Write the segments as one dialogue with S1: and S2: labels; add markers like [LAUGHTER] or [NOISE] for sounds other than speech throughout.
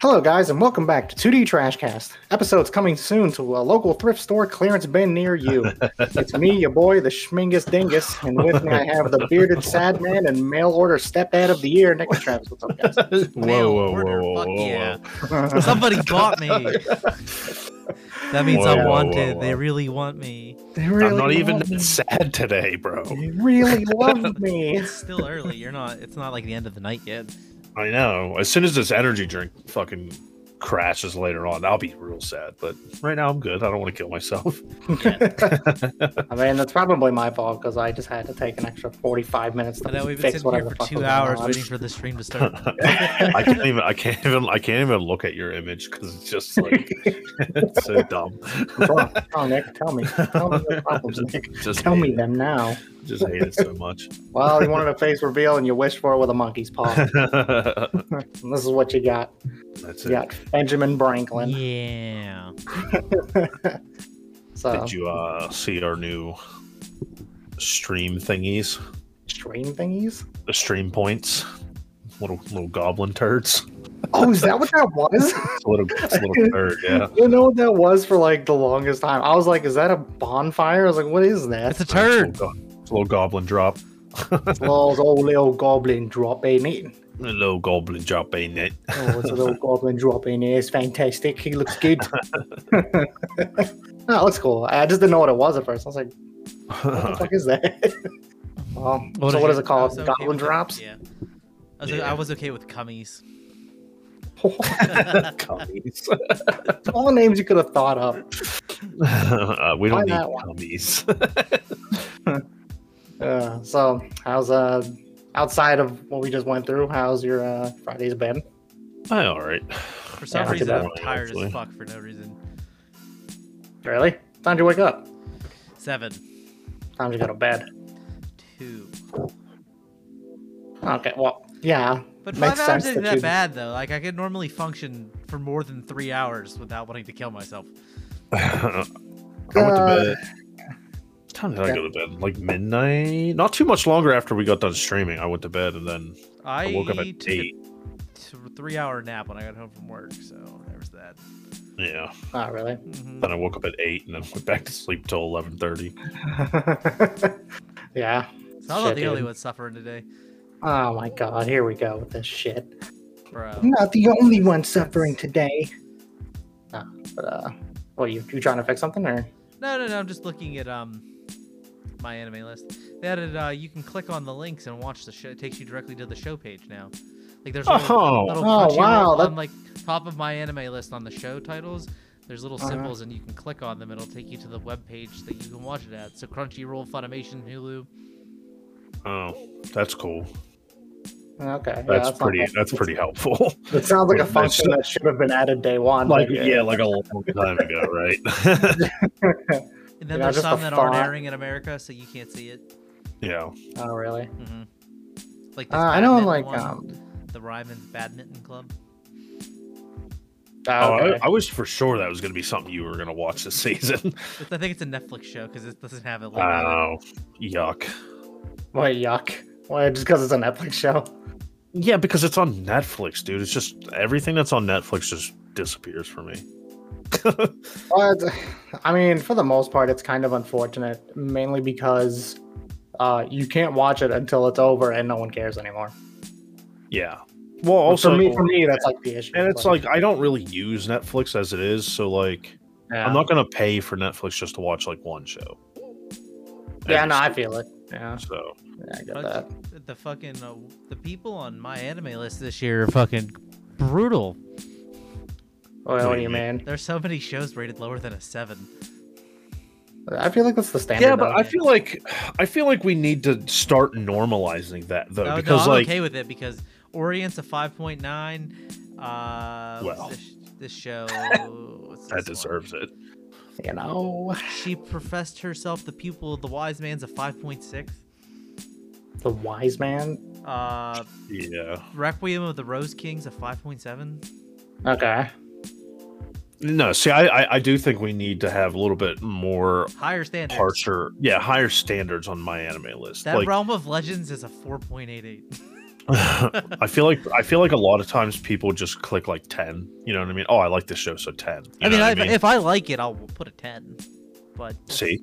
S1: Hello, guys, and welcome back to 2D Trashcast. Episodes coming soon to a local thrift store clearance bin near you. it's me, your boy, the Schmingus Dingus, and with me I have the bearded sad man and mail order stepdad of the year, Nick Travis. What's up, guys?
S2: Mail
S3: whoa,
S2: order,
S3: whoa,
S2: fuck
S3: whoa, whoa,
S2: yeah.
S1: [LAUGHS]
S2: Somebody got me. That means
S3: Whoa,
S2: I'm
S3: whoa,
S2: wanted.
S3: whoa,
S2: They
S3: whoa.
S2: really want me.
S1: They really
S3: I'm not even
S1: love me.
S3: sad today, bro.
S1: They really
S2: [LAUGHS]
S1: love me.
S2: It's still early. You're not. It's not like the end of the night yet.
S3: I know. As soon as this energy drink fucking crashes later on, I'll be real sad. But right now, I'm good. I don't want to kill myself.
S1: I mean, that's probably my fault because I just had to take an extra 45 minutes to
S2: I know we've been
S1: fix
S2: sitting
S1: whatever
S2: here
S1: the
S2: for
S1: fuck
S2: two
S1: was
S2: hours
S1: going on.
S2: waiting for the stream
S3: [LAUGHS]
S2: to start.
S3: I can't even. I can't even. I can't even look at your image because it's just like
S1: [LAUGHS]
S3: it's so dumb.
S1: What's wrong? Oh, Nick, tell me. Tell me your problems, Nick.
S3: Just
S1: Tell
S3: hate
S1: me
S3: it.
S1: them now.
S3: Just hate it so much. [LAUGHS]
S1: Well, you wanted a face reveal and you wished for it with a monkey's paw.
S3: That's
S1: And this is what you got. You
S3: it.
S1: got Benjamin Franklin.
S2: yeah.
S1: So,
S3: Did you uh, see our new stream thingies?
S1: stream thingies?
S3: The stream points. Little little goblin turds.
S1: [LAUGHS] Oh, is that what that was?
S3: It's a little, it's a
S1: [LAUGHS]
S3: little turd. Yeah.
S1: you know what that was for like the longest time? I was like, is that a bonfire? I was like, what is that?
S2: It's a turd.
S3: It's a little, go- it's a little goblin drop.
S1: It's Lol's old little goblin drop in it.
S3: A little goblin drop ain't [LAUGHS] it?
S1: Oh, it's a little goblin drop in here. It's fantastic. He looks [LAUGHS] good. no, it looks cool. I just didn't know what it was at first. I was like, what the fuck is that? [LAUGHS] well, so what
S2: is
S1: is
S2: your-
S1: it
S2: I
S1: called?
S2: was okay
S1: Goblin
S2: with it.
S1: drops?
S2: Yeah. I was,
S3: Yeah.
S2: I was okay with cummies.
S3: Cummies.
S1: [LAUGHS]
S3: [LAUGHS]
S1: All the names you could have thought of.
S3: uh, we
S1: Why
S3: don't need
S1: that one?
S3: cummies. [LAUGHS]
S1: Uh, so how's uh outside of what we just went through, how's your uh Friday's been?
S3: I, all right.
S2: For some
S1: Yeah, I did
S2: reason,
S1: that
S2: I'm
S3: one,
S2: tired
S3: actually.
S2: as fuck for no reason.
S1: Really? Time to wake up.
S2: Seven,
S1: Time to go to bed.
S2: two.
S1: Okay, well yeah.
S2: But
S1: Makes
S2: five
S1: sense
S2: hours isn't
S1: that
S2: that
S1: you'd-
S2: bad though. Like I could normally function for more than three hours without wanting to kill myself.
S3: I went to
S1: Uh,
S3: bed. What time did I
S1: yeah.
S3: go to bed? Like midnight? Not too much longer after we got done streaming. I went to bed and then
S2: I,
S3: I, woke up at
S2: took
S3: eight.
S2: a th- three-hour nap when I got home from work, so there was that.
S3: Yeah.
S1: Not [LAUGHS] really.
S2: Mhm.
S3: Then I woke up at eight and then went back to sleep till eleven thirty.
S1: yeah.
S2: So I'm not
S1: Shit,
S2: the only
S1: dude.
S2: one suffering today,
S1: Oh my god, here we go with this shit. [LAUGHS]
S2: bro.
S1: I'm not the only one suffering today. Nah, but uh what are you you trying to fix something or
S2: No, no, no. I'm just looking at um my anime list. They added uh, you can click on the links and watch the show. It takes you directly to the show page now. Like there's little,
S3: Oh.
S2: little
S1: Oh,
S2: Crunchyroll
S1: wow, that-
S2: on like top of my anime list on the show titles. There's little
S1: Uh-huh.
S2: symbols and you can click on them. It'll take you to the web page that you can watch it at. So Crunchyroll, Funimation, Hulu.
S3: Oh, that's cool.
S1: okay. yeah,
S3: That's
S1: not
S3: pretty.
S1: bad.
S3: That's pretty helpful.
S1: It sounds like a
S3: That's-
S1: function that should have been added day one.
S3: [LAUGHS] like
S1: but, uh,
S3: yeah, like a long time ago, right? [LAUGHS]
S2: And then
S1: Yeah,
S2: there's
S1: just
S2: some
S1: the
S2: that
S1: font.
S2: aren't airing in America, so you can't see it.
S3: yeah.
S1: Oh really?
S2: hmm Like
S1: Uh,
S2: this
S1: I know,
S2: badminton
S1: like
S2: one,
S1: um.
S2: the Ryman's Badminton Club.
S1: Oh,
S3: Oh,
S1: okay.
S3: I, I was for sure that was going to be something you were going to watch this [LAUGHS] season.
S2: It's- I think it's a Netflix show because it doesn't have it. labeled on it.
S3: Wow, yuck.
S1: Wait, yuck. Why? Just because it's a Netflix show?
S3: Yeah, because it's on Netflix, dude. It's just everything that's on Netflix just disappears for me.
S1: Well, it's- I mean, for the most part, it's kind of unfortunate, mainly because uh, you can't watch it until it's over and no one cares anymore.
S3: Yeah. Well, also,
S1: for me, for me, that's like the issue.
S3: and it's like I don't really use Netflix as it is, so like
S1: yeah,
S3: I'm not going to pay for Netflix just to watch like one show.
S1: yeah,
S3: Every
S1: no, I feel it. Yeah,
S3: season, So
S1: yeah I get
S2: But
S1: that.
S2: the fucking uh, the people on my anime list this year are fucking brutal.
S1: Well, what do you mean?
S2: There's so many shows rated lower than a seven.
S1: I feel like that's the standard.
S3: yeah, but
S1: though.
S3: I feel like I feel like we need to start normalizing that though,
S2: No,
S3: Uh, because
S2: no, I'm
S3: like
S2: okay with it because Orient's a five point nine. Uh, what's
S3: Well.
S2: this, sh-
S3: [LAUGHS]
S2: this show what's
S3: that
S2: this
S3: deserves it.
S1: you know
S2: one? She professed herself the pupil of the wise man's a five point six.
S1: the wise man.
S2: Uh,
S3: Yeah.
S2: Requiem of the Rose King's a five point seven.
S1: Okay,
S3: No, see, I, I I do think we need to have a little bit more
S2: Higher standards.
S3: harsher, yeah, higher standards on my anime list.
S2: That [LAUGHS]
S3: like,
S2: Realm of Legends is a four point eight eight.
S3: [LAUGHS] I feel like I feel like a lot of times people just click like ten. You know what I mean? Oh, I like this show, so ten. You
S2: I mean,
S3: know
S2: I,
S3: what I mean?
S2: if I like it, I'll put a ten. But
S3: see,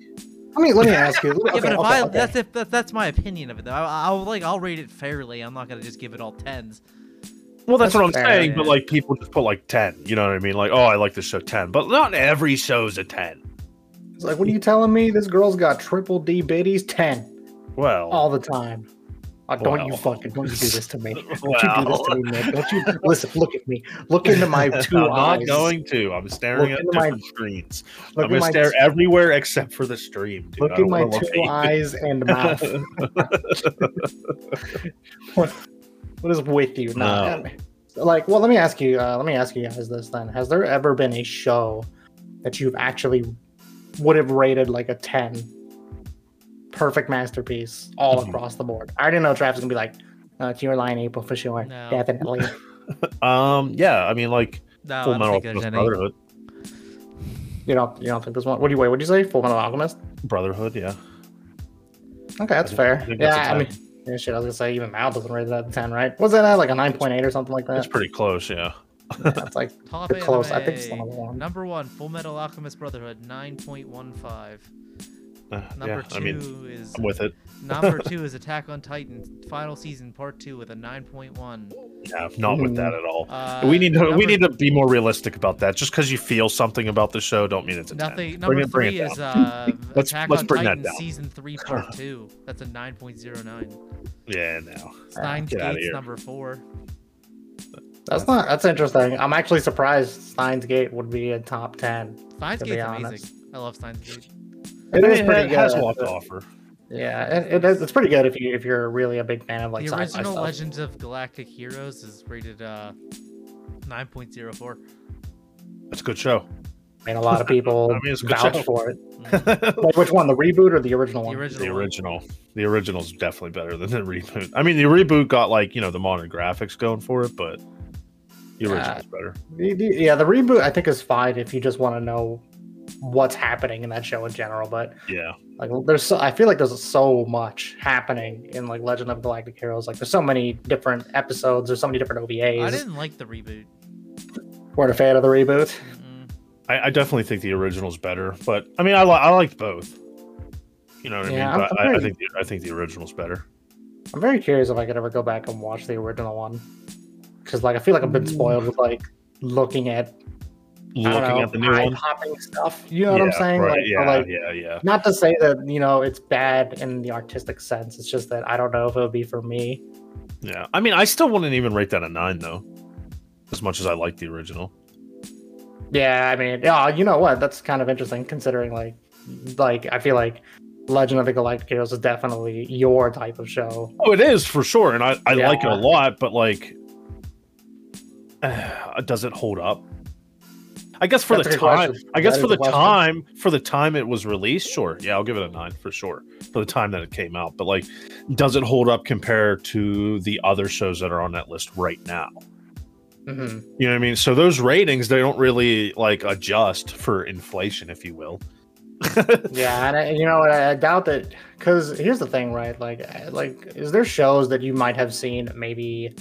S1: I mean, let me ask [LAUGHS] you.
S2: yeah,
S1: Okay,
S2: but if
S1: okay,
S2: I
S1: okay.
S2: that's if that, that's my opinion of it. Though I, I'll like I'll rate it fairly. I'm not gonna just give it all tens.
S3: well, that's,
S1: That's
S3: what I'm
S1: fair,
S3: saying. But
S2: yeah.
S3: like, people just put like ten. You know what I mean? Like, oh, I like this show ten, but not every show's a ten.
S1: It's like, what are you telling me? This girl's got triple D biddies, ten
S3: Well,
S1: all the time. Oh, don't you
S3: Well.
S1: fucking don't you do this to me? [LAUGHS] Don't you do this
S3: well
S1: to me, Nick? Don't you listen? Look at me. Look into [LAUGHS] my
S3: [LAUGHS]
S1: two
S3: I'm
S1: eyes.
S3: not going to. I'm
S1: Look
S3: staring at
S1: into my-
S3: different screens.
S1: Look
S3: I'm
S1: at
S3: gonna
S1: my
S3: stare everywhere except for the stream. Dude. I
S1: look
S3: don't
S1: in my
S3: wanna look
S1: two
S3: at you.
S1: eyes and
S3: [LAUGHS]
S1: mouth. what, what is with you? Nah,
S3: No.
S1: I- Like, well, let me ask you. Uh, let me ask you guys this then: Has there ever been a show that you've actually would have rated like a ten? Perfect masterpiece all
S3: Mhm.
S1: across the board. I didn't know Travis was gonna be like, uh, "It's your line, April, for sure,
S2: No.
S1: definitely."
S3: Um, yeah, I mean, like
S2: No,
S3: Full
S2: I
S3: Metal
S2: don't think there's
S3: Alchemist
S2: any.
S3: Brotherhood.
S1: you don't, you don't think this one? What do you wait? What would you say? Full Metal Alchemist.
S3: Brotherhood, yeah.
S1: Okay, that's
S3: I
S1: fair.
S3: think that's a
S1: yeah, I
S3: 10.
S1: mean, yeah, shit. I was gonna say even Mal doesn't rate it out of ten, right? Was that at like a nine point eight or something like
S3: It's
S1: that?
S3: pretty close, yeah.
S1: That's like
S2: Top
S1: pretty close. I think it's
S2: anime.
S1: number one.
S2: Number one, Full Metal Alchemist Brotherhood, nine point one five.
S3: Uh,
S2: Number
S3: yeah,
S2: two
S3: I mean,
S2: is
S3: I'm with it. [LAUGHS]
S2: number two is Attack on Titan, final season, part two, with a nine point one.
S3: Yeah, I'm not with
S1: Mm.
S3: that at all.
S2: Uh,
S3: we need to we
S2: number-
S3: need to be more realistic about that. Just because you feel something about the show, don't mean it's a
S2: Nothing.
S3: 10.
S2: Number
S3: Bring it, bring
S2: three
S3: it
S2: is
S3: down. [LAUGHS]
S2: uh,
S3: Let's-
S2: Attack
S3: let's
S2: on
S3: bring that
S2: Titan
S3: down.
S2: season
S3: [LAUGHS]
S2: three part two. That's a nine point zero nine.
S3: yeah, no.
S2: Steins
S3: get outta
S2: Gate's
S3: here.
S2: number four.
S1: That's not. That's interesting. I'm actually surprised Steins Gate would be a top ten.
S2: Steins
S1: To be
S2: Gate's
S1: honest.
S2: amazing. I love Steins Gate.
S1: It
S3: I
S1: is
S3: mean,
S1: pretty
S3: it has a
S1: good.
S3: lot to offer.
S1: Yeah, it, it is, it's pretty good if you if you're really a big fan of like
S2: the
S1: sci-fi
S2: original
S1: stuff.
S2: Legends of Galactic Heroes is rated uh, nine point zero four.
S3: It's a
S1: [LAUGHS]
S3: good show.
S1: I mean, a lot of people
S3: [LAUGHS] I mean, it's a good
S1: vouch
S3: show.
S1: for it.
S3: the
S1: Like which one, the reboot or the original
S2: The
S1: one?
S2: original. one.
S3: original. The original's definitely better than the reboot. I mean, the reboot got like, you know, the modern graphics going for it, but the
S1: Yeah.
S2: Uh,
S3: original's better.
S1: The- the- yeah, the reboot I think is fine if you just want to know what's happening in that show in general. But
S3: Yeah.
S1: like, there's so, I feel like there's so much happening in like Legend of Galactic Heroes. Like, there's so many different episodes. There's so many different
S2: I
S1: OVAs.
S2: didn't like the reboot.
S1: Weren't a fan of the reboot.
S2: Mm,
S3: I, I definitely think the original's better, but I mean, I, li- I liked both. You know what
S1: Yeah,
S3: I
S1: I'm-
S3: mean? But
S1: I'm
S3: I, I
S1: pretty-
S3: think the, I think the original's better.
S1: I'm very curious if I could ever go back and watch the original one, because like I feel like I've been spoiled with like looking at I don't
S3: Looking
S1: know,
S3: at the new
S1: eye
S3: one,
S1: popping stuff. You know what I'm saying?
S3: Right,
S1: Like, or,
S3: yeah,
S1: like,
S3: yeah, yeah.
S1: not to say that you know it's bad in the artistic sense. It's just that I don't know if it would be for me.
S3: Yeah, I mean, I still wouldn't even rate that a nine though, as much as I like the original.
S1: Yeah, I mean, yeah, you know what? That's kind of interesting considering like, like I feel like Legend of the Galactic Heroes is definitely your type of show.
S3: Oh, it is for sure, and I, I
S1: Yeah.
S3: like it a lot, but like, [SIGHS] does it hold up? I guess for
S1: That's a
S3: the
S1: good
S3: time,
S1: question.
S3: I guess
S1: That
S3: for
S1: is a
S3: the
S1: question.
S3: time, for the time it was released, sure, yeah, I'll give it a nine for sure for the time that it came out. But like, does it hold up compared to the other shows that are on that list right now?
S1: hmm
S3: You know what I mean? So those ratings, they don't really like adjust for inflation, if you will.
S1: [LAUGHS] yeah, and I, you know what? I, I doubt that because here's the thing, right? Like, I- like is there shows that you might have seen maybe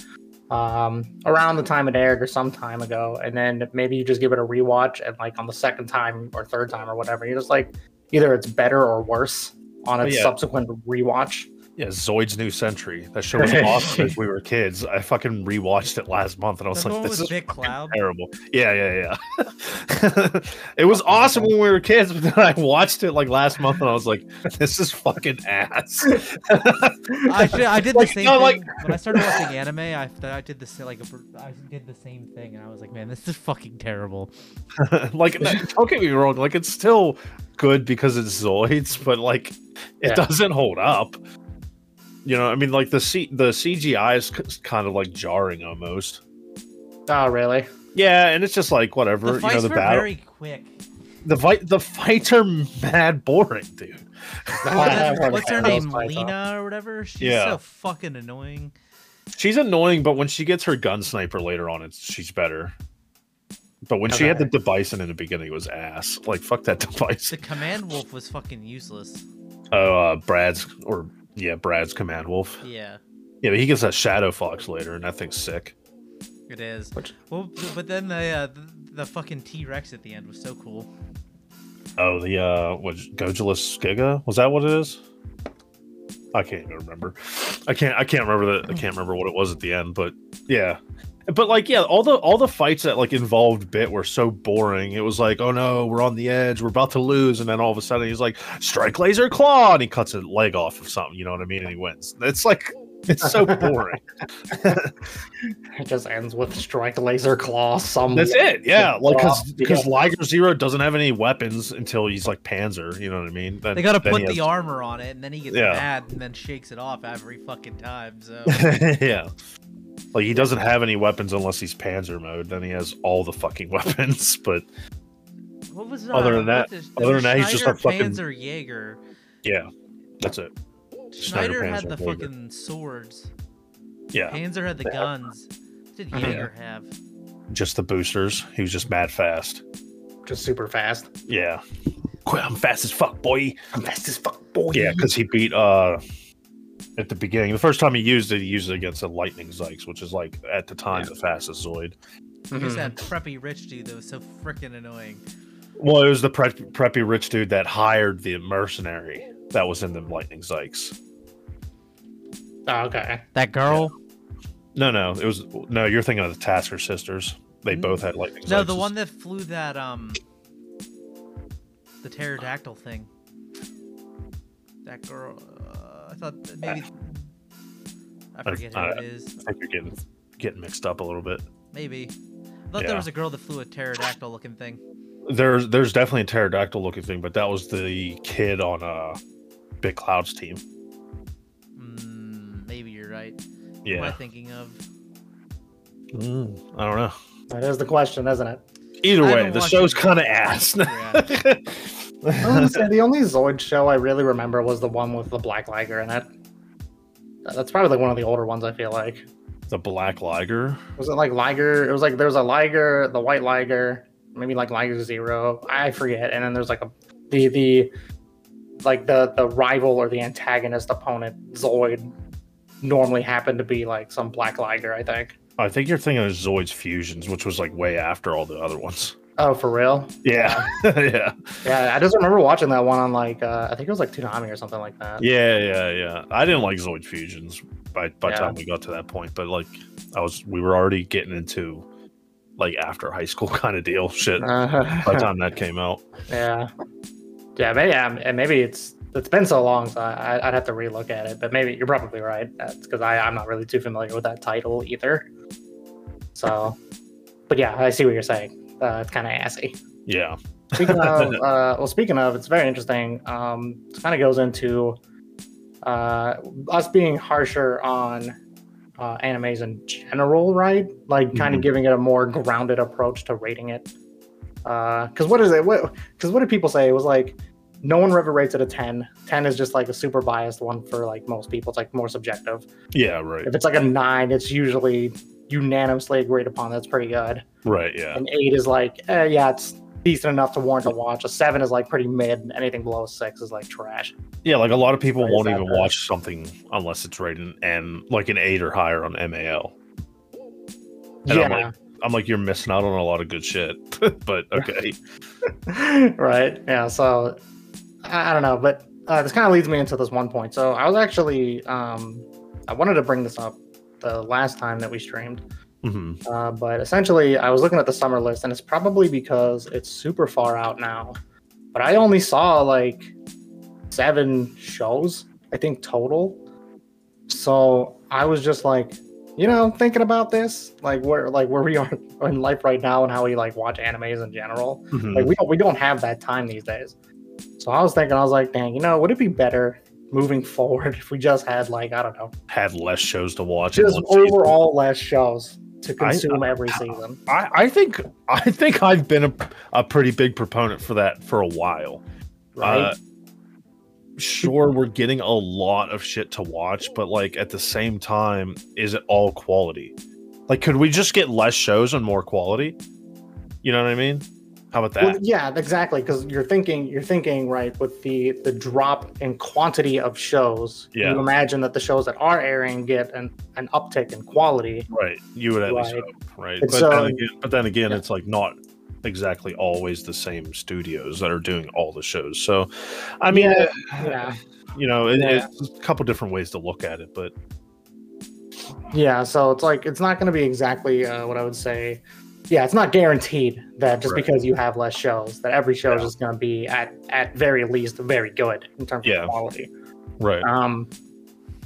S1: um around the time it aired or some time ago, and then maybe you just give it a rewatch and like on the second time or third time or whatever, you're just like either it's better or worse on
S3: Oh,
S1: its
S3: yeah.
S1: subsequent rewatch.
S3: Yeah, Zoid's New Century. That
S1: [LAUGHS]
S3: show was awesome as we were kids. I fucking rewatched it last month and I was
S2: That's the
S3: like,
S2: one
S3: this
S2: with
S3: is [LAUGHS]
S2: Big Cloud.
S3: terrible. Yeah, yeah, yeah. [LAUGHS] it was awesome when we were kids, but then I watched it like last month and I was like, this is fucking ass. [LAUGHS]
S2: I, should, I did the
S3: Like,
S2: same
S3: no,
S2: thing
S3: like-
S2: when I started watching anime. I, th- I did the sa- like a br- I did the same thing, and I was like, man, this is fucking terrible.
S3: like, no, don't get me wrong. Like, it's still good because it's Zoids, but like, it
S1: Yeah.
S3: doesn't hold up. You know, I mean, like the C- the CGI is c- kind of like jarring almost.
S1: Oh, really? [LAUGHS]
S3: Yeah, and it's just like whatever.
S2: the
S3: you
S2: fights
S3: know, the
S2: were
S3: battle.
S2: very quick.
S3: The fight, the fights are [LAUGHS] mad boring, dude.
S1: No, I have
S2: What's
S1: heard
S2: what's
S1: of
S2: her
S1: those
S2: name?
S1: fights, huh?
S2: Lena or whatever. She's
S3: Yeah.
S2: so fucking annoying.
S3: She's annoying, but when she gets her gun sniper later on, it's she's better. But when she had the
S1: Okay.
S3: Debison in the beginning, it was ass. Like fuck that [LAUGHS] device.
S2: The command wolf was fucking useless.
S3: Oh, uh, Brad's or yeah, Brad's command wolf.
S2: Yeah.
S3: Yeah, but he gets that Shadow Fox later, and that thing's sick.
S2: It is.
S1: Which-
S2: Well, but then the uh, the, the fucking T Rex at the end was so cool.
S3: Oh, the uh, what Gojulus Giga was that what it is? I can't even remember. I can't. I can't remember the. I can't remember what it was at the end, but yeah. But like, yeah, all the all the fights that like involved Bit were so boring. It was like, oh no, we're on the edge, we're about to lose, and then all of a sudden he's like, strike laser claw, and he cuts a leg off of something. You know what I mean? And he wins. It's like, it's so boring.
S1: It just ends with strike laser claw. Some
S3: That's it. Yeah, like because
S1: Off, yeah.
S3: Liger Zero doesn't have any weapons until he's like Panzer. You know what I mean? Then-
S2: They got to
S3: then
S2: put
S3: he
S2: the
S3: has-
S2: armor on it, and then he gets
S3: Yeah.
S2: mad and then shakes it off every fucking time. So
S3: [LAUGHS] yeah. Like he doesn't have any weapons unless he's Panzer mode. Then he has all the fucking [LAUGHS] weapons. But
S2: what was uh,
S3: Other than that-
S2: what is-
S3: other than
S2: there
S3: that,
S2: was
S3: he's just a
S2: Schneider
S3: fucking-
S2: Panzer Jaeger.
S3: yeah, that's it. Schneider
S2: Schneider had
S3: Panzer
S2: the
S3: Jaeger.
S2: fucking swords.
S3: Yeah,
S2: Panzer had the
S3: They have-
S2: guns. What did
S1: Yeah.
S2: Jaeger have?
S3: just the boosters. He was just mad fast.
S1: just super fast.
S3: Yeah, Qu- I'm fast as fuck, boy.
S1: I'm fast as fuck, boy.
S3: Yeah, because he beat uh at the beginning. The first time he used it, he used it against the Lightning Zykes, which is like at the time the fastest Zoid.
S1: Mhm.
S2: There's that preppy rich dude that was so freaking annoying.
S3: Well, it was the pre- preppy rich dude that hired the mercenary that was in the Lightning Zykes.
S1: Oh, okay.
S2: That girl?
S3: No, no, it was no. You're thinking of the Tasker sisters. They
S2: Mm.
S3: both had lightning.
S2: No, the
S3: slices.
S2: one that flew that um the pterodactyl thing. That girl. Uh, I thought that maybe I
S3: I- uh,
S2: forget who
S3: I-
S2: it is.
S3: I think you're getting getting mixed up a little bit.
S2: Maybe. I thought
S3: Yeah.
S2: there was a girl that flew a pterodactyl looking thing.
S3: There's there's definitely a pterodactyl looking thing, but that was the kid on uh Big Cloud's team.
S2: Mm, maybe you're right. What am I
S3: Yeah, [LAUGHS]
S2: thinking of?
S3: Mm, I don't know.
S1: That is the question, isn't
S3: [LAUGHS]
S1: it?
S3: Either
S2: I
S3: way,
S2: haven't
S3: the
S2: watched
S3: show's
S2: it.
S3: kind of ass. [LAUGHS]
S2: Yeah.
S1: I wanna say the only Zoid show I really remember was the one with the Black Liger in it. That's probably like one of the older ones. I feel like
S3: the Black Liger.
S1: was it like Liger? It was like there was a Liger, the White Liger, maybe like Liger Zero. I forget. And then there's like a the the like the the rival or the antagonist opponent Zoid normally happened to be like some Black Liger. I think.
S3: I think you're thinking of Zoid's fusions, which was like way after all the other ones.
S1: Oh, for real?
S3: Yeah, [LAUGHS] yeah.
S1: Yeah, I just remember watching that one on like uh, I think it was like Toonami or something like that.
S3: Yeah, yeah, yeah. I didn't like Zoid fusions by by the
S1: Yeah.
S3: time we got to that point, but like I was, we were already getting into like after high school [LAUGHS] kind of deal shit
S1: Uh, [LAUGHS]
S3: by the time that came out.
S1: Yeah. Yeah, maybe I'm, and maybe it's it's been so long, so I, I- I'd have to relook at it. But maybe you're probably right. That's because I'm not really too familiar with that title either. So, but yeah, I see what you're saying. Uh, it's kind of assy.
S3: Yeah,
S1: Speaking of, [LAUGHS] uh, well, speaking of, it's very interesting. Um, it kind of goes into uh, us being harsher on uh, animes in general, right? Like, kind of
S3: Mhm.
S1: giving it a more grounded approach to rating it. Because what is it? What? Because what did people say? It was like no one ever rates it a 10. 10 is just like a super biased one for like most people. It's like more subjective.
S3: yeah, right,
S1: If it's like a nine, it's usually unanimously agreed upon. That's pretty good.
S3: right, yeah,
S1: An eight is like, eh, yeah, it's decent enough to warrant a watch. A seven is like pretty mid. Anything below a six is like trash.
S3: yeah. Like a lot of people
S1: Why is
S3: won't
S1: that
S3: even
S1: bad?
S3: watch something unless it's rated and like an eight or higher on MAL. And
S1: yeah,
S3: I'm like, I'm like, you're missing out on a lot of good shit. [LAUGHS] but okay,
S1: [LAUGHS] right. Yeah. So I, I don't know, but uh, this kind of leads me into this one point. So I was actually, um, I wanted to bring this up the last time that we streamed.
S3: hmm
S1: Uh, but essentially, I was looking at the summer list, and it's probably because it's super far out now. But I only saw like seven shows, I think total. So I was just like, you know, thinking about this, like where like where we are [LAUGHS] in life right now, and how we like watch animes in general.
S3: Mm-hmm.
S1: Like we don't we don't have that time these days. So I was thinking, I was like, dang, you know, would it be better moving [LAUGHS] forward if we just had like I don't know,
S3: have less shows to watch. in
S1: just
S3: one season.
S1: overall less shows to
S3: I-
S1: consume every season.
S3: I, I think I think I've been a, a pretty big proponent for that for a while.
S1: right?
S3: Uh, sure, we're getting a lot of shit to watch, but like at the same time, is it all quality? Like, could we just get less shows and more quality? You know what I mean? How about
S1: Well,
S3: that?
S1: yeah, exactly. Because you're thinking, you're thinking, right, with the the drop in quantity of shows.
S3: Yeah.
S1: You imagine that the shows that are airing get an an uptick in quality.
S3: Right. You would at least
S1: Right.
S3: hope, right?
S1: And
S3: But,
S1: so-
S3: then again, but then again,
S1: um, Yeah.
S3: it's like not exactly always the same studios that are doing all the shows. So, I mean,
S1: Yeah,
S3: uh,
S1: Yeah.
S3: you know, it,
S1: Yeah.
S3: it's a couple different ways to look at it, but
S1: Yeah. So it's like it's not going to be exactly uh, what I would say. Yeah, it's not guaranteed that just
S3: Right.
S1: because you have less shows, that every show is
S3: Yeah.
S1: just going to be at at very least very good in terms
S3: Yeah.
S1: of quality.
S3: right.
S1: Um,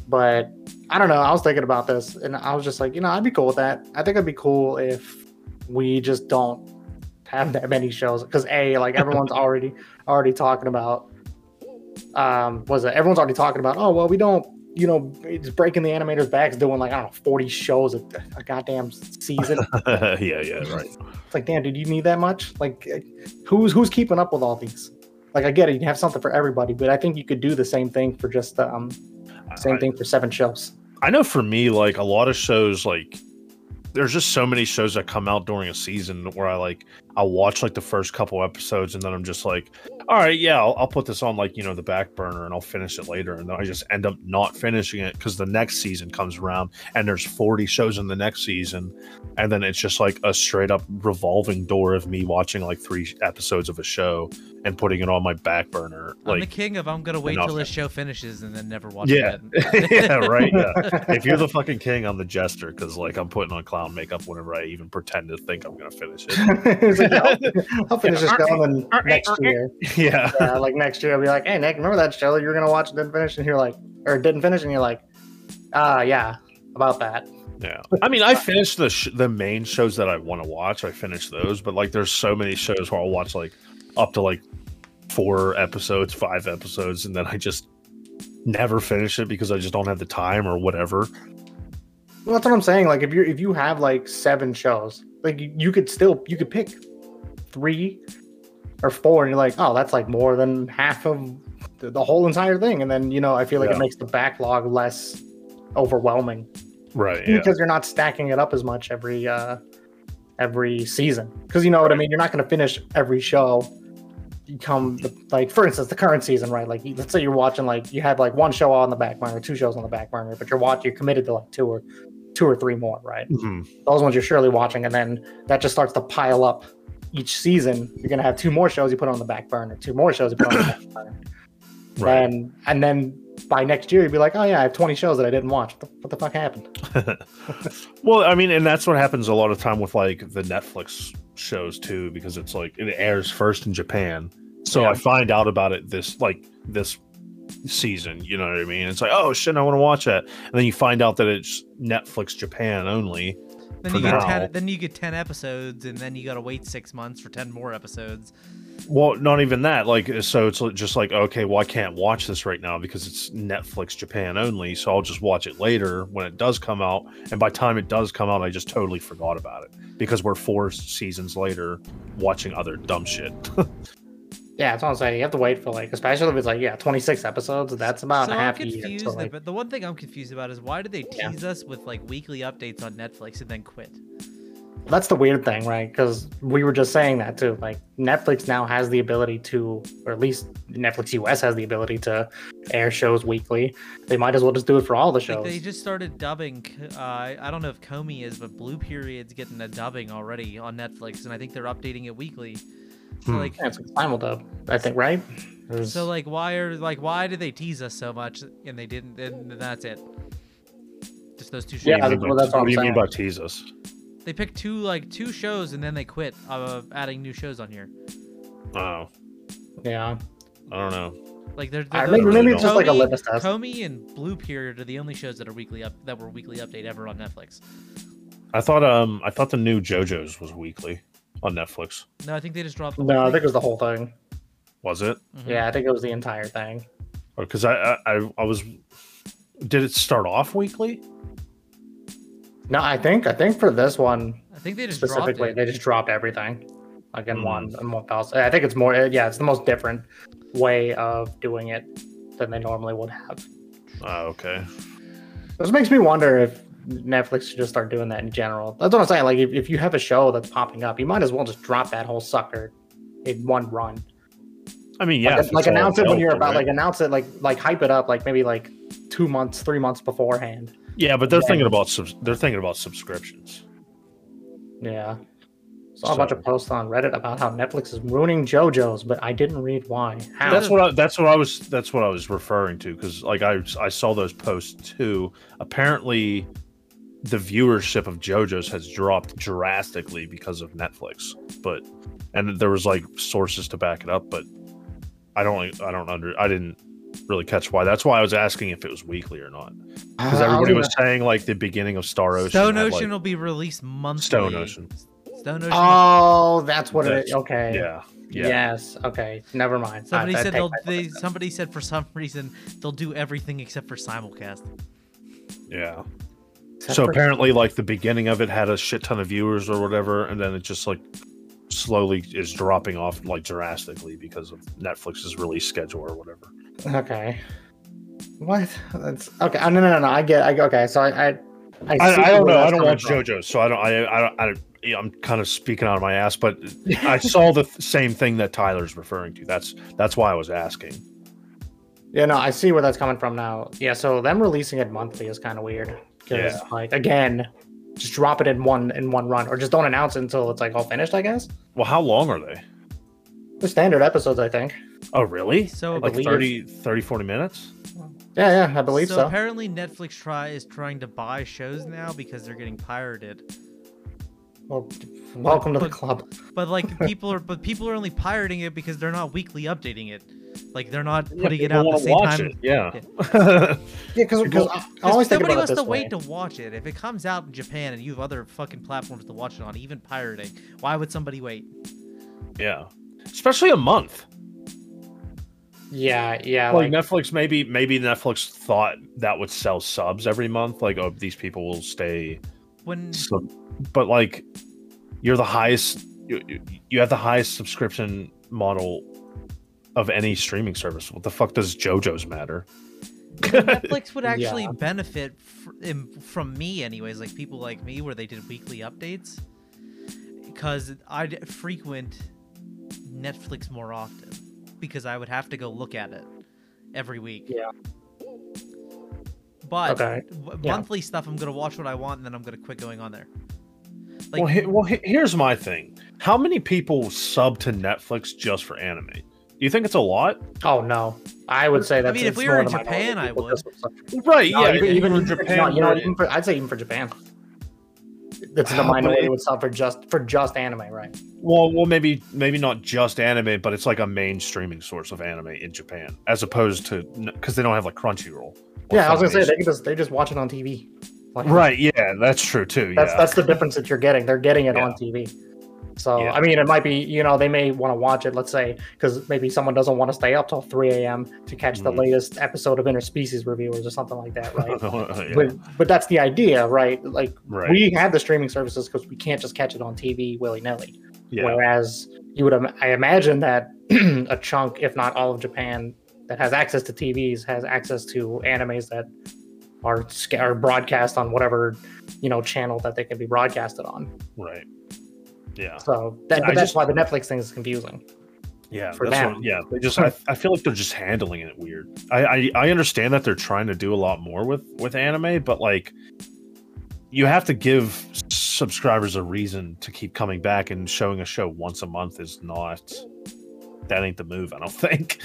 S1: but I don't know. I was thinking about this, and I was just like, you know, I'd be cool with that. I think it'd be cool if we just don't have that many shows because a like everyone's already already talking about. Um, was it everyone's already talking about? Oh well, we don't. You know, it's breaking the animators' backs, doing like I don't know, forty shows a, a goddamn season. Uh-huh.
S3: [LAUGHS] yeah, yeah, right.
S1: It's like, damn, dude, you need that much? Like, eh, who's who's keeping up with all these? Like, I get it, you have something for everybody, but I think you could do the same thing for just um, same
S3: I-
S1: thing for seven shows.
S3: I know for me, like a lot of shows, like there's just so many shows that come out during a season where I like I watch like the first couple episodes and then I'm just like, all right, yeah, I'll, I'll put this on like you know the back burner and I'll finish it later, and then I just end up not finishing it because the next season comes around and there's 40 shows in the next season, and then it's just like a straight up revolving door of me watching like three episodes of a show and putting it on my back burner,
S2: I'm the
S3: like
S2: king of I'm gonna wait till
S3: enough.
S2: this show finishes and then never watch
S3: Yeah. [LAUGHS]
S2: it. again.
S3: yeah, right. Yeah. If you're the fucking king, I'm the jester because like I'm putting on clown makeup whenever I even pretend to think I'm gonna finish
S1: [LAUGHS]
S3: it.
S1: It's like, yeah, I'll, I'll finish this show and then next year,
S3: [LAUGHS] yeah.
S1: yeah, like next year, I'll be like, hey Nick, remember that show you were gonna watch and didn't finish, and you're like, or didn't finish, and you're like, ah, yeah, about that.
S3: Yeah. I mean, I finished the sh- the main shows that I want to watch. I finished those, but like there's so many shows where I'll watch like up to like four episodes, five episodes, and then I just never finish it because I just don't have the time or whatever.
S1: Well, that's what I'm saying. Like, if you if you have like seven shows, like you, you could still you could pick three or four, and you're like, oh, that's like more than half of the, the whole entire thing. And then you know, I feel like
S3: Yeah.
S1: it makes the backlog less overwhelming
S3: Right.
S1: because you're not stacking it up as much every uh every season. Because you know what I mean. You're not going to finish every show. You come the, like for instance the current season right like you- let's say you're watching like you had like one show on the back burner two shows on the back burner but you're watching you're committed to like two or two or three more right
S3: Mhm.
S1: those ones you're surely watching, and then that just starts to pile up each season. You're gonna have two more shows you put on the back burner, two more shows you put on the back burner,
S3: Right.
S1: and and then by next year you'd be like, oh yeah, I have 20 shows that I didn't watch. What the, what the fuck happened?
S3: Well, I mean, and that's what happens a lot of time with like the Netflix shows too, because it's like it airs first in Japan. So
S1: Yeah.
S3: I find out about it this like this season. You know what I mean? It's like, oh shit, I want to watch that, and then you find out that it's Netflix Japan only.
S2: then
S3: For
S2: you get
S3: now.
S2: ten, then you get ten episodes and then you gotta wait six months for ten more episodes.
S3: Well, not even that. Like, so it's like- just like, okay, well, I can't watch this right now because it's Netflix Japan only. So I'll just watch it later when it does come out. And by the time it does come out, I just totally forgot about it because we're four seasons later watching other dumb shit. [LAUGHS]
S1: Yeah, that's what I'm saying. You have to wait for like, especially if it's like yeah, 26 episodes. That's about
S2: so
S1: a half
S2: I'm
S1: a
S2: confused.
S1: year. So,
S2: that-
S1: like,
S2: but the one thing I'm confused about is why did they
S1: Yeah.
S2: tease us with like weekly updates on Netflix and then quit?
S1: that's the weird thing, right? Because we were just saying that too. Like Netflix now has the ability to, or at least Netflix US has the ability to air shows weekly. They might as well just do it for all the
S2: Like
S1: shows.
S2: they just started dubbing. Uh, I don't know if Comey is, but Blue Period's getting a dubbing already on Netflix, and I think they're updating it weekly. So
S3: Hmm.
S2: like,
S1: Yeah, it's like Final Dub, I think, right? There's-
S2: so like, why are like why did they tease us so much? And they didn't. And that's it. Just those two shows.
S1: Yeah,
S3: What do you mean
S1: well,
S3: by-
S1: that's what
S3: what do you
S1: I'm
S3: mean by tease us?
S2: They picked two like two shows and then they quit uh, adding new shows on here.
S3: Oh,
S1: yeah,
S3: I don't know.
S2: Like they're,
S1: I
S2: they're-
S1: maybe,
S3: really
S1: maybe it's just like a
S2: Comey-
S1: litmus test.
S2: Comey and Blue Period are the only shows that are weekly up that were weekly update ever on Netflix.
S3: I thought um I thought the new JoJo's was weekly on Netflix.
S2: No, I think they just dropped. the
S1: No, I
S2: weekly.
S1: think it was the whole thing.
S3: Was it?
S2: Mhm.
S1: Yeah, I think it was the entire thing.
S3: Because I, I I I was. Did it start off weekly?
S1: No, I think I think for this one
S2: I think they just dropped
S1: specifically,
S2: it.
S1: they just dropped everything, like in
S3: Hmm.
S1: one in one thousand. I think it's more. uh, Yeah, it's the most different way of doing it than they normally would have.
S3: Oh, okay.
S1: This makes me wonder if Netflix should just start doing that in general. That's what I'm saying. Like, if, if you have a show that's popping up, you might as well just drop that whole sucker in one run.
S3: I mean, yeah,
S1: like,
S3: if
S1: like
S3: it's all
S1: announce it when you're
S3: available,
S1: about
S3: right?
S1: like announce it like like hype it up like maybe like two months, three months beforehand.
S3: Yeah, but they're
S1: Yeah.
S3: thinking about subs- they're thinking about subscriptions.
S1: Yeah. Saw a bunch
S3: So-
S1: of posts on Reddit about how Netflix is ruining JoJo's, but I didn't read why. How?
S3: That's what I, that's what I was that's what I was referring to because like I I saw those posts too. Apparently, the viewership of JoJo's has dropped drastically because of Netflix. But and there was like sources to back it up, but I don't I don't under I didn't really catch why. That's why I was asking if it was weekly or not because
S1: Uh, I
S3: everybody was
S1: gonna-
S3: saying like the beginning of Star Ocean.
S2: Stone
S3: had,
S2: Ocean
S3: like-
S2: will be released monthly.
S3: Stone Ocean.
S2: Stone Ocean.
S1: Oh, that's what it
S3: That's-
S1: is. Okay.
S3: yeah, yeah.
S1: Yes. Okay. Never mind.
S2: somebody
S1: I- I
S2: said
S1: take
S2: they'll.
S1: back what I
S2: They, somebody said for some [LAUGHS] reason they'll do everything except for simulcast.
S3: yeah.
S1: Except
S3: so
S1: for-
S3: apparently like the beginning of it had a shit ton of viewers or whatever and then it just like slowly is dropping off like drastically because of netflix's release schedule or whatever
S1: Okay. What? That's okay. Oh, no, no, no, no. I get. I okay. So I. I, I, see
S3: i, I don't
S1: where
S3: know
S1: that's
S3: i don't
S1: coming
S3: watch
S1: from.
S3: jojo so i don't i i, don't- I don't- yeah, i'm kind of speaking out of my ass but i saw the th- same thing that tyler's referring to that's that's why i was asking
S1: Yeah, no, I see where that's coming from now. Yeah, so them releasing it monthly is kind of weird because,
S3: Yeah.
S1: like, again, just drop it in one in one run, or just don't announce it until it's like all finished. I guess
S3: well how long are they
S1: the standard episodes, I think.
S3: oh really
S2: So
S3: like
S1: believe-
S3: 30 30 40 minutes
S1: Yeah, yeah, I believe
S2: so,
S1: so.
S2: apparently Netflix try is trying to buy shows now because they're getting pirated.
S1: Well, welcome to the
S2: but-
S1: club.
S2: But
S1: [LAUGHS]
S2: like people are but people are only pirating it because they're not weekly updating it. Like they're not
S3: Yeah,
S2: putting it
S3: people
S2: out at the
S3: wanna watch
S2: same time.
S3: it, yeah
S1: Yeah, because
S3: People-
S1: I, I
S2: 'Cause
S1: always think about
S2: nobody
S1: it
S2: wants
S1: this
S2: to
S1: way.
S2: wait to watch it. If it comes out in Japan and you have other fucking platforms to watch it on, even pirating, why would somebody wait?
S3: [LAUGHS] yeah especially a month
S1: yeah, yeah,
S3: like,
S1: like,
S3: Netflix, maybe maybe Netflix thought that would sell subs every month. Like, oh, these people will stay.
S1: [LAUGHS]
S2: When
S3: Sub-. But like, you're the highest. You, you- you have the highest subscription model of any streaming service. What the fuck does JoJo's matter?
S2: Netflix would actually
S1: Yeah.
S2: benefit fr- im- from me, anyways, like people like me, where they did weekly updates, because I'd frequent Netflix more often because I would have to go look at it every week.
S1: Yeah.
S2: But
S1: Okay.
S2: w-
S1: Yeah.
S2: monthly stuff, I'm gonna watch what I want, and then I'm gonna quit going on there. Like,
S3: well, he, well, he- here's my thing. How many people sub to Netflix just for anime? Do you think it's a lot?
S1: oh no, I would say
S2: I
S1: that's.
S2: mean, if
S1: it's
S2: we were in
S1: more the minority
S2: Japan, I
S1: people
S2: would.
S1: just with such-
S3: Right.
S1: No,
S3: yeah.
S1: even, even
S3: in
S1: for-
S3: Japan,
S1: no, you know,
S3: where-
S1: what, even for, I'd say even for Japan, it's the
S3: Wow, [LAUGHS] but
S1: minority
S3: it-
S1: would sell for just for just anime, right?
S3: Well, well, maybe maybe not just anime, but it's like a main streaming source of anime in Japan, as opposed to because they don't have like Crunchyroll. or
S1: Yeah, I was gonna say
S3: Funimation.
S1: they can just they just watch it on TV. Like,
S3: right. Yeah, that's true too.
S1: That's
S3: yeah,
S1: that's the difference that you're getting. They're getting it
S3: Yeah.
S1: on TV. So
S3: Yeah.
S1: I mean, it might be you know they may want to watch it. Let's say because maybe someone doesn't want to stay up till 3 a.m. to catch the
S3: Mhm.
S1: latest episode of Interspecies Reviewers or something like that, right?
S3: [LAUGHS] [LAUGHS] Yeah,
S1: But but that's the idea, right? Like
S3: right.
S1: we have the streaming services because we can't just catch it on TV willy nilly.
S3: yeah.
S1: Whereas you would, im- I imagine that [CLEARS THROAT] a chunk, if not all of Japan, that has access to TVs has access to animes that are sca- are broadcast on whatever you know channel that they can be broadcasted on.
S3: right. Yeah.
S1: So that,
S3: I
S1: but that's
S3: just-
S1: why the Netflix thing is confusing.
S3: Yeah.
S1: for
S3: that's
S1: them.
S3: what- yeah. They just. I, I feel like they're just handling it weird. I, I I understand that they're trying to do a lot more with with anime, but like, you have to give subscribers a reason to keep coming back, and showing a show once a month is not. That ain't the move, I don't [LAUGHS] think.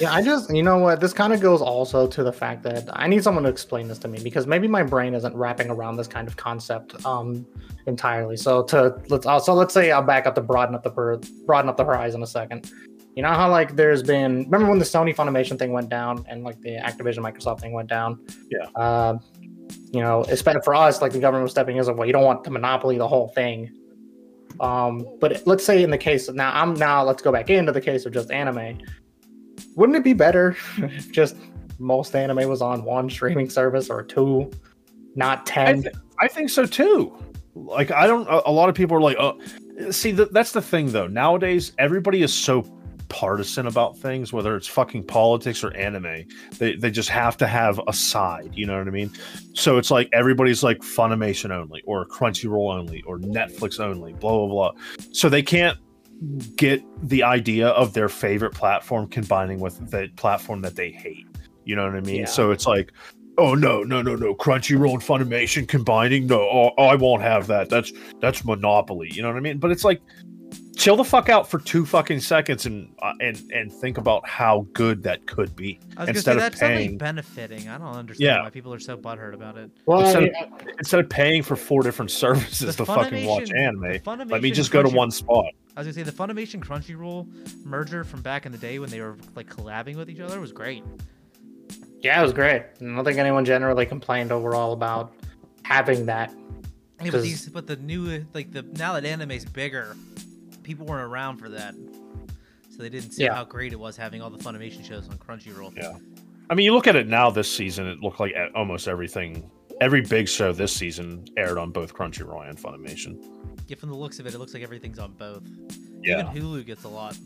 S1: Yeah, I just you know what this kind of goes also to the fact that I need someone to explain this to me because maybe my brain isn't wrapping around this kind of concept um entirely. So to let's uh, so let's say I'll back up to broaden up the per, broaden up the horizon a second. You know how like there's been remember when the Sony Funimation thing went down and like the Activision Microsoft thing went down.
S3: Yeah.
S1: Uh, you know, it's better for us. Like the government was stepping in, like, well, you don't want to monopoly the whole thing. Um, but let's say in the case of now, I'm now let's go back into the case of just anime. Wouldn't it be better [LAUGHS] if just most anime was on one streaming service or two, not
S3: I,
S1: ten?
S3: th- I think so too. Like I don't. A, a lot of people are like, oh, see, th- that's the thing though. Nowadays, everybody is so partisan about things, whether it's fucking politics or anime. They they just have to have a side. You know what I mean? So it's like everybody's like Funimation only, or Crunchyroll only, or Netflix only, blah blah blah. So they can't get the idea of their favorite platform combining with the platform that they hate. You know what I mean?
S1: Yeah.
S3: So it's like, oh no, no, no, no, Crunchyroll and Funimation combining. No, oh, I won't have that. That's that's monopoly. You know what I mean? But it's like, chill the fuck out for two fucking seconds and uh, and and think about how good that could be.
S2: I was
S3: Instead of
S2: gonna say that's something
S3: paying-
S2: benefiting. I don't understand
S3: Yeah.
S2: why people are so butthurt about it.
S1: Well, I
S3: Instead
S1: mean,
S3: Instead of paying for four different services to fucking watch
S2: Funimation-
S3: anime,
S2: the Funimation
S3: let me just go to
S2: Crunchy-
S3: one spot.
S2: I was gonna say the Funimation Crunchyroll merger from back in the day when they were like collabing with each other was great.
S1: yeah, it was great. I don't think anyone generally complained overall about having that.
S2: Yeah, but
S1: 'Cause-
S2: these, but the new, like the now that anime's bigger, people weren't around for that, so they didn't see
S1: Yeah.
S2: how great it was having all the Funimation shows on Crunchyroll.
S3: Yeah. I mean, you look at it now this season, it looked like a- almost everything, every big show this season aired on both Crunchyroll and Funimation.
S2: Yeah, from the looks of it, it looks like everything's on both.
S3: Yeah.
S2: Even Hulu gets a lot.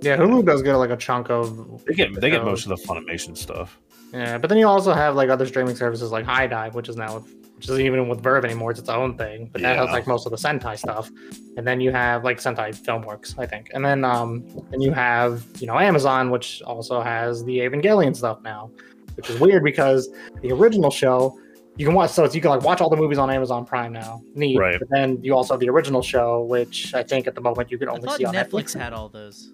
S1: Yeah, Hulu does get like a chunk of.
S3: They get
S2: Oh.
S3: they get most of the Funimation stuff.
S1: Yeah, but then you also have like other streaming services like High Dive, which is now which isn't even with Verve anymore; it's its own thing. But that has
S3: Yeah.
S1: like most of the Sentai stuff, and then you have like Sentai Filmworks, I think, and then um, then you have you know Amazon, which also has the Evangelion stuff now, which is weird because the original show you can watch, so it's, you can like watch all the movies on Amazon Prime now, neat.
S3: Right.
S1: But then you also have the original show, which I think at the moment you can
S2: I
S1: only
S2: thought
S1: see on
S2: Netflix
S1: Netflix.
S2: had all those.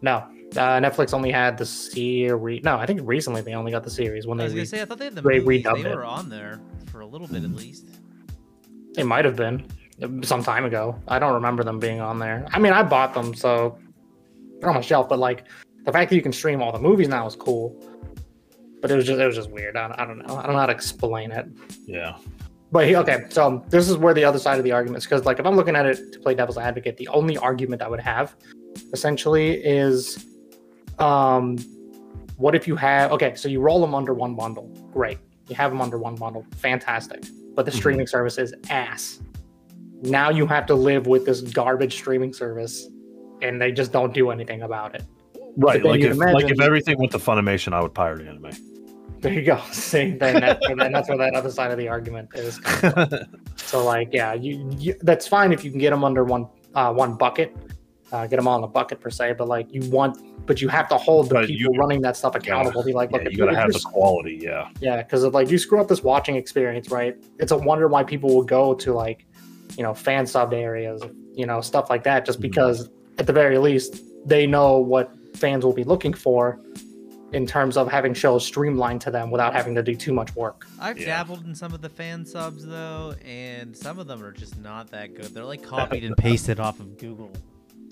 S1: No, uh, Netflix only had the series. No, I think recently they only got the series when they
S2: I was gonna
S1: re-
S2: say I thought they had the
S1: they
S2: movies.
S1: redubbed
S2: They
S1: it.
S2: were on there for a little bit at least.
S1: It might have been uh, some time ago. I don't remember them being on there. I mean, I bought them, so they're on my shelf. But like the fact that you can stream all the movies now is cool. But it was just it was just weird. I don't, I don't know. I don't know how to explain it.
S3: Yeah.
S1: But he, okay, so this is where the other side of the argument is because, like, if I'm looking at it to play devil's advocate, the only argument I would have essentially is, um, what if you have okay, so you roll them under one bundle, great, you have them under one bundle, fantastic, but the
S3: Mhm.
S1: streaming service is ass. Now you have to live with this garbage streaming service, and they just don't do anything about it.
S3: Right.
S1: then
S3: Like
S1: you'd
S3: if like if
S1: imagine-
S3: everything went to Funimation, I would pirate anime.
S1: [LAUGHS] There you go. See, then that's, where- then that's where that other side of the argument is.
S3: [LAUGHS]
S1: So like, yeah, you, you that's fine if you can get them under one uh, one bucket, uh, get them all in a bucket per se. But like, you want, but you have to hold the
S3: But you-
S1: people running that stuff accountable. Be like,
S3: yeah,
S1: look, if
S3: you gotta
S1: if
S3: have
S1: you're
S3: the quality. Yeah.
S1: yeah, because like you screw up this watching experience, right? It's a wonder why people will go to like, you know, fan sub areas, you know, stuff like that, just
S2: Mm-hmm.
S3: Mhm.
S1: because at the very least they know what fans will be looking for in terms of having shows streamlined to them without having to do too much work.
S2: I've
S3: Yeah.
S2: dabbled in some of the fan subs though, and some of them are just not that good. They're like copied and pasted off of Google.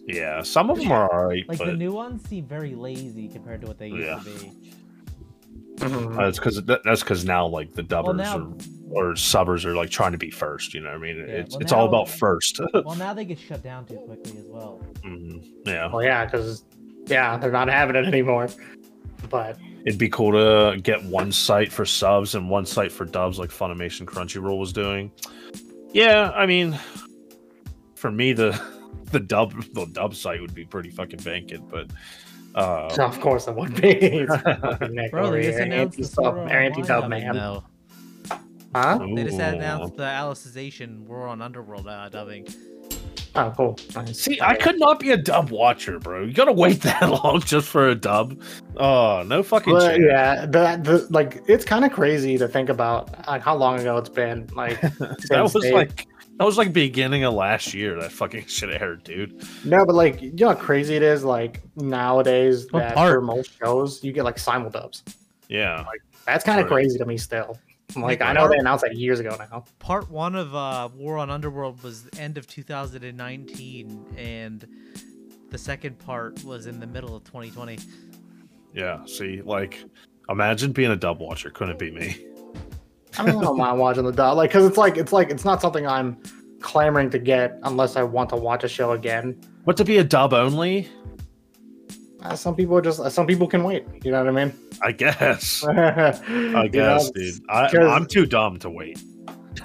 S3: Yeah. Some of them are alright,
S2: Like the
S3: but
S2: new ones seem very lazy compared to what they used
S3: Yeah.
S2: to be. Mm-hmm.
S3: uh, it's because that's because now like the
S2: Well
S3: dubbers
S2: now,
S3: or, or subbers are like trying to be first. You know what I mean? it's
S2: well,
S3: it's all
S2: now-
S3: about [LAUGHS] 1st
S2: [LAUGHS] well now they get shut down too quickly as well.
S3: Mm-hmm. Yeah.
S1: Well, yeah, because yeah, they're not having it anymore. But
S3: It'd be cool to get one site for subs and one site for dubs, like Funimation Crunchyroll was doing. Yeah, I mean, for me the [LAUGHS] the dub the dub site would be pretty fucking vacant, but uh,
S1: [LAUGHS] of course it would be.
S2: [LAUGHS]
S1: It's
S3: [LAUGHS]
S1: fucking Nick
S2: Oh. Bro,
S1: over
S2: they just
S1: here,
S2: announced the
S1: anti-sub-
S2: Sword Art
S1: anti-dub
S2: Online
S1: man,
S2: dubbing,
S1: huh?
S2: though. They just had
S3: ooh.
S2: announced the Alicization War on Underworld uh, dubbing.
S1: Oh, cool. Nice.
S3: See, I could not be a dub watcher, bro. You gotta wait [LAUGHS] that long just for a dub. Oh, no fucking
S1: But,
S3: chance.
S1: yeah, the, the like it's kind of crazy to think about like how long ago it's been. Like
S3: [LAUGHS] That
S1: since
S3: was
S1: they-
S3: like that was like beginning of last year. That fucking [LAUGHS] shit aired, dude.
S1: no, but like you know how crazy it is. Like nowadays,
S2: What
S1: that
S2: part?
S1: for most shows you get like simul dubs.
S3: Yeah,
S1: That's kind of
S3: Right.
S1: crazy to me still. Like
S2: Nick,
S1: I know they
S2: part-
S1: announced that years ago now.
S2: part one of uh, War on Underworld was the end of 2019, and the second part was in the middle of 2020.
S3: yeah. See, like, imagine being a dub watcher. Couldn't it be me?
S1: I mean, I don't mind watching the dub, like, cause it's like it's like it's not something I'm clamoring to get unless I want to watch a show again.
S3: What to be a dub only?
S1: Uh, some people are just some people can wait. You know what I mean? [LAUGHS]
S3: I guess.
S1: I
S3: I guess, dude. I,
S1: 'cause-
S3: I'm too dumb to wait.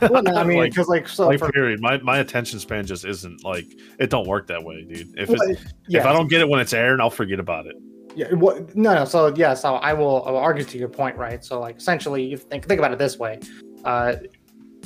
S1: Well, no, I
S3: [LAUGHS]
S1: mean,
S3: Like-
S1: because like so
S3: Like,
S1: for,
S3: period. My my attention span just isn't like it. Don't work that way, dude. If
S1: Well,
S3: it's,
S1: yeah,
S3: if I don't get it when it's airing, I'll forget about it.
S1: yeah, what, no, no, so yeah, so I will, I will argue to your point, right? So like essentially, you think think about it this way: uh,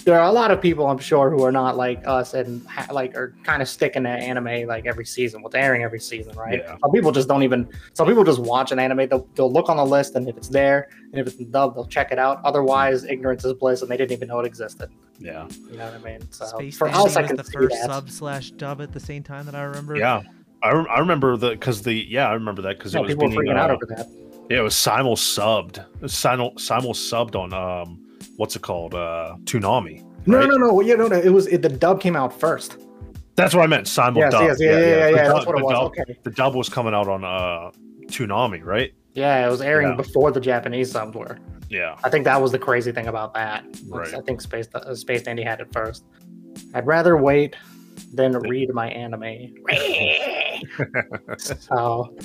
S1: there are a lot of people I'm sure who are not like us and ha- like are kind of sticking to anime like every season, what's airing every season, right?
S3: Yeah.
S1: Some people just don't even. Some people just watch an anime. They'll, they'll look on the list, and if it's there, and if it's in dub, they'll check it out. Otherwise, ignorance is bliss, and they didn't even know it existed.
S3: Yeah.
S1: You know what I mean? So
S2: Space
S1: for
S2: Dandy
S1: us, I
S2: was
S1: can
S2: the
S1: see
S2: first
S1: that.
S2: sub slash dub at the same time that I remember.
S3: Yeah. I, rem- I remember the because the yeah I remember that because
S1: Yeah,
S3: it was
S1: people were
S3: being,
S1: freaking out
S3: uh,
S1: over that.
S3: yeah it was simul subbed It was simul simul subbed on um what's it called uh Toonami
S1: No,
S3: right?
S1: no, no. Well, yeah, no, no. It was it, the dub came out first.
S3: that's what I meant simul
S1: Yes,
S3: dub
S1: yes, yeah, yeah, yeah, yeah.
S3: The dub-
S1: That's what it
S3: the
S1: was.
S3: dub-
S1: Okay.
S3: the dub was coming out on uh Toonami right
S1: Yeah, it was airing
S3: Yeah.
S1: before the Japanese subs were.
S3: yeah
S1: [LAUGHS] I think that was the crazy thing about that.
S3: Right.
S1: I think Space uh, Space Dandy had it first. I'd rather wait than read my
S3: [LAUGHS]
S1: anime. so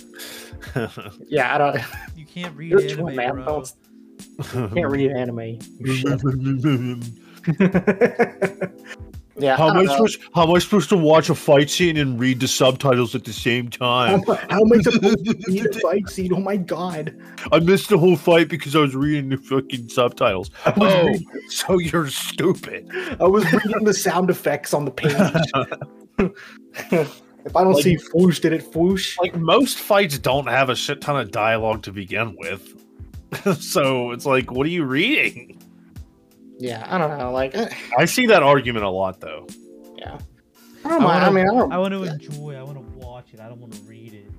S1: yeah, I don't
S2: You can't read
S1: Which
S2: anime,
S1: one, man?
S2: bro.
S1: Don't- can't read anime. [LAUGHS] yeah,
S3: How
S1: I
S3: am I
S1: don't know.
S3: supposed How am I supposed to watch a fight scene and read the subtitles at the same
S1: How [LAUGHS]
S3: time?
S1: am I- how am I supposed to read
S3: [LAUGHS]
S1: a fight scene? Oh my god!
S3: I missed the whole fight because I was reading the fucking subtitles. Oh, so you're stupid.
S1: I was reading the sound effects on the [LAUGHS] page. if I don't
S3: Like-
S1: see Foosh, did it Foosh?
S3: Like most fights don't have a shit ton of dialogue to begin with, [LAUGHS] so it's like, what are you reading?
S1: Yeah, I don't know. Like, eh,
S3: I see that argument a lot, though.
S1: yeah. I don't
S2: I
S1: mind. I,
S2: wanna-
S1: mean, I don't.
S2: I want to enjoy. I want to watch it. I don't want to read it.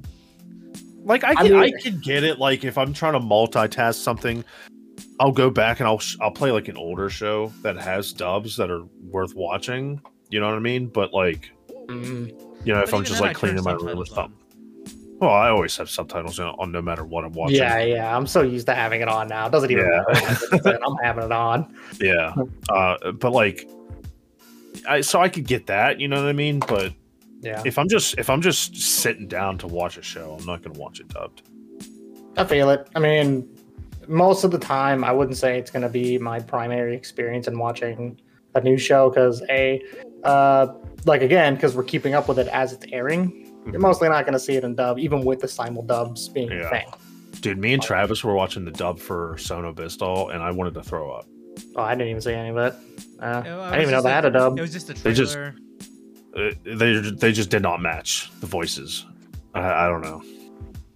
S3: Like I
S1: I
S3: can, I,
S1: mean-
S3: can get it. Like if I'm trying to multitask something, I'll go back and I'll sh- I'll play like an older show that has dubs that are worth watching. You know what I mean? But like,
S1: Mm,
S3: you know, if
S2: But
S3: I'm
S2: even
S3: just
S2: then, I
S3: like
S2: turn
S3: cleaning my room or
S2: subtitles
S3: something.
S2: on.
S3: Well, I always have subtitles on, on no matter what I'm watching.
S1: yeah, yeah. I'm so used to having it on now. It doesn't even
S3: Yeah.
S1: matter. I'm having it on.
S3: Yeah.
S1: Hmm.
S3: Uh, but like, I, so I could get that, you know what I mean? But
S1: Yeah,
S3: if I'm just if I'm just sitting down to watch a show, I'm not gonna watch it dubbed.
S1: I feel it. I mean, most of the time, I wouldn't say it's going to be my primary experience in watching a new show because a, uh, like again, because we're keeping up with it as it's airing. You're
S3: Mhm.
S1: mostly not going to see it in dub, even with the simul dubs being a
S3: Yeah.
S1: thing.
S3: Dude, me and Travis were watching the dub for Sono Bistal, and I wanted to throw up.
S1: Oh, I didn't even see any of it. Uh,
S2: Yeah,
S1: I
S2: I
S1: didn't
S2: was
S1: even know
S2: just
S1: they
S2: like-
S1: had a dub.
S2: It was just a
S3: They
S2: trailer.
S3: just- Uh, they they just did not match the voices. I, I don't know.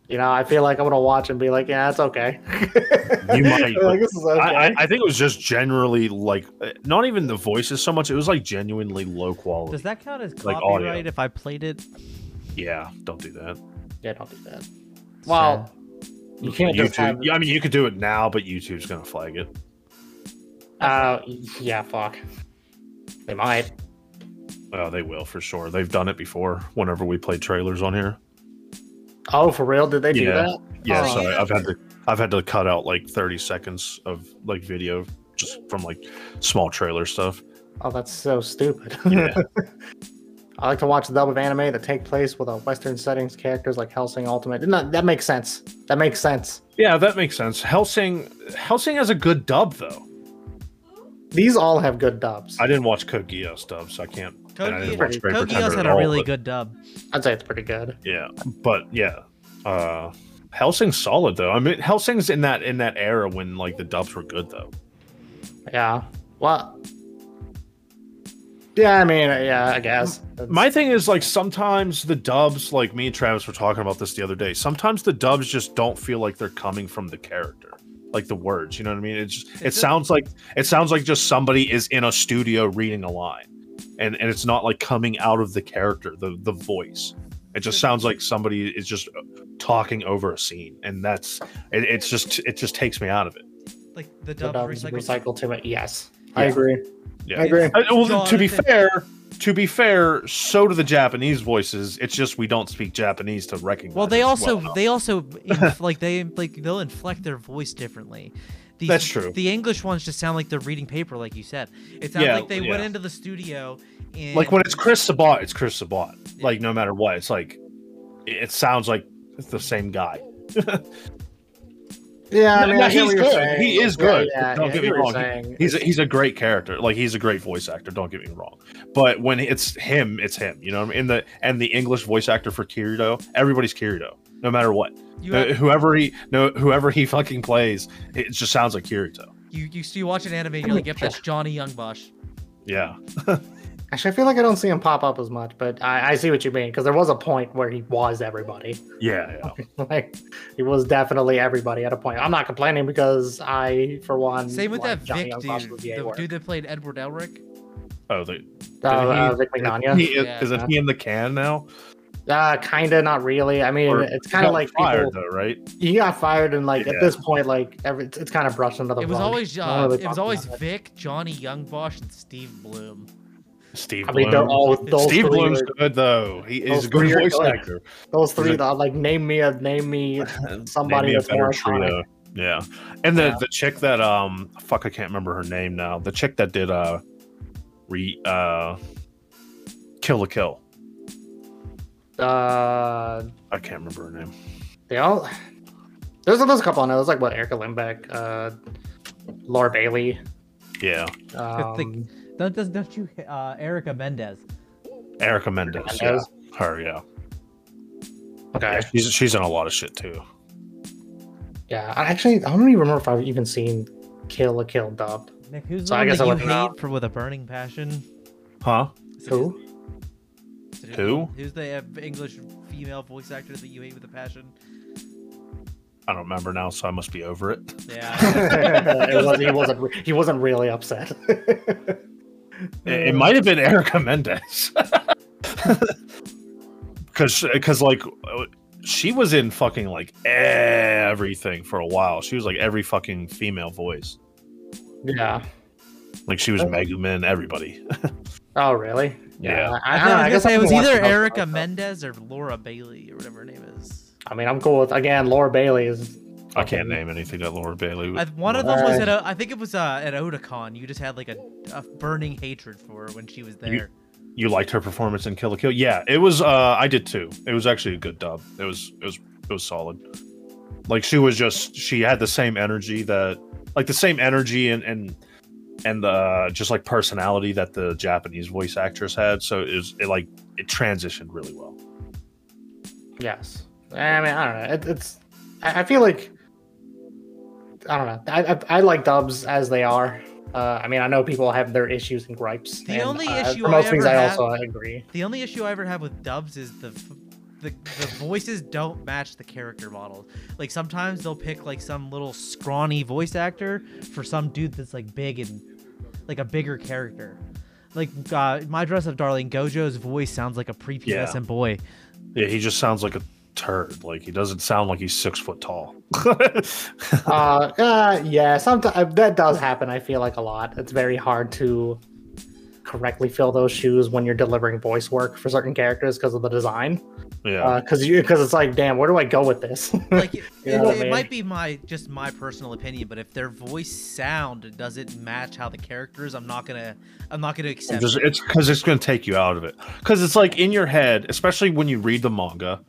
S1: You know, I feel like I'm gonna watch and be like, yeah, it's okay.
S3: You might,
S1: [LAUGHS] like, this is okay.
S3: I, I, I think it was just generally like uh, not even the voices so much. It was like genuinely low quality.
S2: Does that count as
S3: Like
S2: copyright
S3: audio.
S2: if I played it?
S3: yeah, don't do that.
S1: yeah, don't do that. Well, you can't
S3: YouTube.
S1: just have.
S3: yeah, I mean, you could do it now, but YouTube's gonna flag it.
S1: Uh, yeah, fuck. They might.
S3: Oh, they will for sure. They've done it before. Whenever we play trailers on here,
S1: Oh, for real? Did they do
S3: Yeah.
S1: that?
S3: yeah.
S1: Oh.
S3: so I, I've had to, I've had to cut out like thirty seconds of like video just from like small trailer stuff.
S1: Oh, that's so stupid.
S3: Yeah.
S1: [LAUGHS] I like to watch the dub of anime that take place with a Western settings, characters like Helsing Ultimate. No, that makes sense. That makes sense.
S3: yeah, that makes sense. Helsing, Helsing has a good dub though.
S1: These all have good dubs.
S3: I didn't watch Code Geass dub, so I can't. and I
S2: Togi
S3: didn't watch Great Pretender
S2: Togios had
S3: at
S2: a
S3: all,
S2: really
S3: but-
S2: good dub.
S1: I'd say it's pretty good.
S3: Yeah, but yeah, uh, Helsing's solid though. I mean, Helsing's in that in that era when like the dubs were good though.
S1: Yeah. Well. Yeah, I mean, uh, yeah, I guess.
S3: My thing is like sometimes the dubs, like me and Travis were talking about this the other day. Sometimes the dubs just don't feel like they're coming from the character, like the words. You know what I mean? It just it
S2: It's a-
S3: sounds like it sounds like just somebody is in a studio reading a line, and and it's not like coming out of the character, the the voice. It just sounds like somebody is just talking over a scene, and that's it, it's just it just takes me out of it.
S2: Like the
S1: the
S2: dub
S1: dub is
S2: recycled.
S1: recycled to it. Yes, I
S3: Yeah.
S1: agree.
S3: Yeah.
S1: I agree.
S3: Uh, well, to be
S2: Jonathan.
S3: fair, to be fair, so do the Japanese voices. It's just we don't speak Japanese to recognize.
S2: Well, they
S3: it
S2: also
S3: well.
S2: they [LAUGHS] also inf- like they like they'll inflect their voice differently. The,
S3: That's true.
S2: The English ones just sound like they're reading paper, like you said. It sounds
S3: Yeah,
S2: like they went
S3: yeah.
S2: into the studio and
S3: like when it's Chris Sabat, it's Chris Sabat.
S2: Yeah.
S3: Like no matter what, it's like it it sounds like it's the same guy.
S1: Yeah, I
S3: No,
S1: mean,
S3: no,
S1: I hear
S3: he's
S1: what you're
S3: good.
S1: saying.
S3: He is
S1: Yeah,
S3: good.
S1: yeah,
S3: Don't
S1: yeah,
S3: get
S1: I
S3: me
S1: hear what
S3: wrong.
S1: you're saying.
S3: He's a, he's a great character. Like he's a great voice actor. Don't get me wrong. But when it's him, it's him. You know what I mean? And the and the English voice actor for Kirito, everybody's Kirito, no matter what.
S2: you,
S3: Uh,
S2: have,
S3: whoever he no whoever he fucking plays, it just sounds like Kirito.
S2: you you so you watch an anime, and you're like, yep, that's Johnny Youngbosh.
S3: Yeah.
S1: Actually, I feel like I don't see him pop up as much, but I, I see what you mean because there was a point where he was everybody. [LAUGHS]
S3: Yeah. yeah.
S1: like he was definitely everybody at a point. I'm not complaining because I, for one,
S2: Same with
S1: like
S2: that
S1: Johnny
S2: Vic
S1: Uncross
S2: dude,
S1: with VA
S2: the
S1: work.
S2: dude that played Edward Elric.
S3: Oh, they,
S1: Uh, uh,
S3: he-
S1: Vic McNania.
S3: He, is-
S2: Yeah.
S3: Isn't he in the can now?
S1: Uh, kinda, not really. I mean,
S3: Or
S1: it's
S3: he
S1: kind of
S3: got
S1: like
S3: fired
S1: people,
S3: though, right?
S1: he got fired, and like
S3: Yeah.
S1: at this point, like every, it's, it's kind of brushed under the
S2: It was
S1: rug.
S2: always
S1: No one
S2: uh,
S1: really
S2: it
S1: talks
S2: was always
S1: about it.
S2: Vic, Johnny Youngbosch, and Steve Bloom.
S3: Steve.
S1: I mean,
S3: Bloom.
S1: they're all those
S3: Steve
S1: three
S3: Bloom's
S1: are-
S3: good though. He, he's
S1: those
S3: a good
S1: three are
S3: voice
S1: good.
S3: actor.
S1: Those three,
S3: [LAUGHS] They're-
S1: that like name me a name
S3: [LAUGHS]
S1: me somebody
S3: Maybe a
S1: that's more
S3: better
S1: iconic.
S3: trio. Yeah, and the
S1: Yeah.
S3: the chick that um fuck I can't remember her name now. The chick that did uh re uh kill the kill.
S1: Uh,
S3: I can't remember her name.
S1: they all there's there's a couple I know. There's like what Erica Limbeck, uh, Laura Bailey.
S3: Yeah,
S1: Um,
S2: think- Don't don't, don't you uh, Erica Mendez?
S3: Erica Mendez.
S1: Mendez.
S3: Yeah. Her. Yeah.
S1: Okay.
S3: yeah. She's she's in a lot of shit too.
S1: Yeah, I actually I don't even remember if I've even seen Kill a Kill dub.
S2: Nick, who's
S1: So
S2: the
S1: I
S2: one
S1: guess
S2: that
S1: I
S2: you
S1: wouldn't
S2: hate
S1: know.
S2: for with a burning passion?
S3: Huh?
S2: Is it-
S1: Who?
S2: is it-
S3: Who?
S2: Who's the uh, English female voice actor that you hate with a passion?
S3: I don't remember now, so I must be over it.
S2: [LAUGHS]
S1: [LAUGHS]
S2: Yeah.
S1: It was- he wasn't re- he wasn't really upset. [LAUGHS]
S3: It,
S2: Uh,
S3: it might have been Erica Mendez. [LAUGHS] Because, because like, she was in fucking like everything for a while. She was like every fucking female voice.
S1: Yeah.
S3: Like she was
S1: Oh.
S3: Megumin, everybody.
S1: Oh really?
S3: Yeah.
S1: I,
S2: I,
S1: I, don't
S2: thought-
S1: know,
S2: I
S1: I
S2: was
S1: guess
S2: gonna say it
S1: haven't
S2: was
S1: watched
S2: either
S1: enough
S2: Erica
S1: of that.
S2: Mendez or Laura Bailey or whatever her name is.
S1: I mean, I'm cool with again. Laura Bailey is.
S3: I can't name anything that Laura Bailey.
S2: I,
S3: Was.
S2: one of them was
S1: Uh,
S2: at a, I think it was uh, at Otakon. You just had like a, a burning hatred for her when she was there.
S3: You- You liked her performance in Kill a Kill? Yeah, it was. Uh, I did too. It was actually a good dub. It was. It was. It was solid. Like she was just. She had the same energy that, like the same energy and and and uh, just like personality that the Japanese voice actress had. So it was. It like it transitioned really well.
S1: Yes. I mean, I don't know. It, it's. I, I feel like. I don't know. I, I, I like dubs as they are. Uh, I mean, I know people have their issues and gripes.
S2: The
S1: and,
S2: only
S1: uh,
S2: issue
S1: for
S2: I
S1: most things,
S2: ever
S1: I
S2: have-
S1: also agree.
S2: The only issue I ever have with dubs is the f- the, the voices don't match the character model. Like sometimes they'll pick like some little scrawny voice actor for some dude that's like big and like a bigger character. Like uh, my dress up darling, Gojo's voice sounds like a prepubescent boy.
S3: Yeah, he just sounds like a turd. Like he doesn't sound like he's six foot tall. [LAUGHS]
S1: uh, uh, yeah, sometimes that does happen. I feel like a lot. It's very hard to correctly fill those shoes when you're delivering voice work for certain characters because of the design.
S3: yeah.
S1: Because you because it's like, damn, where do I go with this? [LAUGHS]
S2: Like it,
S1: Yeah,
S2: it, it
S1: man.
S2: might be my just my personal opinion, but if their voice sound doesn't match how the character is, I'm not gonna I'm not gonna accept.
S3: Just-
S2: it.
S3: it's because it's going to take you out of it. Because it's like in your head, especially when you read the manga.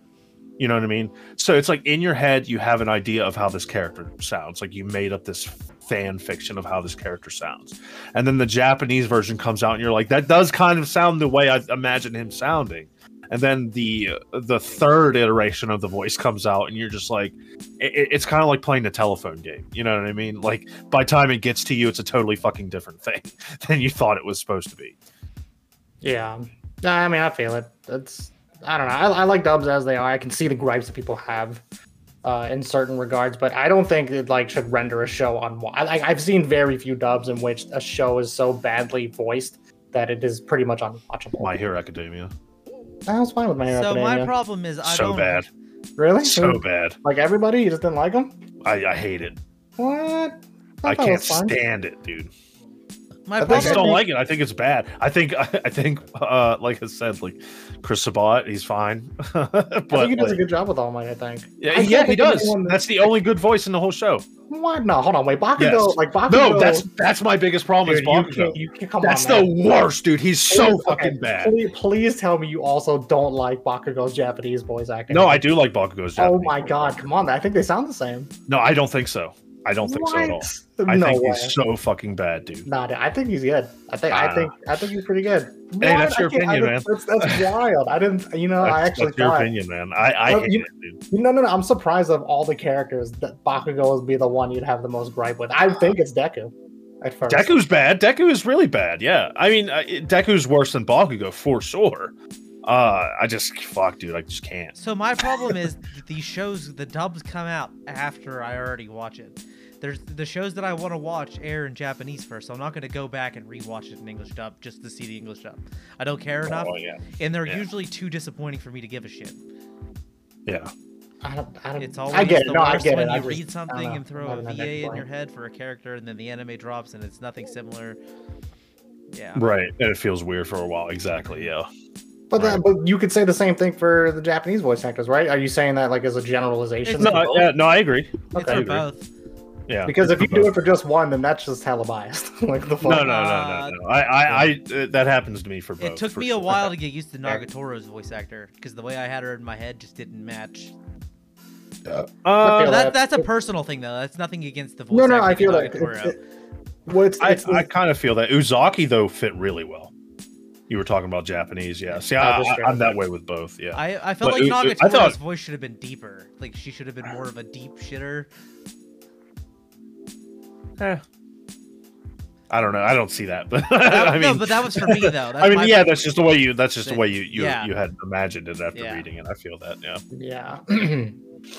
S3: You know what I mean? So it's like in your head, you have an idea of how this character sounds. Like you made up this fan fiction of how this character sounds, and then the Japanese version comes out, and you're like, that does kind of sound the way I imagine him sounding. And then the the third iteration of the voice comes out, and you're just like, it, it- it's kind of like playing the telephone game. You know what I mean? Like by the time it gets to you, it's a totally fucking different thing [LAUGHS] than you thought it was supposed to be.
S1: Yeah. Nah, I mean, I feel it. That's I don't know. I, I like dubs as they are. I can see the gripes that people have uh, in certain regards, but I don't think it like should render a show on. I, like, I've seen very few dubs in which a show is so badly voiced that it is pretty much unwatchable.
S3: My Hero Academia.
S1: I was fine with my Hero
S2: so my
S1: Academia.
S2: problem is I
S3: so
S2: don't
S3: bad.
S1: really?
S3: So
S1: Who-
S3: bad.
S1: Like everybody, you just didn't like them.
S3: I, I hate it.
S1: What? I, thought
S3: I
S1: it
S3: can't
S1: was fine.
S3: stand it, dude.
S2: My
S1: I
S3: I
S1: think
S3: just
S2: problem
S1: Okay.
S3: don't like it. I think it's bad. I think [LAUGHS] I, I think uh like I said, like Chris Sabat, he's fine. [LAUGHS] but
S1: I think he does a
S3: like-
S1: good job with All Might. I think. I
S3: yeah,
S1: can't
S3: yeah, he
S1: think of
S3: does.
S1: anyone that-
S3: That's the only good voice in the whole show.
S1: What? No, hold on. Wait, Bakugo.
S3: Yes.
S1: Like Bakugo.
S3: No, that's that's my biggest problem
S1: dude,
S3: is
S1: you
S3: Bakugo.
S1: can't, you can't come
S3: That's
S1: on. man.
S3: the worst, dude. He's so
S1: Please- okay,
S3: fucking bad.
S1: Please, please tell me you also don't like Bakugo's Japanese voice acting.
S3: No, I do like Bakugo's.
S1: Oh
S3: Japanese
S1: my
S3: voice
S1: god,
S3: actor.
S1: come on! I think they sound the same.
S3: No, I don't think so. I don't think so at all.
S1: What?
S3: I
S1: no
S3: think
S1: way.
S3: he's so fucking bad, dude.
S1: Nah, dude, I think he's good. I think I
S3: Ah.
S1: think I think he's pretty good.
S3: Hey,
S1: What?
S3: that's your
S1: I can't- I
S3: opinion,
S1: didn't- That's,
S3: [LAUGHS]
S1: that's wild. I didn't. You know, Oh, I
S3: That's-
S1: actually
S3: that's your
S1: thought.
S3: opinion, man. I, I
S1: Well,
S3: hate
S1: you-
S3: it, dude.
S1: No, no, no. I'm surprised of all the characters that Bakugo would be the one you'd have the most gripe with. I think it's Deku. at first.
S3: Deku's bad. Deku is really bad. Yeah, I mean, I, Deku's worse than Bakugo for sure. Uh, I just fuck, dude. I just can't.
S2: So my problem is that these shows, the dubs come out after I already watch it. There's the shows that I want to watch air in Japanese first, so I'm not going to go back and rewatch it in English dub just to see the English dub. I don't care enough,
S3: Oh yeah,
S2: and they're
S3: yeah.
S2: usually too disappointing for me to give a shit.
S3: yeah.
S1: I don't, I don't,
S2: It's always
S1: I get it.
S2: the
S1: No, I
S2: worst
S1: get
S2: when
S1: it.
S2: you
S1: I just-
S2: read
S1: I
S2: something
S1: don't
S2: and
S1: know.
S2: throw
S1: I'm
S2: a
S1: not that
S2: VA in your
S1: blind.
S2: head for a character, and then the anime drops and it's nothing similar. Yeah.
S3: Right, and it feels weird for a while. Exactly. Yeah.
S1: But then, but you could say the same thing for the Japanese voice actors, right? Are you saying that like as a generalization?
S2: It's
S3: No, I, yeah, no, I agree.
S2: It's
S1: Okay.
S2: for
S3: agree.
S2: both.
S3: Yeah.
S1: Because if you do it for just one, then that's just hella biased. [LAUGHS] like the fuck.
S3: No, no, no, no, no. I, I, I uh, that happens to me for both.
S2: It took
S3: for
S2: me a
S3: sure.
S2: while to get used to
S1: Fair.
S2: Nagatoro's voice actor because the way I had her in my head just didn't match.
S1: I
S3: Uh,
S1: feel
S2: That,
S1: that.
S2: that's a personal thing though. That's nothing against the voice.
S1: No, no,
S2: actor
S1: I feel
S2: for
S1: that. It's,
S2: Nagatoro.
S1: it, well, it's,
S3: I,
S1: it's-
S3: I kind of feel that Uzaki though fit really well. You were talking about Japanese, yeah. See, I,
S1: Oh, that's
S3: I,
S1: fair.
S3: I'm that way with both, yeah.
S2: I, I felt
S3: But
S2: like
S3: it-
S2: Nagatoro's
S3: it- I thought-
S2: voice should have been deeper. Like she should have been more of a deep
S3: [LAUGHS]
S2: shitter.
S3: I don't know. I don't see that, but [LAUGHS]
S2: That-
S3: I mean,
S2: no, but that was for me though.
S3: [LAUGHS]
S2: That's
S3: I mean,
S2: my
S3: yeah, that's just the way you. That's just the way you you,
S2: Yeah.
S3: you had imagined it after
S2: Yeah.
S3: reading it. I feel that. Yeah. [LAUGHS]
S1: yeah.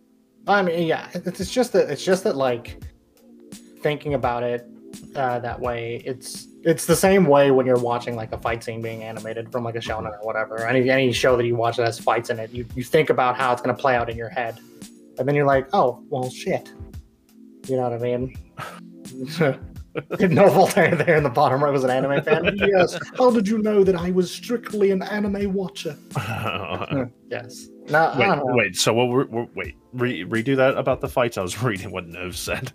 S1: [CLEARS THROAT] I mean, yeah. It's, it's just that. It's just that. Like thinking about it uh, that way, it's it's the same way when you're watching like a fight scene being animated from like a shonen or whatever, or any any show that you watch that has fights in it. You you think about how it's gonna play out in your head, and then you're like, oh, well, shit. You know what I [LAUGHS] mean? no Voltaire there in the bottom right was an anime fan. [LAUGHS] yes. How did you know that I was strictly an anime watcher? Yes. No, I
S3: wait,
S1: don't know.
S3: wait. So what? We're, we're, wait, re, redo that about the fights. I was [LAUGHS] reading what
S1: [LAUGHS]
S3: Nov said.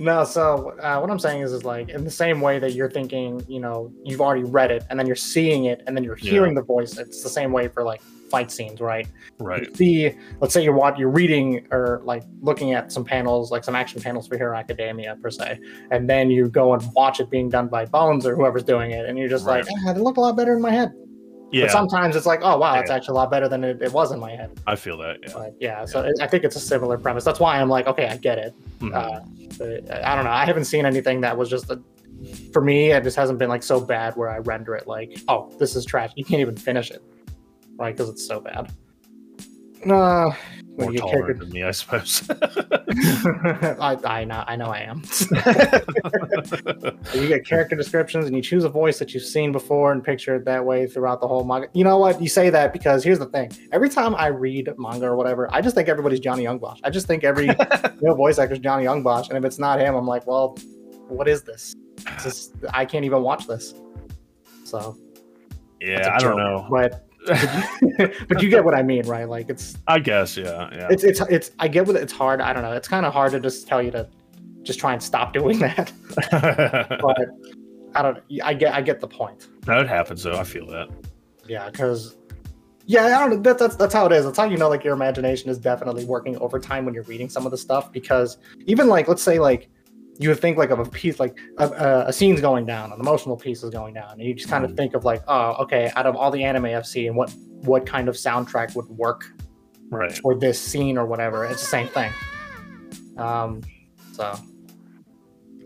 S1: no, so uh, what I'm saying is, is like in the same way that you're thinking, you know, you've already read it, and then you're seeing it, and then you're
S3: Yeah.
S1: hearing the voice. It's the same way for like fight scenes, right?
S3: Right.
S1: You see, let's say you're watching, you're reading or like looking at some panels, like some action panels for Hero Academia per se, and then you go and watch it being done by Bones or whoever's doing it, and you're just like, ah, they look a lot better in my head. But
S3: Yeah,
S1: sometimes it's like, oh wow, that's
S3: Yeah.
S1: actually a lot better than it, it was in my head.
S3: I feel that. Yeah.
S1: But yeah, so it, I think it's a similar premise. That's why I'm like, okay, I get it.
S3: Mhm.
S1: Uh, but I don't know. I haven't seen anything that was just a, for me. It just hasn't been like so bad where I render it like, oh, this is trash. You can't even finish it, right? Because it's so bad. Uh, when
S3: More
S1: you get
S3: tolerant
S1: character-
S3: than me, I suppose. [LAUGHS]
S1: [LAUGHS] I, I know, I know, I am. you get character descriptions, and you choose a voice that you've seen before and picture it that way throughout the whole manga. You know what? You say that because here's the thing: every time I read manga or whatever, I just think everybody's Johnny Youngbosch. I just think [LAUGHS] every you know, voice actor's Johnny Youngbosch, and if it's not him, I'm like, well, what is this? This is I can't even watch this. So it's
S3: yeah,
S1: a
S3: I don't
S1: joke,
S3: know.
S1: but but you [LAUGHS] get what I mean, right? Like it's
S3: [LAUGHS] I guess. Yeah. Yeah.
S1: it's it's it's I get what it's hard. I don't know. It's kind of hard to just tell you to just try and stop doing [LAUGHS] that.
S3: [LAUGHS]
S1: But I don't. I get I get the point.
S3: no, it happens though. I feel that.
S1: Yeah, because yeah, I don't. know. That, that's that's how it is. That's how you know like your imagination is definitely working overtime when you're reading some of the stuff. Because even like let's say like you would think like of a piece like a, a, a scene's going down, an emotional piece is going down, and you just kind of
S3: Mhm.
S1: think of like oh okay, out of all the anime I've seen, what what kind of soundtrack would work
S3: Right.
S1: or this scene or whatever. It's the same thing. Um, so.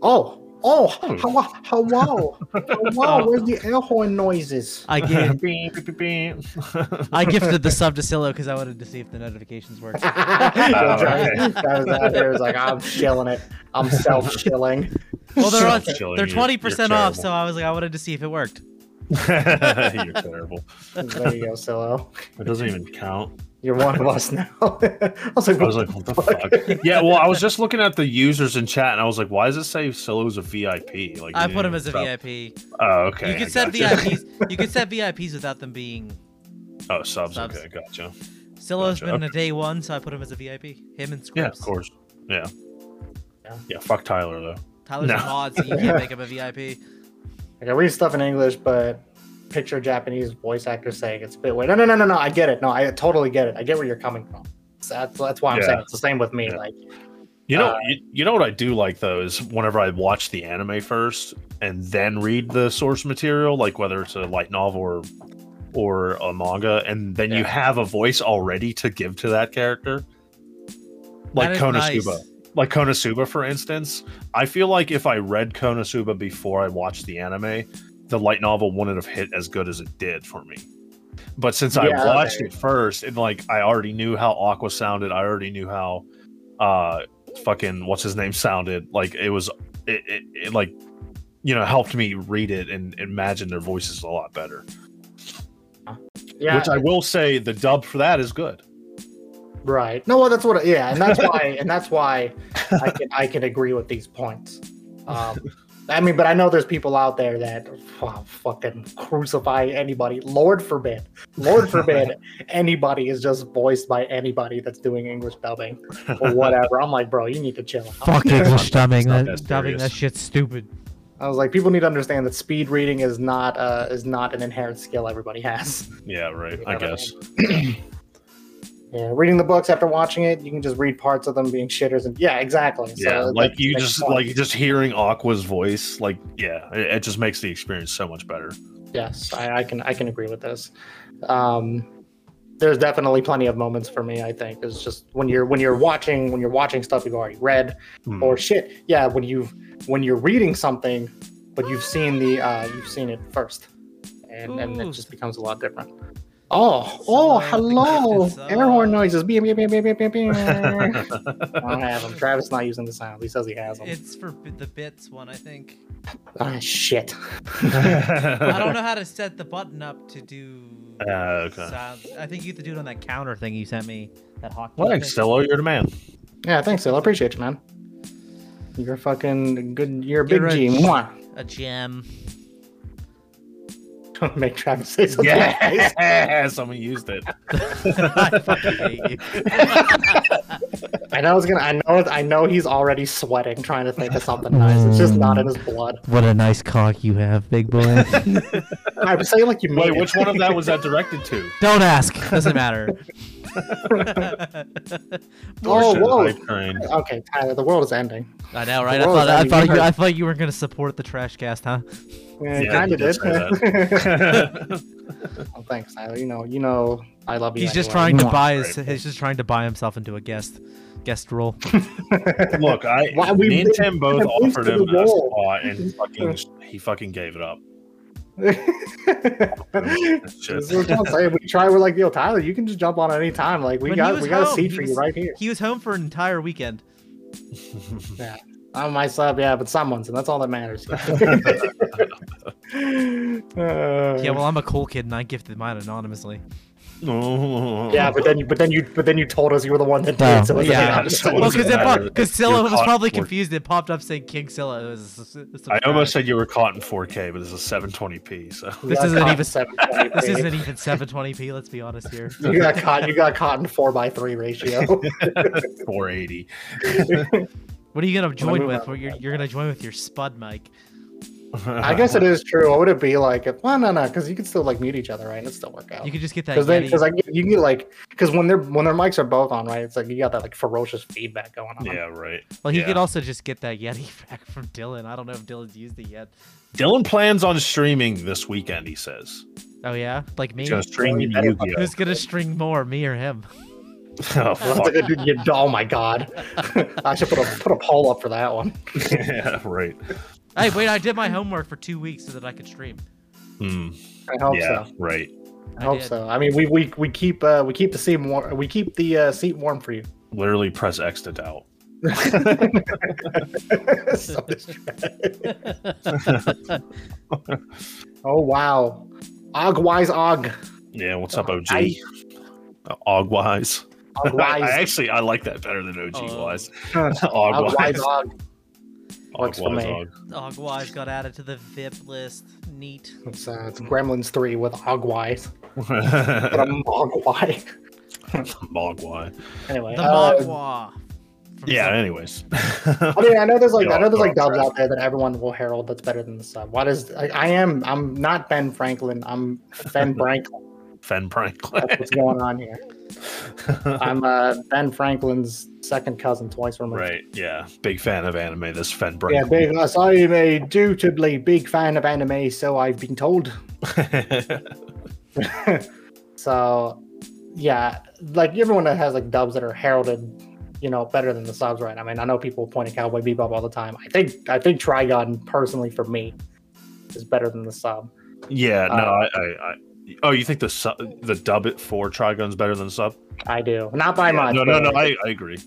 S1: Oh, oh,
S3: Hmm.
S1: hello, hello, [LAUGHS] hello. Where's the air horn [LAUGHS] noises?
S2: I gave,
S3: [LAUGHS] Beep, beep, beep, beep. [LAUGHS]
S2: I gifted the sub to Silo because I wanted to see if the notifications
S1: [LAUGHS]
S2: worked.
S1: That
S3: Oh, okay.
S1: was out there. It was like I'm shilling it. I'm self shilling.
S2: Well, they're on,
S3: Chilling, you're-
S2: they're
S3: you're
S2: twenty percent off,
S3: terrible.
S2: so I was like, I wanted to see if it worked.
S3: You're terrible.
S1: There you go, Silo.
S3: It doesn't
S2: [LAUGHS]
S3: even count.
S1: You're one of us now. [LAUGHS] I was like,
S3: I was like, what the fuck? yeah, well, I was just looking at the users in chat and I was like, why does it say Silo's a VIP? Like
S2: I
S3: you
S2: put him
S3: know,
S2: as a
S3: so-
S2: VIP.
S3: Oh, okay.
S2: you
S3: I
S2: can set
S3: gotcha.
S2: VIPs. You can set VIPs without them being.
S3: [LAUGHS] Oh, subs.
S2: Subs.
S3: Okay, gotcha.
S2: Silo's
S3: Gotcha,
S2: been a day one, so I put him as a VIP. Him and Scripps.
S3: Yeah, of course. Yeah.
S1: Yeah.
S3: Yeah, fuck Tyler though.
S2: Tyler's
S3: No.
S2: a mod, so you can't make him a VIP.
S1: Like I read stuff in English, but picture Japanese voice actor saying it's a bit weird. No, no, no, no, no. I get it. No, I totally get it. I get where you're coming from. So that's that's why I'm
S3: Yeah.
S1: saying it's the same with me.
S3: Yeah.
S1: Like,
S3: You know,
S1: Uh,
S3: you, you know what I do like though is whenever I watch the anime first and then read the source material, like whether it's a light novel or or a manga, and then you
S1: Yeah.
S3: have a voice already to give to that character,
S2: That
S3: like
S2: is
S3: Konosuba.
S2: nice. Oh,
S3: like Konosuba, for instance, I feel like if I read Konosuba before I watched the anime, the light novel wouldn't have hit as good as it did for me. But since
S1: Yeah,
S3: I watched
S1: okay.
S3: it first and like I already knew how Aqua sounded, I already knew how uh fucking what's his name sounded, like it was it, it, it like you know helped me read it and imagine their voices a lot better.
S1: Yeah,
S3: Which I will say the dub for that is good.
S1: right. No, well, that's what. Yeah, and that's why, and that's why I can I can agree with these points. Um, I mean, but I know there's people out there that wow, fucking crucify anybody. Lord forbid, Lord forbid, anybody is just voiced by anybody that's doing English dubbing or whatever. I'm like, bro, you need to chill out.
S2: Fuck English dubbing.
S3: not
S2: That,
S3: that
S2: dubbing that
S3: serious.
S2: shit's stupid.
S1: I was like, people need to understand that speed reading is not uh, is not an inherent skill everybody has.
S3: Yeah, right.
S1: You
S3: I
S1: know what I
S3: guess.
S1: [CLEARS THROAT] Yeah, reading the books after watching it, you can just read parts of them being shitters, and yeah, exactly. So
S3: yeah,
S1: that-
S3: like you
S1: that's
S3: just
S1: fun.
S3: like just hearing Aqua's voice, like yeah, it, it just makes the experience so much better.
S1: yes, I, I can I can agree with this. Um, there's definitely plenty of moments for me. I think it's just when you're when you're watching when you're watching stuff you've already read,
S3: [LAUGHS] Hmm.
S1: or shit yeah when you've when you're reading something but you've seen the uh you've seen it first and and it
S2: Ooh.
S1: just becomes a lot different oh oh hello
S2: Sounds like
S1: air horn
S2: it's, uh,
S1: noises beep, beep, beep, beep, beep, beep,
S2: [LAUGHS]
S1: beep. i don't have them travis not using the sound he says he has them
S2: It's for b- the bits one, I think.
S1: ah shit
S2: I don't know how to set the button up to do
S3: Ah, okay.
S2: sounds. I think you have to do it on that counter thing you sent me. That hockey.
S3: Well, Thanks,
S2: thing.
S3: Stello. You're
S1: [LAUGHS]
S3: the man.
S1: yeah thanks Sil. i appreciate you man you're a fucking good you're a big
S2: You're a
S1: g
S2: G.
S1: Mwah.
S2: A gem. [LAUGHS]
S1: make travis say something nice.
S3: Yeah, [LAUGHS] someone used it.
S2: I fucking hate you.
S1: i know it's gonna i know i know he's already sweating trying to think of something nice it's just not in his blood
S2: [LAUGHS] What a nice cock you have, big boy.
S1: i would say like you mean
S3: Wait,
S1: it.
S3: which one of that was that directed to?
S2: Don't ask. [LAUGHS] Doesn't matter.
S1: Oh,
S3: Should've
S1: [LAUGHS] whoa.
S3: hype train.
S1: Okay, Tyler, the world is ending.
S2: I know, right? I
S1: Well,
S2: thought,
S1: I
S2: I
S1: mean,
S2: thought,
S1: you
S2: you,
S1: heard-
S2: I thought you weren't going to support the trash cast, huh?
S1: Yeah,
S3: Yeah,
S1: kind
S3: you
S1: of
S3: did
S1: did.
S3: say
S1: [LAUGHS] Oh, thanks, Tyler. You know, you know, I love you.
S2: He's just
S1: anyway.
S2: trying to
S1: [LAUGHS] Mwah.
S2: buy his.
S3: Right.
S2: He's just trying to buy himself into a guest, guest role.
S3: [LAUGHS] Look, I
S1: Why we-
S3: me and Tim both
S1: we've been
S3: offered
S1: to
S3: him
S1: the
S3: a
S1: wall. [LAUGHS]
S3: spot, and fucking he fucking gave it up. Shit.
S1: That's what
S3: [LAUGHS]
S1: I'm saying. We try. We're like, yo, Tyler, you can just jump on at any time. Like, we
S2: When he
S1: got
S2: was
S1: we got a
S2: home,
S1: seat
S2: he
S1: for you
S2: was-
S1: right
S2: [LAUGHS]
S1: here.
S2: He was home for an entire weekend.
S1: I'm my sub, yeah, but someone's, and that's all that
S3: [LAUGHS]
S1: matters. [LAUGHS] Uh,
S2: Yeah, well, I'm a cool kid and I gifted mine anonymously.
S1: Uh, yeah, but then, you- but then you, but then you told us you were the one that did.
S2: Oh,
S1: So it's [LAUGHS]
S2: yeah.
S1: like-
S3: So
S2: Well,
S3: does it
S2: because
S3: matter?
S2: because
S3: You're
S2: Scylla was
S3: caught
S2: probably
S3: for-
S2: confused. It popped up saying King Scylla. It was. a s- s-
S3: I almost
S2: subscribe.
S3: said you were caught in 4K, but this is 720p. So [LAUGHS]
S1: You
S2: this
S1: got
S2: isn't
S1: caught
S2: even-
S1: in 720p.
S2: This isn't even 720p. Let's be honest
S3: [LAUGHS]
S2: here.
S1: You got caught. You got caught in four by three ratio.
S3: 480.
S2: What are you gonna join
S1: move
S2: with?
S1: on.
S2: What You're, you're gonna join with your spud mic.
S1: I guess
S3: [LAUGHS]
S1: it is true. What would it be like? If, well, no, no, because you could still like mute each other, right? It'd still work out.
S2: You could just get that.
S1: Because then,
S2: Yeti-
S1: because like you can get like, because when their when their mics are both on, right? It's like you got that like ferocious feedback going on.
S3: Yeah, right.
S2: well, he
S3: yeah.
S2: could also just get that Yeti [LAUGHS] back from Dylan. I don't know if Dylan's used it yet.
S3: Dylan plans on streaming this weekend. He says
S2: Oh yeah, like me.
S3: he's gonna stream
S1: Really?
S3: Yu Gi
S2: Who's gonna string more, me or him?
S3: [LAUGHS] Oh!
S1: Well,
S3: fuck.
S1: that's a good- you- oh my god! [LAUGHS] I should put a put a poll up for that one.
S3: [LAUGHS] yeah, right.
S2: hey, wait! I did my homework for two weeks so that I could stream.
S3: Hmm.
S1: I [LAUGHS] hope
S3: yeah,
S1: so.
S3: right.
S1: I, hope
S2: [LAUGHS] did.
S1: so. I mean, we we we keep uh we keep the seat warm. We keep the uh, seat warm for you. [LAUGHS]
S3: Literally press X to doubt.
S1: So distracted. oh wow, Ogwise Og.
S3: Yeah, what's up, OG?
S1: I-
S3: Uh, Ogwise. [LAUGHS] I,
S1: [LAUGHS]
S3: I
S1: Ogwise. Oh.
S3: actually I like that better than OG wise.
S1: [LAUGHS] Ogwise
S3: Ogwise.
S1: Og. Works for
S3: Ogwise.
S1: me.
S3: Og.
S2: Ogwise got added to the VIP list. Neat.
S1: It's, uh, it's Gremlins 3 with Ogwise. But
S3: [LAUGHS] Mogwai.
S1: I'm Mogwai.
S3: [LAUGHS]
S1: anyway.
S2: The
S1: uh,
S2: Mogwa. from
S3: Yeah.
S2: Sub-
S3: Anyways. [LAUGHS]
S1: I mean, I know there's like I know there's like
S3: Yeah,
S1: dubs out there that everyone will herald that's better than the sub. Why does I, I am I'm not Ben Franklin. I'm Ben Franklin.
S3: Fen Franklin.
S1: [LAUGHS]
S3: [LAUGHS]
S1: That's what's going on here. I'm uh, Ben Franklin's second cousin, twice removed.
S3: right. Yeah. Big fan of anime. This Fen
S1: Yeah,
S3: Franklin.
S1: big. Yes, I am a dutifully big fan of anime, so I've been told.
S3: [LAUGHS]
S1: so yeah like everyone that has like dubs that are heralded you know better than the subs, right? I mean, I know people point at Cowboy Bebop all the time. I think I think Trigon personally for me is better than the sub.
S3: Yeah, no,
S1: Uh,
S3: I, I, I. Oh, you think the sub, the dub it for Trigun's better than sub?
S1: I do not by
S3: Yeah,
S1: much.
S3: no, no,
S1: but,
S3: no. I, I agree.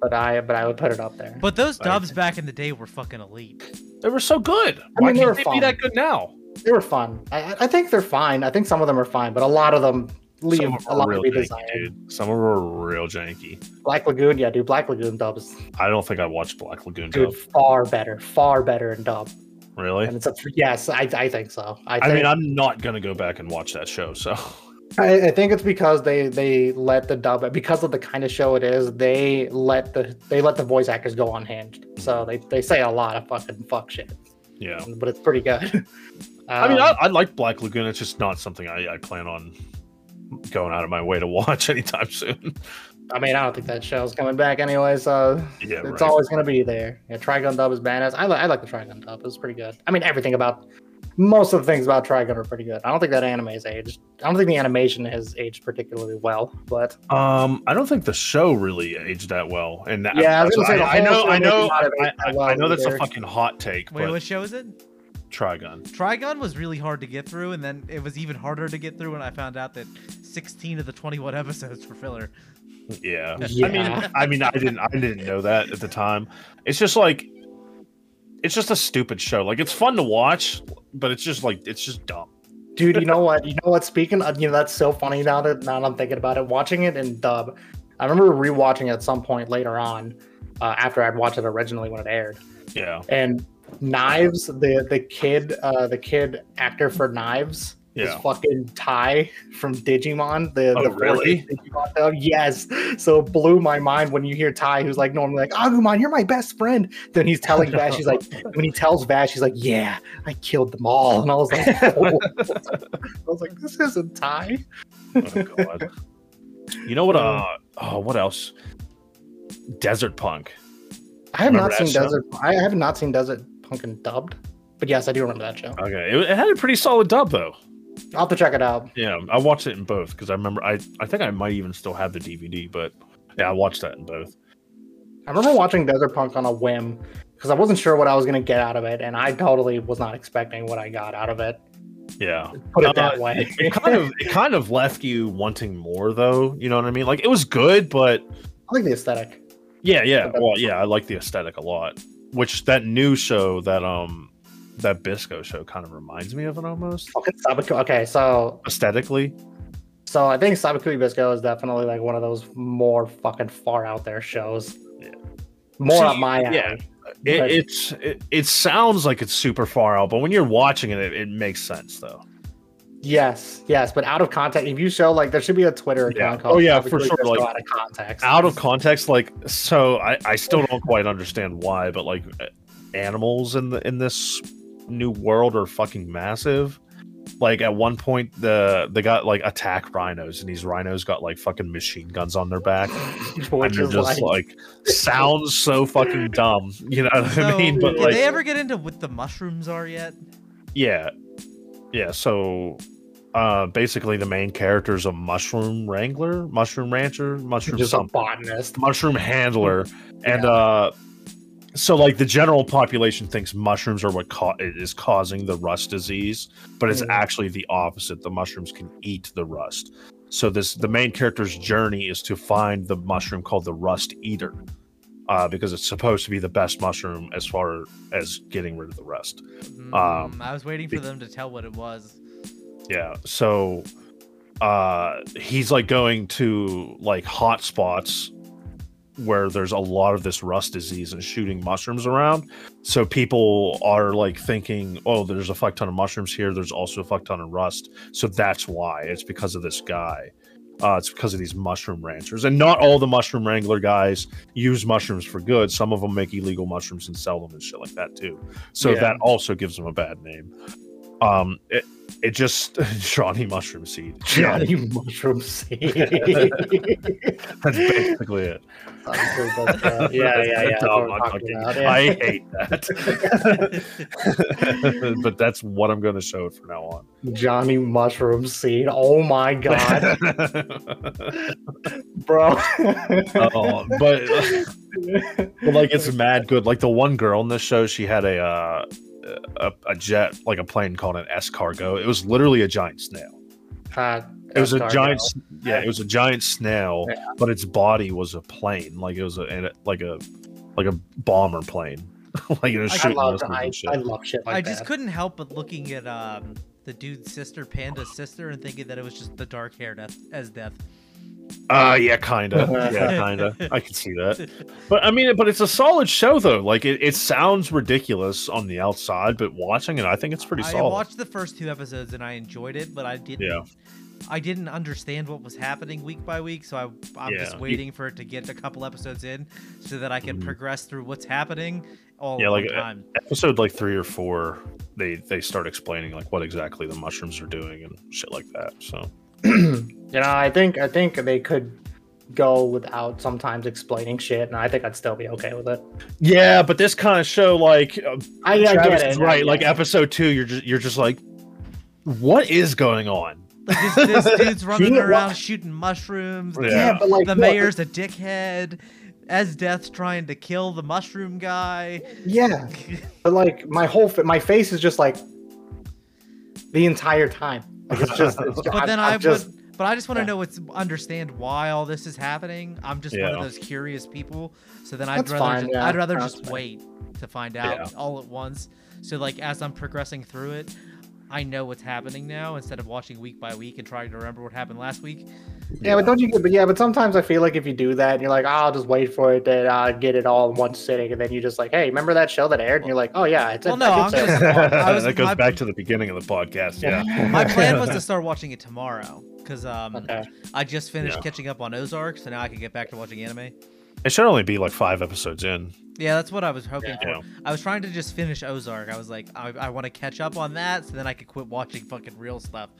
S1: but I but I would put it up there.
S2: But those
S3: I-
S2: dubs back in the day were fucking elite.
S3: They were so good. Why
S1: mean, they
S3: can't
S1: were
S3: they be
S1: fun.
S3: that good now?
S1: they were fun. I, I- I think they're fine. I think some of them are fine, but a lot of them leave
S3: Some of
S1: a
S3: them
S1: lot
S3: are real
S1: to be
S3: janky,
S1: desired.
S3: dude. Some of them are real janky.
S1: Black Lagoon, yeah, dude. Black Lagoon dubs,
S3: I don't think I watched Black Lagoon
S1: dude,
S3: dub.
S1: far better, far better in dub.
S3: Really?
S1: And it's a yes, I, I think so. I,
S3: I
S1: think,
S3: mean, I'm not gonna go back and watch that show. So [LAUGHS]
S1: I, I think it's because they they let the dub because of the kind of show it is. They let the they let the voice actors go unhinged, so they, they say a lot of fucking fuck shit,
S3: yeah.
S1: but it's pretty good.
S3: [LAUGHS] I mean, I,
S1: Um,
S3: I like Black Lagoon. It's just not something I, I plan on going out of my way to [LAUGHS] watch anytime soon. [LAUGHS]
S1: I mean, I don't think that show's coming back anyway, so
S3: yeah,
S1: it's
S3: right.
S1: always going to be there. Yeah, Trigun Dub is badass. I, li- I like the Trigun Dub. It's pretty good. I mean, everything about most of the things about Trigun are pretty good. I don't think that anime is aged. I don't think the animation has aged particularly well, but
S3: um, I don't think the show really aged that well. And that-
S1: yeah, I, was gonna say the
S3: I, I know,
S1: whole show
S3: I know,
S1: did not have
S3: I,
S1: aged that
S3: I-
S1: well
S3: I know that's a
S1: either.
S3: fucking hot take,
S2: Wait,
S3: but
S2: what show is it?
S3: Trigun.
S2: Trigon was really hard to get through, and then it was even harder to get through when I found out that 16 of the 21 episodes were filler.
S3: Yeah. I
S1: Yeah.
S3: mean, I mean, I didn't, I didn't know that at the time. It's just like, it's just a stupid show. Like, it's fun to watch, but it's just like, it's just dumb.
S1: dude. You know what? You know what? Speaking, of, you know that's so funny now that now that I'm thinking about it. Watching it in dub, I remember rewatching it at some point later on, uh, after I'd watched it originally when it aired.
S3: Yeah.
S1: and knives the the kid uh the kid actor for knives is
S3: Yeah.
S1: fucking ty from digimon the,
S3: Oh,
S1: the fourth
S3: really?
S1: digimon dub. yes so it blew my mind when you hear ty who's like normally like agumon you're my best friend then he's
S3: [LAUGHS]
S1: telling vash he's like when he tells vash he's like yeah i killed them all and i was like [LAUGHS] oh. i was like this isn't ty
S3: Oh, God. you know what? Uh, oh, what else? Desert Punk.
S1: i have
S3: Remember
S1: not
S3: that
S1: seen
S3: show?
S1: desert i have not seen desert Punkin dubbed but yes i do remember that show
S3: Okay, it, it had a pretty solid dub though.
S1: i'll have to check it out
S3: Yeah, I watched it in both because I remember. I I think I might even still have the DVD, but yeah, I watched that in both.
S1: I remember watching Desert Punk on a whim because I wasn't sure what I was going to get out of it, and I totally was not expecting what I got out of it.
S3: Yeah,
S1: Put it
S3: Uh,
S1: that way.
S3: it kind [LAUGHS] of it kind of left you wanting more though. You know what I mean? Like it was good, but
S1: I like the aesthetic.
S3: yeah, yeah, well, yeah, I like the aesthetic a lot. Which that new show that um that Bisco show kind of reminds me of it almost
S1: Fucking Sabaku. Okay, so
S3: aesthetically.
S1: so I think Sabaku Bisco is definitely like one of those more fucking far out there shows.
S3: Yeah.
S1: More
S3: See,
S1: up my alley.
S3: yeah. It,
S1: But-
S3: it's it, it sounds like it's super far out, but when you're watching it, it, it makes sense though.
S1: Yes, yes, but out of context. If you show like, there should be a Twitter
S3: Yeah.
S1: account. called
S3: Oh, yeah,
S1: Sabaku
S3: for sure,
S1: Bisco
S3: like,
S1: out of context.
S3: out of context like so i i still don't quite understand why but like uh, animals in the in this new world are fucking massive like at one point the they got like attack rhinos and these rhinos got like fucking machine guns on their back and
S1: [LAUGHS] which
S3: they're
S1: is
S3: just
S1: like,
S3: like, sounds so fucking dumb you know what [LAUGHS] i
S2: So,
S3: mean but
S2: did
S3: like
S2: they ever get into what the mushrooms are yet?
S3: yeah yeah so uh basically the main character is a mushroom wrangler mushroom rancher mushroom
S1: just a
S3: something [LAUGHS]
S1: botanist.
S3: mushroom handler and uh so like the general population thinks mushrooms are what ca- it is causing the rust disease but it's
S1: Mhm.
S3: actually the opposite the mushrooms can eat the rust so this the main character's journey is to find the mushroom called the rust eater uh, because it's supposed to be the best mushroom as far as getting rid of the rust Um,
S2: Mm, I was waiting for
S3: be-
S2: them to tell what it was.
S3: yeah so uh he's like going to like hot spots where there's a lot of this rust disease and shooting mushrooms around so people are like thinking oh there's a fuck ton of mushrooms here there's also a fuck ton of rust so that's why it's because of this guy uh, it's because of these mushroom ranchers and not all the mushroom wrangler guys use mushrooms for good some of them make illegal mushrooms and sell them and shit like that too so
S1: Yeah.
S3: that also gives them a bad name Um, it, it just [LAUGHS] Shawnee mushroom seed.
S1: [LAUGHS]
S3: [LAUGHS]
S1: Johnny Mushroom Seed. [LAUGHS]
S3: That's basically it.
S1: Obviously, that's, uh,
S4: Yeah,
S3: That's-
S4: yeah,
S3: that's
S4: yeah, that's
S1: what
S3: all Oh, my
S1: we're talking
S3: fucking-
S1: about, yeah.
S3: I hate
S1: [LAUGHS]
S3: that. but that's what I'm going to show it from now on.
S1: Johnny Mushroom Seed. Oh
S3: [LAUGHS]
S1: my god, bro.
S3: oh, but but, like it's mad good. Like the one girl in this show, she had a uh, a, a jet, like a plane called an S cargo. It was literally a giant snail.
S1: God,
S3: It was a
S1: Escargot.
S3: giant, s- yeah. It was a giant snail, but its body was a plane, like it was a and it- like a like a bomber plane, [LAUGHS] like it was
S1: I
S3: shooting
S1: love,
S3: missiles
S1: I,
S3: and shit.
S1: I love shit like
S2: I
S1: that.
S2: just couldn't help but looking at um the dude's sister, Panda's sister, and thinking that it was just the dark hair death as death.
S3: Uh yeah, kinda. [LAUGHS] Yeah, kinda. I can see
S2: [LAUGHS]
S3: that. But I mean, but it's a solid show though. Like it, it sounds ridiculous on the outside, but watching it, I think it's pretty
S2: I
S3: solid.
S2: watched the first two episodes and I enjoyed it, but I didn't.
S3: Yeah.
S2: I didn't understand what was happening week by week, so I, I'm
S3: Yeah.
S2: just waiting for it to get a couple episodes in so that I can
S3: Mhm.
S2: progress through what's happening all
S3: Yeah,
S2: at
S3: like,
S2: one
S3: uh,
S2: time.
S3: Episode like three or four, they they start explaining like what exactly the mushrooms are doing and shit like that. So
S1: [CLEARS THROAT] you know, I think I think they could go without sometimes explaining shit, and I think I'd still be okay with it.
S3: yeah, but this kind of show, like uh,
S1: I, I
S3: Travis
S1: get it,
S3: is right?
S1: I
S3: Like
S1: get it.
S3: episode two, you're just you're just like, what is going on? [LAUGHS]
S2: Like, this, this dude's running
S1: Shooting what?
S2: around shooting mushrooms.
S3: Yeah.
S1: yeah, but like
S2: The
S1: look,
S2: mayor's a dickhead. As Death's trying to kill the mushroom guy.
S1: yeah,
S2: [LAUGHS]
S1: but like my whole fa- my face is just like the entire time. Like it's just,
S3: [LAUGHS]
S1: it's just
S2: But then
S1: I'm,
S2: I
S1: I'm just
S2: would, but I just want to
S1: yeah.
S2: know what's understand why all this is happening. I'm just one
S3: Yeah.
S2: of those curious people. So then I'd
S1: That's
S2: rather,
S1: fine,
S2: just,
S1: yeah,
S2: I'd rather just
S1: honestly.
S2: wait to find out all at once. So like as I'm progressing through it, I know what's happening now instead of watching week by week and trying to remember what happened last week.
S1: yeah, but don't you get? But yeah, but sometimes I feel like if you do that, and you're like, "Ah, I'll just wait for it, then I'll get it all in one sitting, and then you just like, hey, remember that show that aired? And you're like, oh yeah, it's
S2: Well,
S1: in-
S2: no,
S1: it's
S2: I'm
S1: in-
S2: just- I
S3: [LAUGHS]
S2: was-
S3: that goes
S2: my-
S3: back to the beginning of the podcast. Yeah.
S2: My
S1: [LAUGHS]
S2: plan was to start watching it tomorrow because um
S1: Okay.
S2: I just finished
S3: Yeah.
S2: catching up on Ozark, so now I can get back to watching anime.
S3: It should only be like five episodes in.
S2: Yeah, that's what I was hoping for.
S3: Yeah.
S2: I was trying to just finish Ozark. I was like, I, I want to catch up on that, so then I could quit watching fucking real stuff.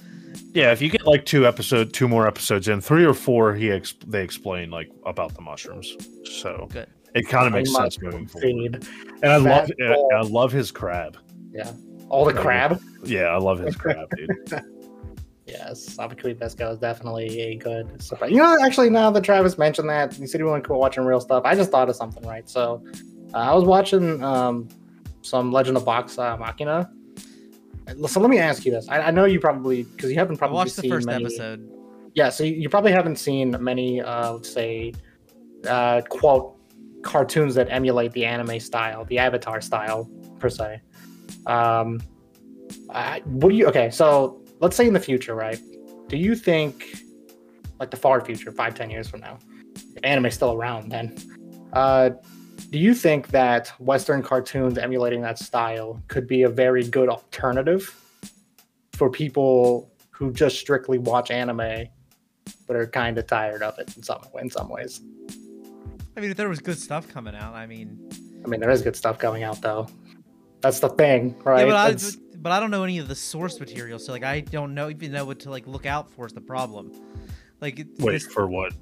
S3: Yeah, if you get like two episode, two more episodes in, three or four, he ex- they explain like about the mushrooms. So
S2: Good.
S3: it kind of makes
S1: my
S3: sense moving forward.
S1: feed.
S3: And I love,
S1: Fat
S3: I
S1: ball.
S3: I love his crab.
S1: Yeah, all the
S3: Yeah.
S1: crab.
S3: Yeah, I love his crab,
S1: [LAUGHS]
S3: dude.
S1: Yes, Abakui Pesco is definitely a good surprise. You know, actually, now that Travis mentioned that, he said he wasn't cool watching real stuff. I just thought of something, right? So, uh, I was watching um, some Legend of Boxa Machina. So let me ask you this: I, I know you probably because you haven't
S2: I
S1: probably
S2: watched the
S1: seen
S2: first
S1: many-
S2: episode.
S1: Yeah, so you, you probably haven't seen many, uh, let's say, uh, quote cartoons that emulate the anime style, the Avatar style per se. Um, I, what do you? Okay, so let's say in the future, right? Do you think, like the far future, five, ten years from now, if anime's still around, then, uh, do you think that Western cartoons emulating that style could be a very good alternative for people who just strictly watch anime? But are kind of tired of it in some in some ways.
S2: I mean, if there was good stuff coming out, I mean,
S1: I mean, there is good stuff coming out though. That's the thing, right?
S2: yeah, but I,
S1: It's-
S2: but I don't know any of the source material, so like I don't know even know what to like look out for is the problem. Like it-
S3: Wait
S2: this-
S3: for what?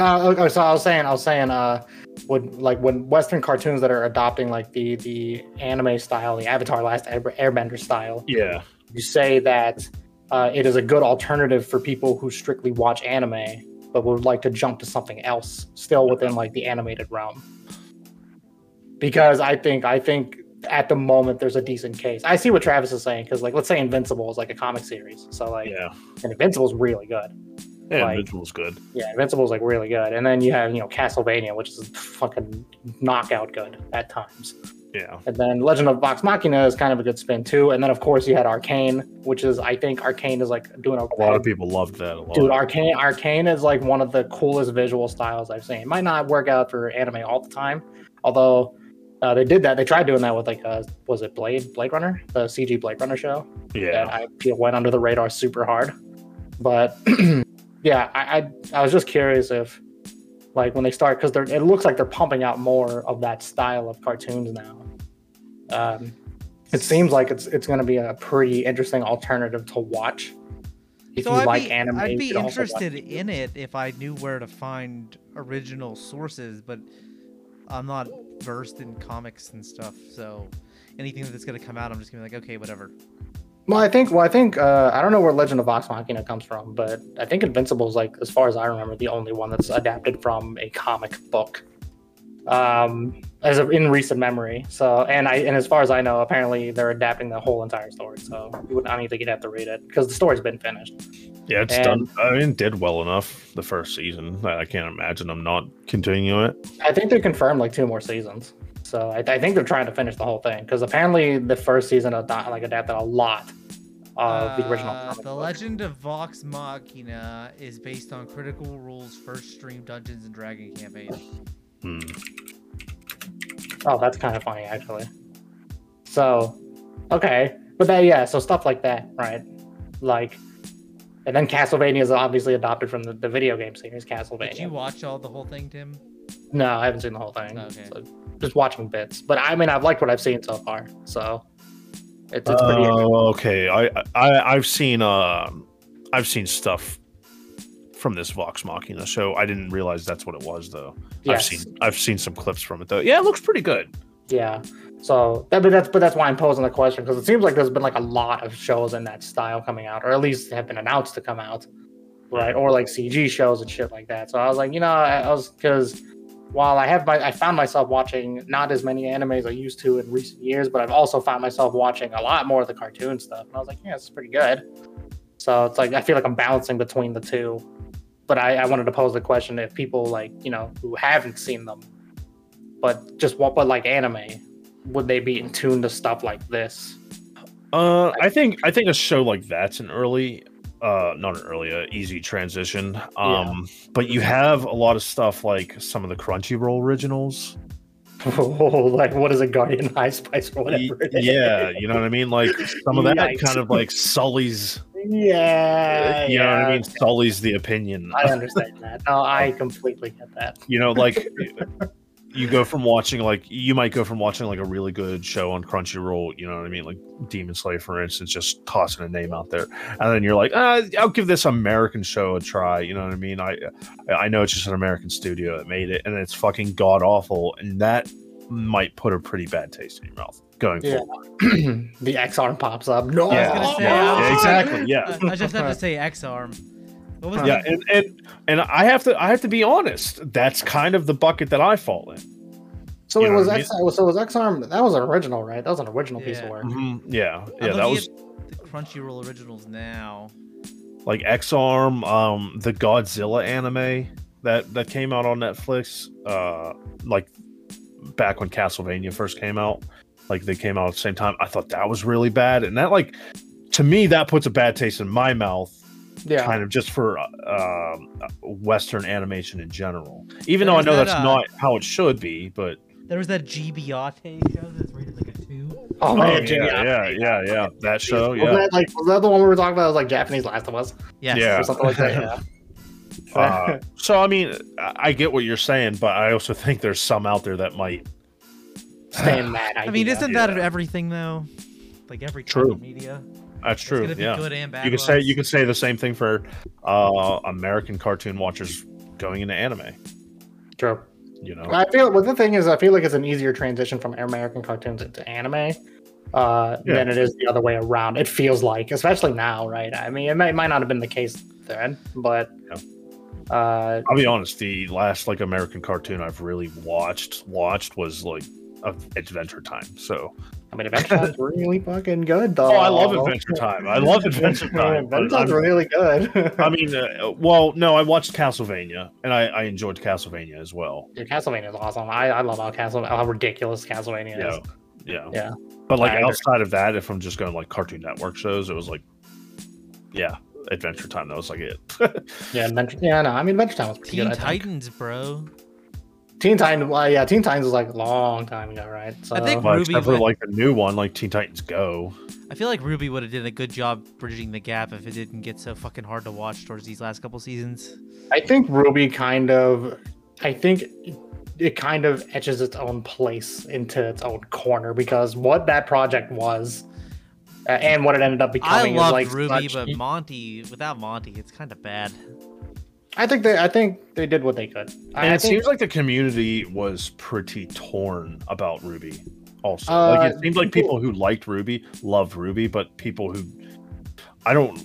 S1: uh, okay, so I was saying, I was saying, uh, would like when Western cartoons that are adopting like the the anime style, the Avatar Last Air- Airbender style,
S3: Yeah,
S1: you say that uh, it is a good alternative for people who strictly watch anime but would like to jump to something else still within like the animated realm because i think i think at the moment there's a decent case i see what travis is saying because like let's say invincible is like a comic series so like
S3: yeah,
S1: and invincible's really good
S3: yeah.
S1: like-
S3: Invincible's good.
S1: yeah invincible's like really good and then you have you know castlevania which is fucking knockout good at times
S3: Yeah,
S1: and then Legend of Vox Machina is kind of a good spin too. And then of course you had Arcane, which is I think Arcane is like doing a,
S3: a lot of people loved that. A lot.
S1: Dude, Arcane Arcane is like one of the coolest visual styles I've seen. It might not work out for anime all the time, although uh, they did that. They tried doing that with like uh, was it Blade Blade Runner, the CG Blade Runner show
S3: yeah,
S1: that I feel went under the radar super hard. But [CLEARS THROAT] yeah, I, I I was just curious if like when they start because they're it looks like they're pumping out more of that style of cartoons now. Um, It seems like it's it's going to be a pretty interesting alternative to watch. If
S2: so
S1: you
S2: I'd
S1: like
S2: be,
S1: anime,
S2: I'd
S1: you
S2: be
S1: could also watch
S2: interested
S1: it.
S2: in it if I knew where to find original sources, but I'm not versed in comics and stuff, so anything that's gonna come out, I'm just gonna be like, okay, whatever.
S1: Well, I think. Well, I think. Uh, I don't know where Legend of Vox Machina comes from, but I think Invincible is like, as far as I remember, the only one that's adapted from a comic book, um, as of in recent memory. So, and I and as far as I know, apparently they're adapting the whole entire story. So, you would, I don't think you'd have to read it because the story's been finished.
S3: Yeah, it's
S1: And-
S3: done. I mean, it did well enough the first season that I can't imagine them not continuing it.
S1: I think they confirmed like two more seasons. So I, I think they're trying to finish the whole thing because apparently the first season ad- like adapted a lot of the original.
S2: Uh,
S1: comic
S2: the
S1: book.
S2: Legend of Vox Machina is based on Critical Role's first stream Dungeons and Dragon campaign.
S3: Hmm.
S1: Oh, that's kind of funny actually. So, okay, but that yeah, so stuff like that, right? Like, and then Castlevania is obviously adopted from the, the video game series
S2: Did you
S1: Castlevania.
S2: watch all the whole thing, Tim?
S1: No, I haven't seen the whole thing.
S2: Okay.
S1: So, just watching bits, but I mean, I've liked what I've seen so far, so it's, it's pretty.
S3: Oh, okay. I, I I've seen uh, I've seen stuff from this Vox Machina show. I didn't realize that's what it was though.
S1: yes.
S3: I've seen I've seen some clips from it though. Yeah, it looks pretty good.
S1: Yeah. So that, but that's but that's why I'm posing the question because it seems like there's been like a lot of shows in that style coming out, or at least have been announced to come out, right? Or like CG shows and shit like that. So I was like, you know, I, I was because while I have my, I found myself watching not as many animes I used to in recent years, but I've also found myself watching a lot more of the cartoon stuff, and I was like, yeah, this is pretty good. So it's like I feel like I'm balancing between the two, but I, I wanted to pose the question if people like you know who haven't seen them but just what but like anime would they be in tune to stuff like this [LAUGHS]
S3: Uh, I think I think a show like that's an early, uh, not an early, uh, easy transition. Um, but you have a lot of stuff like some of the Crunchyroll originals.
S1: Oh, like what is a guardian high spice or
S3: Y-
S1: whatever [LAUGHS] it is.
S3: yeah, you know what I mean. Like some of that
S1: Yikes.
S3: kind of like sullies.
S1: yeah
S3: you know what
S1: yeah.
S3: I mean? Sullies the opinion.
S1: I understand that no i completely get that [CLEARS THROAT]
S3: you know like you go from watching like you might go from watching like a really good show on crunchyroll you know what i mean like demon slayer for instance just tossing a name out there and then you're like ah, i'll give this american show a try you know what i mean i i know it's just an american studio that made it and it's fucking god awful and that might put a pretty bad taste in your mouth going
S1: Yeah.
S3: forward
S1: the x arm pops up no
S3: Yeah.
S2: I was gonna say,
S3: Yeah,
S2: I was-
S3: exactly, yeah.
S2: I- I just have to say X arm. What was
S3: yeah
S2: it?
S3: and, and and i have to i have to be honest that's kind of the bucket that i fall in
S1: so
S3: You
S1: it
S3: know
S1: was
S3: what I
S1: x so it was x arm that was an original right that was an original piece
S2: Yeah.
S1: of work
S3: Mhm, yeah yeah
S2: I'm
S3: that
S2: looking
S3: was
S2: at the Crunchyroll originals now.
S3: like X Arm, um, the Godzilla anime that that came out on Netflix, uh, like back when Castlevania first came out. Like they came out at the same time. I thought that was really bad, and that like to me that puts a bad taste in my mouth,
S1: yeah
S3: kind of just for uh, um, Western animation in general. Even though I
S2: There's
S3: know
S2: that,
S3: that's
S2: uh,
S3: not how it should be, but
S2: There was that GBate show that's rated like a two.
S1: oh
S3: Oh,
S1: man Jimmy, I-
S3: yeah, yeah, yeah, yeah,
S1: [LAUGHS]
S3: that show,
S1: Wasn't
S3: yeah.
S1: that like was that the one we were talking about? It was like Japanese Last of Us
S2: Yes.
S3: Yeah.
S1: or something like that. Yeah. [LAUGHS]
S3: Uh, so I mean, I I get what you're saying, but I also think there's some out there that might
S1: Staying mad.
S2: I mean, isn't that
S3: Yeah.
S2: everything though? Like every
S3: True.
S2: true media.
S3: That's
S2: It's
S3: true.
S2: gonna be
S3: yeah,
S2: good and bad.
S3: you can say
S2: ones.
S3: you can say the same thing for uh, American cartoon watchers going into anime.
S1: true?
S3: You know,
S1: I feel well, the thing is, I feel like it's an easier transition from American cartoons into anime uh,
S3: Yeah.
S1: than it is the other way around. It feels like, especially now, right? I mean, it, may, it might not have been the case then, but uh,
S3: I'll be honest. The last like American cartoon I've really watched watched was like of Adventure Time. So
S1: I mean, Adventure
S3: [LAUGHS]
S1: Time's really fucking good, though.
S3: oh, I love Adventure Time. I love Adventure Time.
S1: [LAUGHS] Adventure
S3: I'm-
S1: Time's really
S3: [LAUGHS]
S1: good.
S3: I mean, uh, well, no, I watched Castlevania and I, I enjoyed Castlevania as well.
S1: [LAUGHS] Dude, Castlevania is awesome. I, I love how Castle how ridiculous Castlevania
S3: Yeah,
S1: is.
S3: yeah,
S1: Yeah.
S3: But like
S1: I agree.
S3: outside of that, if I'm just going like Cartoon Network shows, it was like, yeah, Adventure Time. That was like it. [LAUGHS]
S1: Yeah, Adventure, yeah, no, I mean, Adventure Time was pretty
S2: Teen
S1: good. I think.
S2: Titans, bro.
S1: Teen Titans, well, yeah, Teen Titans was like a long time ago, right? So,
S2: think-
S3: Well,
S2: Ruby
S3: except for
S2: went-
S3: like the new one, like Teen Titans Go.
S2: I feel like Ruby would have did a good job bridging the gap if it didn't get so fucking hard to watch towards these last couple seasons.
S1: I think Ruby kind of, I think it kind of etches its own place into its own corner because what that project was uh, and what it ended up
S2: I
S1: becoming
S2: love
S1: is like
S2: Ruby,
S1: such-
S2: but Monty without Monty, it's kind of bad.
S1: I think they I think they did what they could. I,
S3: And
S1: I
S3: it
S1: think,
S3: seems like the community was pretty torn about Ruby. Also,
S1: Uh,
S3: like it seemed like
S1: people-
S3: people who liked Ruby loved Ruby, but people who I don't,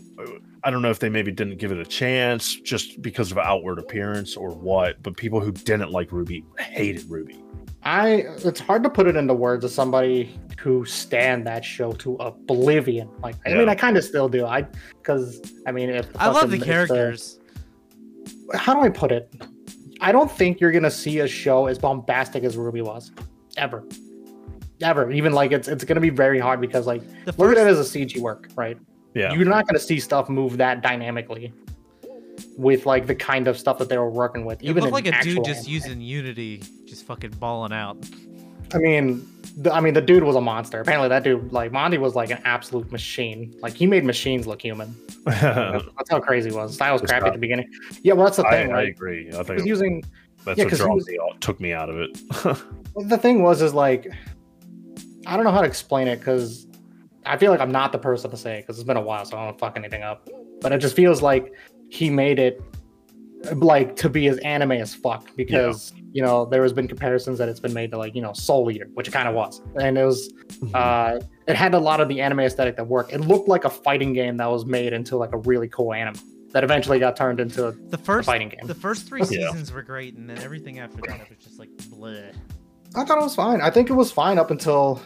S3: I don't know if they maybe didn't give it a chance just because of outward appearance or what. But people who didn't like Ruby hated Ruby.
S1: I it's hard to put it into words of somebody who stand that show to oblivion. Like I mean,
S3: Yeah.
S1: I kind of still do. I because I mean, if
S2: I love the
S1: fucking- uh, if
S2: characters.
S1: how do I put it? I don't think you're gonna see a show as bombastic as Ruby was, ever, ever. Even like it's it's gonna be very hard because like
S2: The
S1: look at it
S2: first,
S1: as a CG work, right?
S3: Yeah, [LAUGHS]
S1: You're not gonna see stuff move that dynamically with like the kind of stuff that they were working with.
S2: it
S1: Even
S2: looked like
S1: in
S2: a dude
S1: actual
S2: just
S1: anime.
S2: using Unity, just fucking balling out.
S1: I mean, the, I mean, the dude was a monster. Apparently, that dude like Monty was like an absolute machine. Like he made machines look human. That's, that's how crazy it was. Style was
S3: It's
S1: crappy
S3: not-
S1: at the beginning. Yeah, well, that's the
S3: I,
S1: thing,
S3: I
S1: right?
S3: agree. I
S1: He
S3: think
S1: was using
S3: that's
S1: yeah,
S3: what
S1: 'cause he
S3: draws
S1: was-
S3: me out, took me out of it. [LAUGHS]
S1: Well, the thing was is like i don't know how to explain it because i feel like i'm not the person to say it because it's been a while so i don't fuck anything up but it just feels like he made it like to be as anime as fuck because you know there has been comparisons that it's been made to like you know soul eater which it kind of was and it was uh it had a lot of the anime aesthetic that worked it looked like a fighting game that was made into like a really cool anime that eventually got turned into
S2: The
S1: a
S2: first,
S1: fighting game
S2: the first three
S3: Yeah.
S2: seasons were great, and then everything after that was just like bleh.
S1: I thought it was fine. I think it was fine up until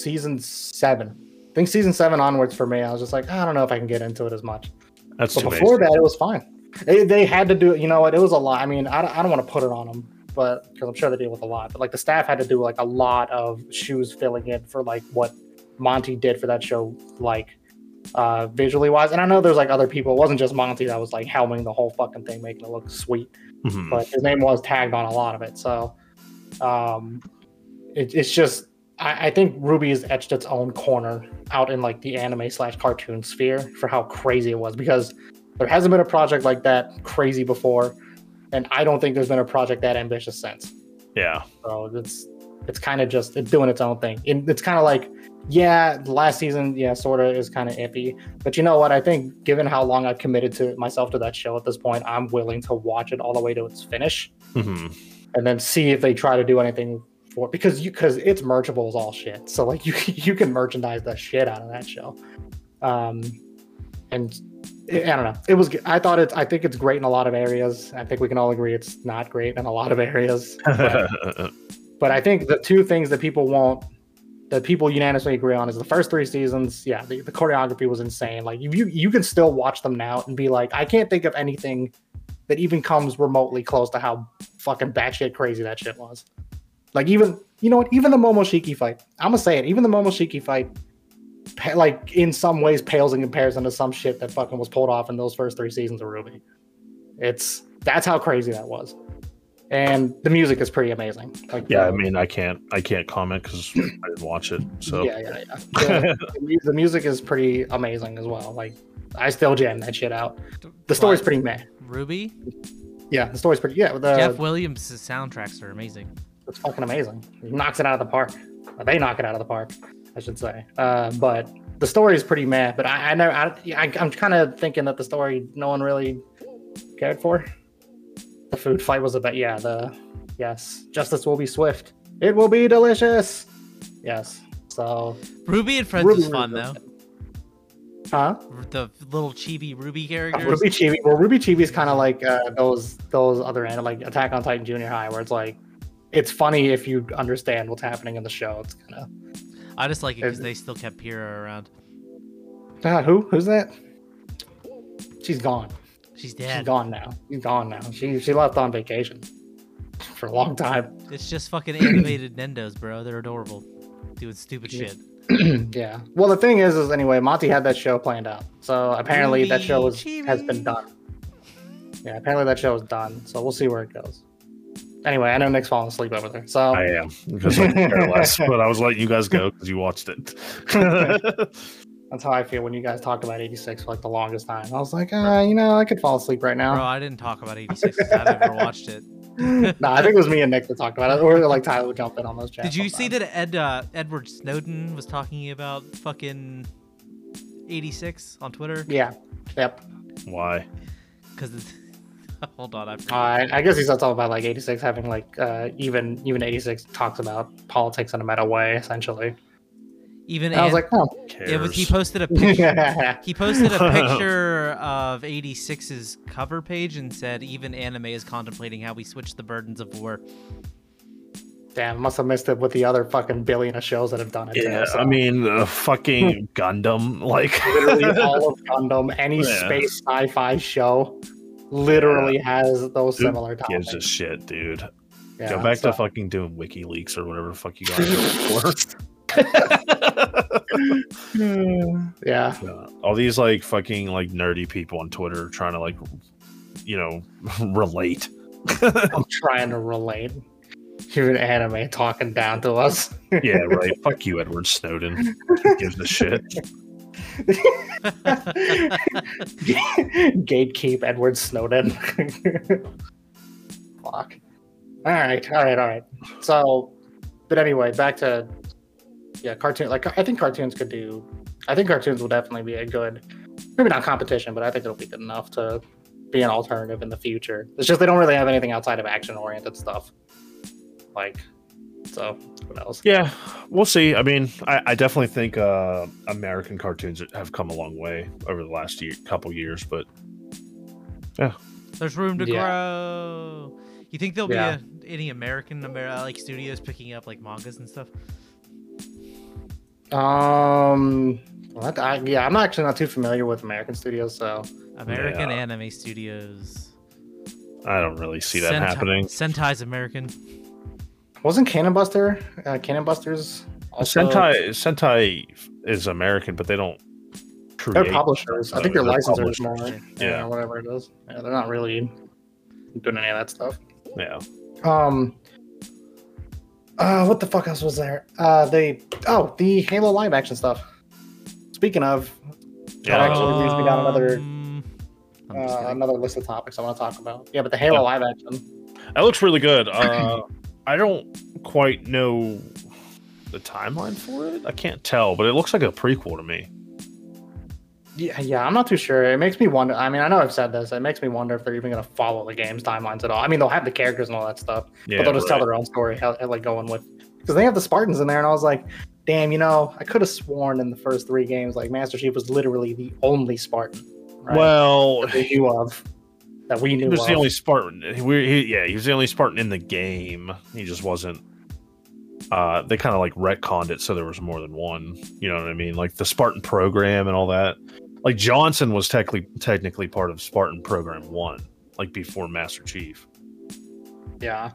S1: season seven. I think season seven onwards for me, I was just like, I don't know if I can get into it as much.
S3: that's
S1: But
S3: too
S1: before
S3: before
S1: that, it was fine. They, they had to do it. You know what? It was a lot. I mean, I, don't- I don't want to put it on them, but because I'm sure they deal with a lot. But like the staff had to do like a lot of shoes filling in for like what Monty did for that show, like uh visually wise. And I know there's like other people. It wasn't just Monty that was like helming the whole fucking thing, making it look sweet
S3: Mm-hmm.
S1: but his name was tagged on a lot of it. So um, it, it's just, I, I think Ruby has etched its own corner out in like the anime slash cartoon sphere for how crazy it was because there hasn't been a project like that crazy before. And I don't think there's been a project that ambitious since.
S3: Yeah,
S1: So it's it's kind of just it's doing its own thing. And it's kind of like, yeah, last season, yeah, sort of is kind of iffy. But you know what? I think given how long I've committed to myself to that show at this point, I'm willing to watch it all the way to its finish [LAUGHS]
S3: hmm
S1: and then see if they try to do anything for because you because it's merchable as all shit. So like [LAUGHS] you you can merchandise the shit out of that show. Um, and it, I don't know. It was g- I thought it's I think it's great in a lot of areas. I think we can all agree it's not great in a lot of areas. But, but I think the two things that people won't that people unanimously agree on is the first three seasons. Yeah, the, the choreography was insane. Like you you can still watch them now and be like, I can't think of anything that even comes remotely close to how fucking batshit crazy that shit was. Like even you know what, even the Momoshiki fight. I'm gonna say it. Even the Momoshiki fight, pa- like in some ways, pales in comparison to some shit that fucking was pulled off in those first three seasons of Ruby. It's that's how crazy that was, and the music is pretty amazing. Like
S3: yeah. I
S1: the-
S3: mean, I can't, I can't comment because I didn't watch it. So
S1: yeah, yeah, yeah. The, the mu- the music is pretty amazing as well. Like I still jam that shit out. The story's pretty Uh, meh.
S2: Ruby,
S1: Yeah, the story's pretty. Yeah, the
S2: Jeff Williams' soundtracks are amazing.
S1: it's fucking amazing. He knocks it out of the park. Or They knock it out of the park, I should say. Uh, but the story is pretty meh. But I, I never. I, I, I'm kind of thinking that the story no one really cared for. The food fight was about yeah. The yes, justice will be swift. It will be delicious. Yes. So
S2: Ruby and Friends
S1: Ruby
S2: is fun
S1: was
S2: though.
S1: huh?
S2: R- The little chibi Ruby characters.
S1: [LAUGHS] Ruby Chibi. Well, Ruby Chibi is kind of like uh, those those other anime, like Attack on Titan Junior High, where it's like it's funny if you understand what's happening in the show. It's kind of
S2: I just like it because they still kept Pyrrha around.
S1: ah, who who's that? She's gone.
S2: She's
S1: She's
S2: dead.
S1: gone now. She's gone now. She she left on vacation [LAUGHS] for a long time. [CLEARS THROAT]
S2: It's just fucking animated Nendos, bro. They're adorable, doing stupid shit.
S1: yeah. Well, the thing is, is anyway, Monty had that show planned out, so apparently that show was
S2: Ruby
S1: has been
S2: Chibi.
S1: done. Yeah, apparently that show is done. So we'll see where it goes. Anyway, I know Nick's falling asleep over there. So
S3: I am because I could care less, [LAUGHS] but I was letting you guys go because you watched it. [LAUGHS]
S1: That's how I feel when you guys talked about 86 for like the "Ah, longest time. I was like, uh, you know, I could fall asleep right
S2: Bro,
S1: now. [LAUGHS]
S2: I didn't talk about 86 'cause I never watched it.
S1: no, I think it was me and Nick that talked about it, or like Tyler would jump in on those chats.
S2: Did you see
S1: sometimes.
S2: that Ed uh, Edward Snowden was talking about fucking 86 on Twitter?
S1: Yeah. Yep.
S3: Why?
S2: Because [LAUGHS] hold on, I forgot.
S1: Uh, I guess he's not talking about like 86 having like uh, even even 86 talks about politics in a meta way essentially.
S2: even
S1: And I was
S2: Ed-
S1: like, oh, [LAUGHS]
S3: Who Cares?
S2: it was he posted a picture.
S1: yeah,
S2: He posted a picture of 86's cover page and said, even anime is contemplating how we switch the burdens of
S1: [LAUGHS]
S2: war. [LAUGHS]
S1: damn, must have missed it with the other fucking billion of shows that have done it. to
S3: yeah,
S1: us.
S3: I mean, uh, fucking Gundam, like
S1: Hmm.
S3: [LAUGHS]
S1: literally [LAUGHS] all of Gundam, any
S3: Yeah.
S1: space sci-fi show, literally has those
S3: Who
S1: similar topics.
S3: gives a shit, dude.
S1: Yeah,
S3: Go back
S1: so-
S3: to fucking doing WikiLeaks or whatever the fuck you
S1: [LAUGHS]
S3: guys
S1: yeah,
S3: for. All these like fucking like nerdy people on Twitter trying to like, you know,
S1: [LAUGHS]
S3: [LAUGHS] relate.
S1: I'm trying to relate. You're an anime talking down to us. [LAUGHS]
S3: Yeah, right. Fuck you, Edward Snowden. Who gives a shit?
S1: Gatekeep Edward Snowden. [LAUGHS] Fuck. All right, all right, all right. So, but anyway, back to yeah, cartoon. Like I think cartoons could do. I think cartoons will definitely be a good, maybe not competition, but I think it'll be good enough to be an alternative in the future. It's just they don't really have anything outside of action-oriented stuff. Like, so what else?
S3: Yeah, we'll see. I mean, I, I definitely think uh, American cartoons have come a long way over the last year, couple years, but
S2: There's room to
S1: Yeah.
S2: grow. You think there'll
S1: Yeah.
S2: be a, any American Amer- uh, like studios picking up like mangas and stuff?
S1: Um, what? I, yeah, I'm actually not too familiar with American studios, so
S2: American
S3: Yeah.
S2: anime studios.
S3: I don't really see that
S2: Sentai-
S3: happening.
S2: Sentai's American.
S1: Wasn't Cannon Buster, uh, Cannon Busters also
S3: Sentai Sentai is American, but they don't
S1: They're
S3: create.
S1: publishers. I think they're
S3: They're
S1: licensors
S3: publishers.
S1: more.
S3: Yeah.
S1: Yeah, whatever it is. Yeah, they're not really doing any of that stuff.
S3: yeah,
S1: Um. Uh, what the fuck else was there? Uh, they oh the Halo live action stuff. Speaking of,
S3: yeah.
S1: That actually leads me down another-
S2: Um, I'm just
S1: uh,
S2: kidding.
S1: another list of topics I want to talk about. Yeah, but the Halo
S3: Yeah.
S1: live action.
S3: That looks really good. Uh, I don't quite know the timeline for it. I can't tell, but it looks like a prequel to me.
S1: Yeah, yeah, I'm not too sure. It makes me wonder. I mean, I know I've said this. It makes me wonder if they're even going to follow the game's timelines at all. I mean, they'll have the characters and all that stuff.
S3: Yeah,
S1: but they'll just
S3: right.
S1: tell their own story, how, how, like going with because they have the Spartans in there, and I was like, damn, you know, I could have sworn in the first three games, like Master Chief was literally the only Spartan, right?
S3: Well,
S1: that they knew of that we
S3: he
S1: knew.
S3: was the
S1: of.
S3: only Spartan. We, he, yeah, he was the only Spartan in the game. He just wasn't. Uh, they kind of like retconned it so there was more than one. You know what I mean? Like the Spartan program and all that. Like Johnson was technically technically part of Spartan Program One, like before Master Chief.
S1: yeah,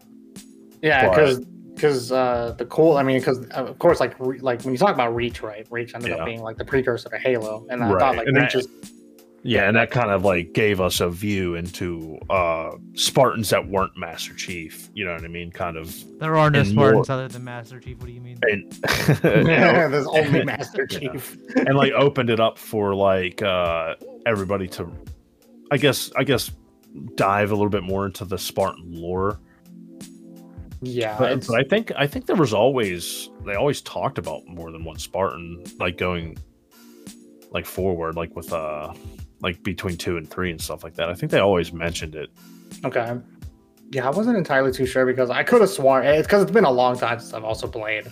S1: yeah,
S3: But-
S1: because because uh, the cool, I mean, because of course, like re, like when you talk about Reach, right? Reach ended
S3: Yeah.
S1: up being like the precursor to Halo, and I thought
S3: Right,
S1: like
S3: and
S1: Reach
S3: that-
S1: is
S3: Yeah, and that kind of like gave us a view into uh Spartans that weren't Master Chief. You know what I mean? Kind of. [LAUGHS]
S2: there are no
S3: and
S2: Spartans other than Master Chief. What do you mean?
S1: [LAUGHS]
S3: And,
S1: there's
S3: [LAUGHS]
S1: only Master
S3: Yeah.
S1: Chief.
S3: and like opened it up for like uh everybody to i guess i guess dive a little bit more into the spartan lore
S1: Yeah,
S3: but,
S1: it's-
S3: but i think i think there was always they always talked about more than one spartan like going like forward like with uh like between two and three and stuff like that i think they always mentioned it
S1: Okay. Yeah, I wasn't entirely too sure because I could have sworn eh, it's because it's been a long time since I've also played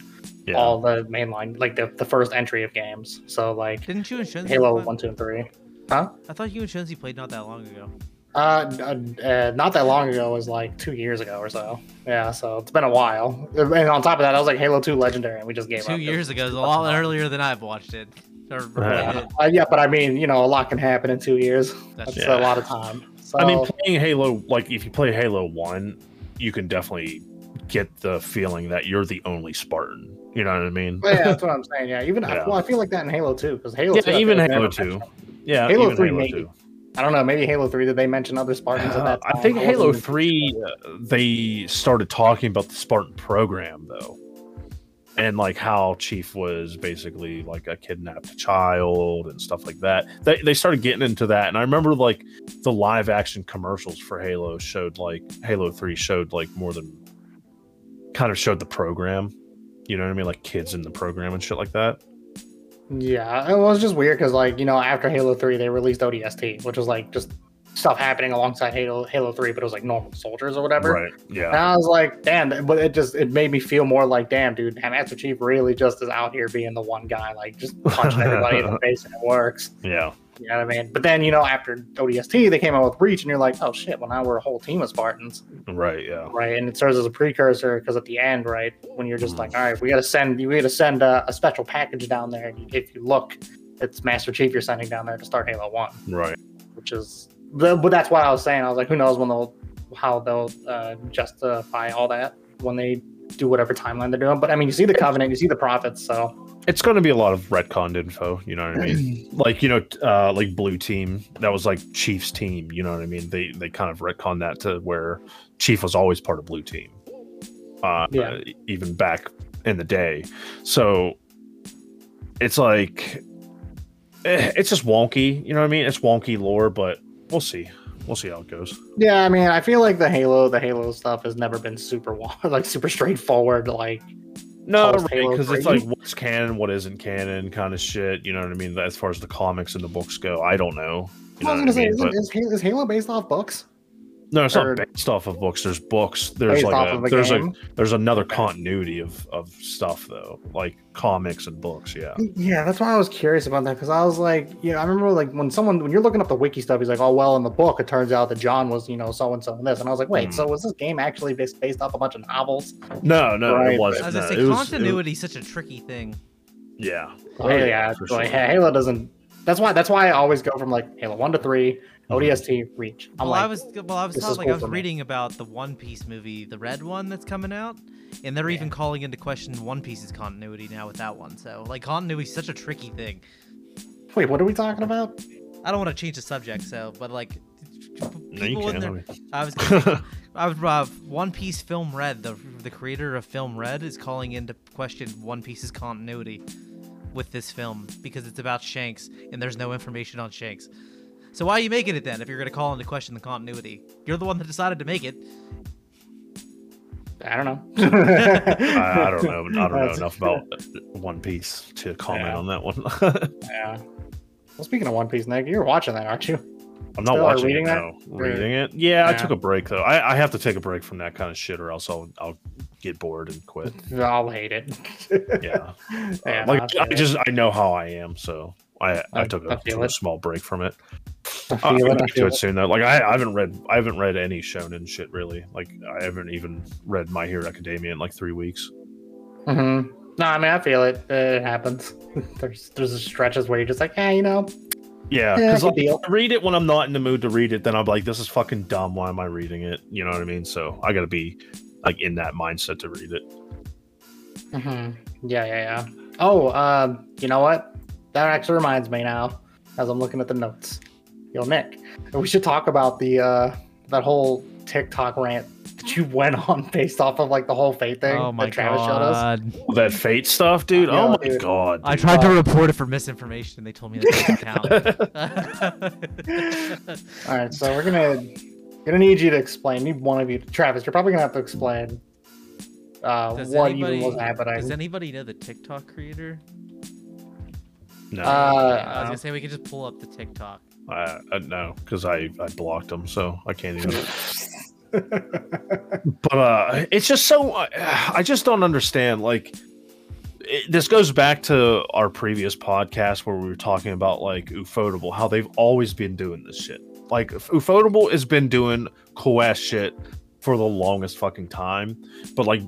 S3: yeah
S1: all the mainline, like the, the first entry of games. So like
S2: Didn't you and Shunzi?
S1: Halo
S2: play-
S1: one, two, and three.
S2: I thought you and Shunzi played not that long ago.
S1: Uh, n- uh, not that long ago it was like two years ago or so. Yeah, so it's been a while. And on top of that, I was like Halo two Legendary, and we just gave up.
S2: Two years ago is
S1: [LAUGHS]
S2: a lot earlier than I've watched it. Or
S3: Right.
S2: played it.
S1: Uh, yeah, but I mean, you know, a lot can happen in two years. That's
S2: That's true.
S3: Yeah.
S1: a lot of time. So
S3: i mean playing halo like if you play halo one you can definitely get the feeling that you're the only spartan you know what i mean
S1: yeah, that's what I'm saying. Yeah, even
S3: Yeah.
S1: well, I feel like that in Halo two because Halo
S3: yeah,
S1: 2, I feel
S3: even
S1: like they
S3: Halo
S1: never
S3: Two.
S1: touched on.
S3: Yeah,
S1: Halo
S3: even
S1: 3
S3: Halo
S1: maybe.
S3: Two.
S1: I don't know. Maybe Halo three. Did they mention other Spartans at
S3: Uh,
S1: that time?
S3: I think
S1: wasn't
S3: Halo
S1: even-
S3: Three uh, they started talking about the Spartan program though. and like how Chief was basically like a kidnapped child and stuff like that. They they started getting into that, and I remember like the live action commercials for Halo showed like Halo Three showed like more than kind of showed the program. You know what I mean? Like kids in the program and shit like that.
S1: Yeah, it was just weird because, like, you know, after Halo 3, they released ODST, which was like just stuff happening alongside Halo Halo 3, but it was like normal soldiers or whatever.
S3: Right. Yeah.
S1: And I was like, damn, but it just it made me feel more like, damn, dude, Master Chief really just is out here being the one guy, like just punching everybody
S3: [LAUGHS]
S1: in the face and it works.
S3: Yeah.
S1: You know what I mean? But then, you know, after ODST, they came out with Reach, and you're like, oh shit, well now we're a whole team of Spartans,
S3: Right. Yeah.
S1: right? And it serves as a precursor because at the end, right, when you're just
S3: Mhm.
S1: like, all right, we gotta send, we gotta send a, a special package down there. And if you look, it's Master Chief you're sending down there to start Halo One
S3: Right.
S1: which is but but that's why I was saying I was like, who knows when they'll how they'll uh, justify all that when they do whatever timeline they're doing. But I mean, you see the covenant, you see the prophets, so
S3: It's going to be a lot of retconned info. You know what I
S1: [CLEARS THROAT]
S3: mean? like you know, t- uh, like blue team that was like Chief's team. You know what I mean? They they kind of retconned that to where Chief was always part of blue team. Uh,
S1: Yeah.
S3: even back in the day, so it's like eh, it's just wonky. You know what I mean? It's wonky lore, but we'll see. We'll see how it goes.
S1: yeah. I mean, I feel like the Halo, the Halo stuff has never been super wa- [LAUGHS] like super straightforward. Like
S3: No,
S1: Post Halo
S3: because it's
S1: 3.
S3: like what's canon, what isn't canon, kind of shit. You know what I mean? As far as the comics and the books go, I don't know. You
S1: I was
S3: know what I
S1: gonna say,
S3: mean?
S1: isn't-
S3: But,
S1: is, Halo- is Halo based off books?
S3: no, it's
S1: or-
S3: not based off of books. There's books. There's
S1: based
S3: like
S1: off
S3: a,
S1: of a
S3: there's
S1: game.
S3: a there's another continuity of of stuff though, like comics and books. Yeah,
S1: Yeah, that's why I was curious about that because I was like, you know, I remember like when someone when you're looking up the wiki stuff, he's like, oh well, in the book it turns out that John was you know so and so and this, and I was like, wait,
S3: Hmm.
S1: so was this game actually based based off a bunch of novels?
S3: no, no,
S1: Right,
S3: it
S2: I
S3: wasn't.
S2: was
S3: No,
S2: gonna
S3: it
S2: say
S3: was- it-
S2: continuity is such a tricky thing.
S3: yeah,
S1: Oh, yeah,
S3: for
S1: it's like,
S3: sure.
S1: Halo doesn't. That's why. That's why I always go from like Halo one to three,
S3: Hmm.
S1: ODST, Reach. I'm
S2: well,
S1: like,
S2: I was well, I was
S1: this
S2: thought,
S1: is
S2: like
S1: cool
S2: I was
S1: for me.
S2: reading about the One Piece movie, the red one that's coming out, and they're
S1: Yeah.
S2: even calling into question One Piece's continuity now with that one. So like continuity's such a tricky thing.
S1: wait, what are we talking about?
S2: I don't want to change the subject, so but like
S3: No, you
S2: people in their,
S3: can't. [LAUGHS]
S2: I was I was uh, One Piece Film Red, the the creator of Film Red is calling into question One Piece's continuity with this film because it's about Shanks and there's no information on Shanks. So why are you making it then if you're going to call into question the continuity? You're the one that decided to make it.
S1: I don't know.
S3: [LAUGHS] I, I don't know. I don't know
S1: That's-
S3: enough about One Piece to comment
S1: Yeah.
S3: on that one. [LAUGHS]
S1: Yeah. Well, speaking of One Piece, Nick, you're watching that, aren't you? [LAUGHS]
S3: I'm not
S1: Still, are
S3: watching
S1: reading
S3: it.
S1: that?
S3: No, reading it. Yeah, I
S1: Yeah.
S3: took a break though. I, I have to take a break from that kind of shit, or else I'll I'll get bored and quit.
S1: I'll hate it. [LAUGHS]
S3: Yeah,
S1: Yeah,
S3: like
S1: I feel
S3: I
S1: it.
S3: just I know how I am, so I I
S1: I-
S3: took a,
S1: I feel
S3: took a
S1: it.
S3: small break from it.
S1: I feel
S3: I'll get
S1: it, I
S3: back
S1: feel
S3: to it
S1: it.
S3: soon though. Like I, I haven't read I haven't read any shonen shit really. Like I haven't even read My Hero Academia in like three weeks.
S1: Mhm. No, I mean I feel it. Uh, It
S2: [LAUGHS]
S1: happens. there's there's stretches where you're just like, yeah, you know,
S3: Yeah,
S1: Yeah, I
S3: because
S1: can
S3: like,
S1: deal.
S3: I read it when I'm not in the mood to read it. Then I'm like, this is fucking dumb. Why am I reading it? You know what I mean? So I got to be like in that mindset to read it.
S1: hmm
S2: Mm-hmm.
S1: Yeah, yeah, yeah. Oh, um, you know what? That actually reminds me now, as I'm looking at the notes. Yo, Nick, we should talk about the uh, that whole TikTok rant that you went on based off of like the whole fate thing
S2: Oh
S1: that Travis showed us. Uh,
S3: That fate stuff, dude.
S1: Yeah,
S3: oh my
S1: dude.
S3: god.
S2: I tried to report it for misinformation. They told me that doesn't count.
S1: [LAUGHS]
S2: [LAUGHS]
S1: All right, so we're gonna gonna need you to explain. Need one of you, Travis. You're probably gonna have to explain uh,
S2: Does
S1: what
S2: anybody-
S1: even was happening.
S2: Does anybody know the TikTok creator?
S3: no,
S1: Uh,
S2: I
S1: no.
S2: was gonna say we could just pull up the TikTok.
S3: I, I, no, because I I blocked them, so I can't even.
S1: [LAUGHS]
S3: but uh, it's just so uh, I just don't understand. Like it, this goes back to our previous podcast where we were talking about like Ufotable, how they've always been doing this shit. Like Ufotable has been doing cool ass shit for the longest fucking time, but like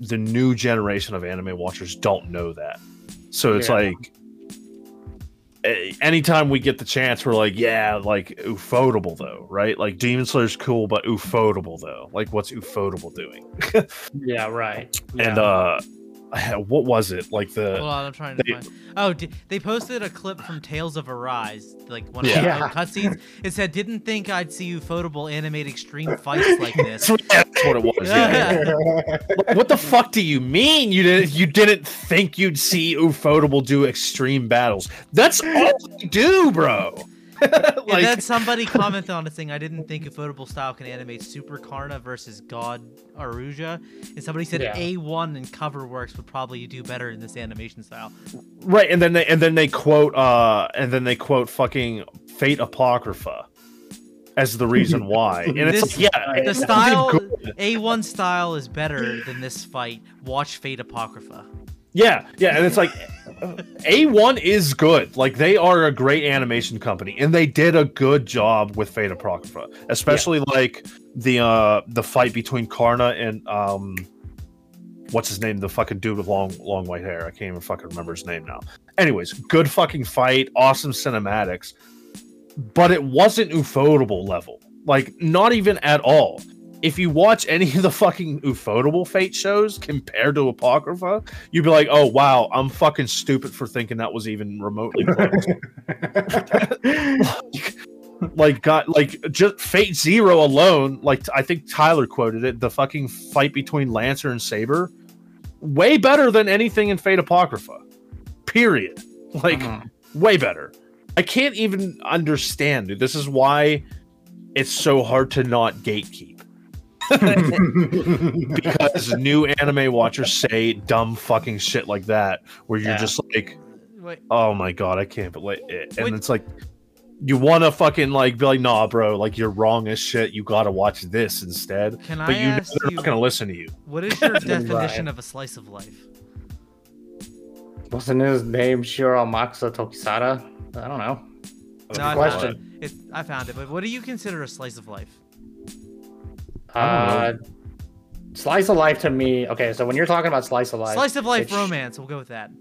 S3: the new generation of anime watchers don't know that. So it's
S1: Yeah.
S3: like a- anytime we get the chance, we're like, yeah, like ufotable though, right? Like Demon Slayer's cool, but ufotable though. Like what's ufotable doing?
S1: yeah, right.
S3: And
S1: Yeah.
S3: uh [LAUGHS] what was it like the
S2: Hold on, I'm trying to
S3: they-
S2: find. Oh, di- they posted a clip from Tales of Arise, like one
S3: Yeah.
S2: of
S1: Yeah.
S2: the cutscenes. It said, "Didn't think I'd see ufotable animate extreme fights like this."
S3: That's what- that's what it was. yeah.
S2: [LAUGHS] Yeah.
S3: Like, what the fuck do you mean? You didn't you didn't think you'd see Ufotable do extreme battles? That's all they do, bro.
S2: and
S3: [LAUGHS] like
S2: then somebody commented on this thing. I didn't think ufotable style can animate Super Karna versus God Aruja, and somebody said
S1: Yeah.
S2: A1 and Cover Works would probably do better in this animation style.
S3: right, and then they and then they quote uh and then they quote fucking Fate Apocrypha as the reason why. And it's
S2: This-
S3: like, yeah, it
S2: The
S3: doesn't [LAUGHS]
S2: style
S3: go-
S2: A1 style is better than this fight. Watch Fate Apocrypha.
S3: Yeah, yeah, and it's like A1 is good. Like they are a great animation company and they did a good job with Fate Apocrypha, especially like the uh the fight between Karna and um what's his name, the fucking dude with long long white hair. I can't even fucking remember his name now. Anyways, good fucking fight, awesome cinematics. But it wasn't ufotable level. Like not even at all. If you watch any of the fucking ufotable fate shows compared to Apocrypha, you'd be like, "Oh wow, I'm fucking stupid for thinking that was even remotely close." [LAUGHS] like, got like just Fate Zero alone. Like, I think Tyler quoted it: the fucking fight between Lancer and Saber, way better than anything in Fate Apocrypha. Period. Like,
S2: Uh-huh.
S1: Mhm.
S3: way better. I can't even understand. Dude. This is why it's so hard to not gatekeep
S2: [LAUGHS]
S3: because new anime watchers say dumb fucking shit like that, where you're
S1: Yeah.
S3: just like.
S2: Wait,
S3: oh my god, I can't believe it. And
S2: Would-
S3: it's like you want to fucking like be like, nah, bro, like you're wrong as shit. You gotta watch this instead.
S2: can
S3: But
S2: I
S3: you know
S2: ask
S3: they're
S2: you?
S3: not gonna listen to you.
S2: What is
S3: [LAUGHS]
S2: your
S1: Right.
S2: definition of a slice of life?
S1: Wasn't his name Shiro Maxa Tokisada? I don't know.
S2: No, I
S1: question.
S2: found it. It, I found it. But what do you consider a slice of life?
S1: Uh, slice of life to me. Okay, so when you're talking about slice of life,
S2: slice of life
S1: it's-
S2: romance. We'll go with that.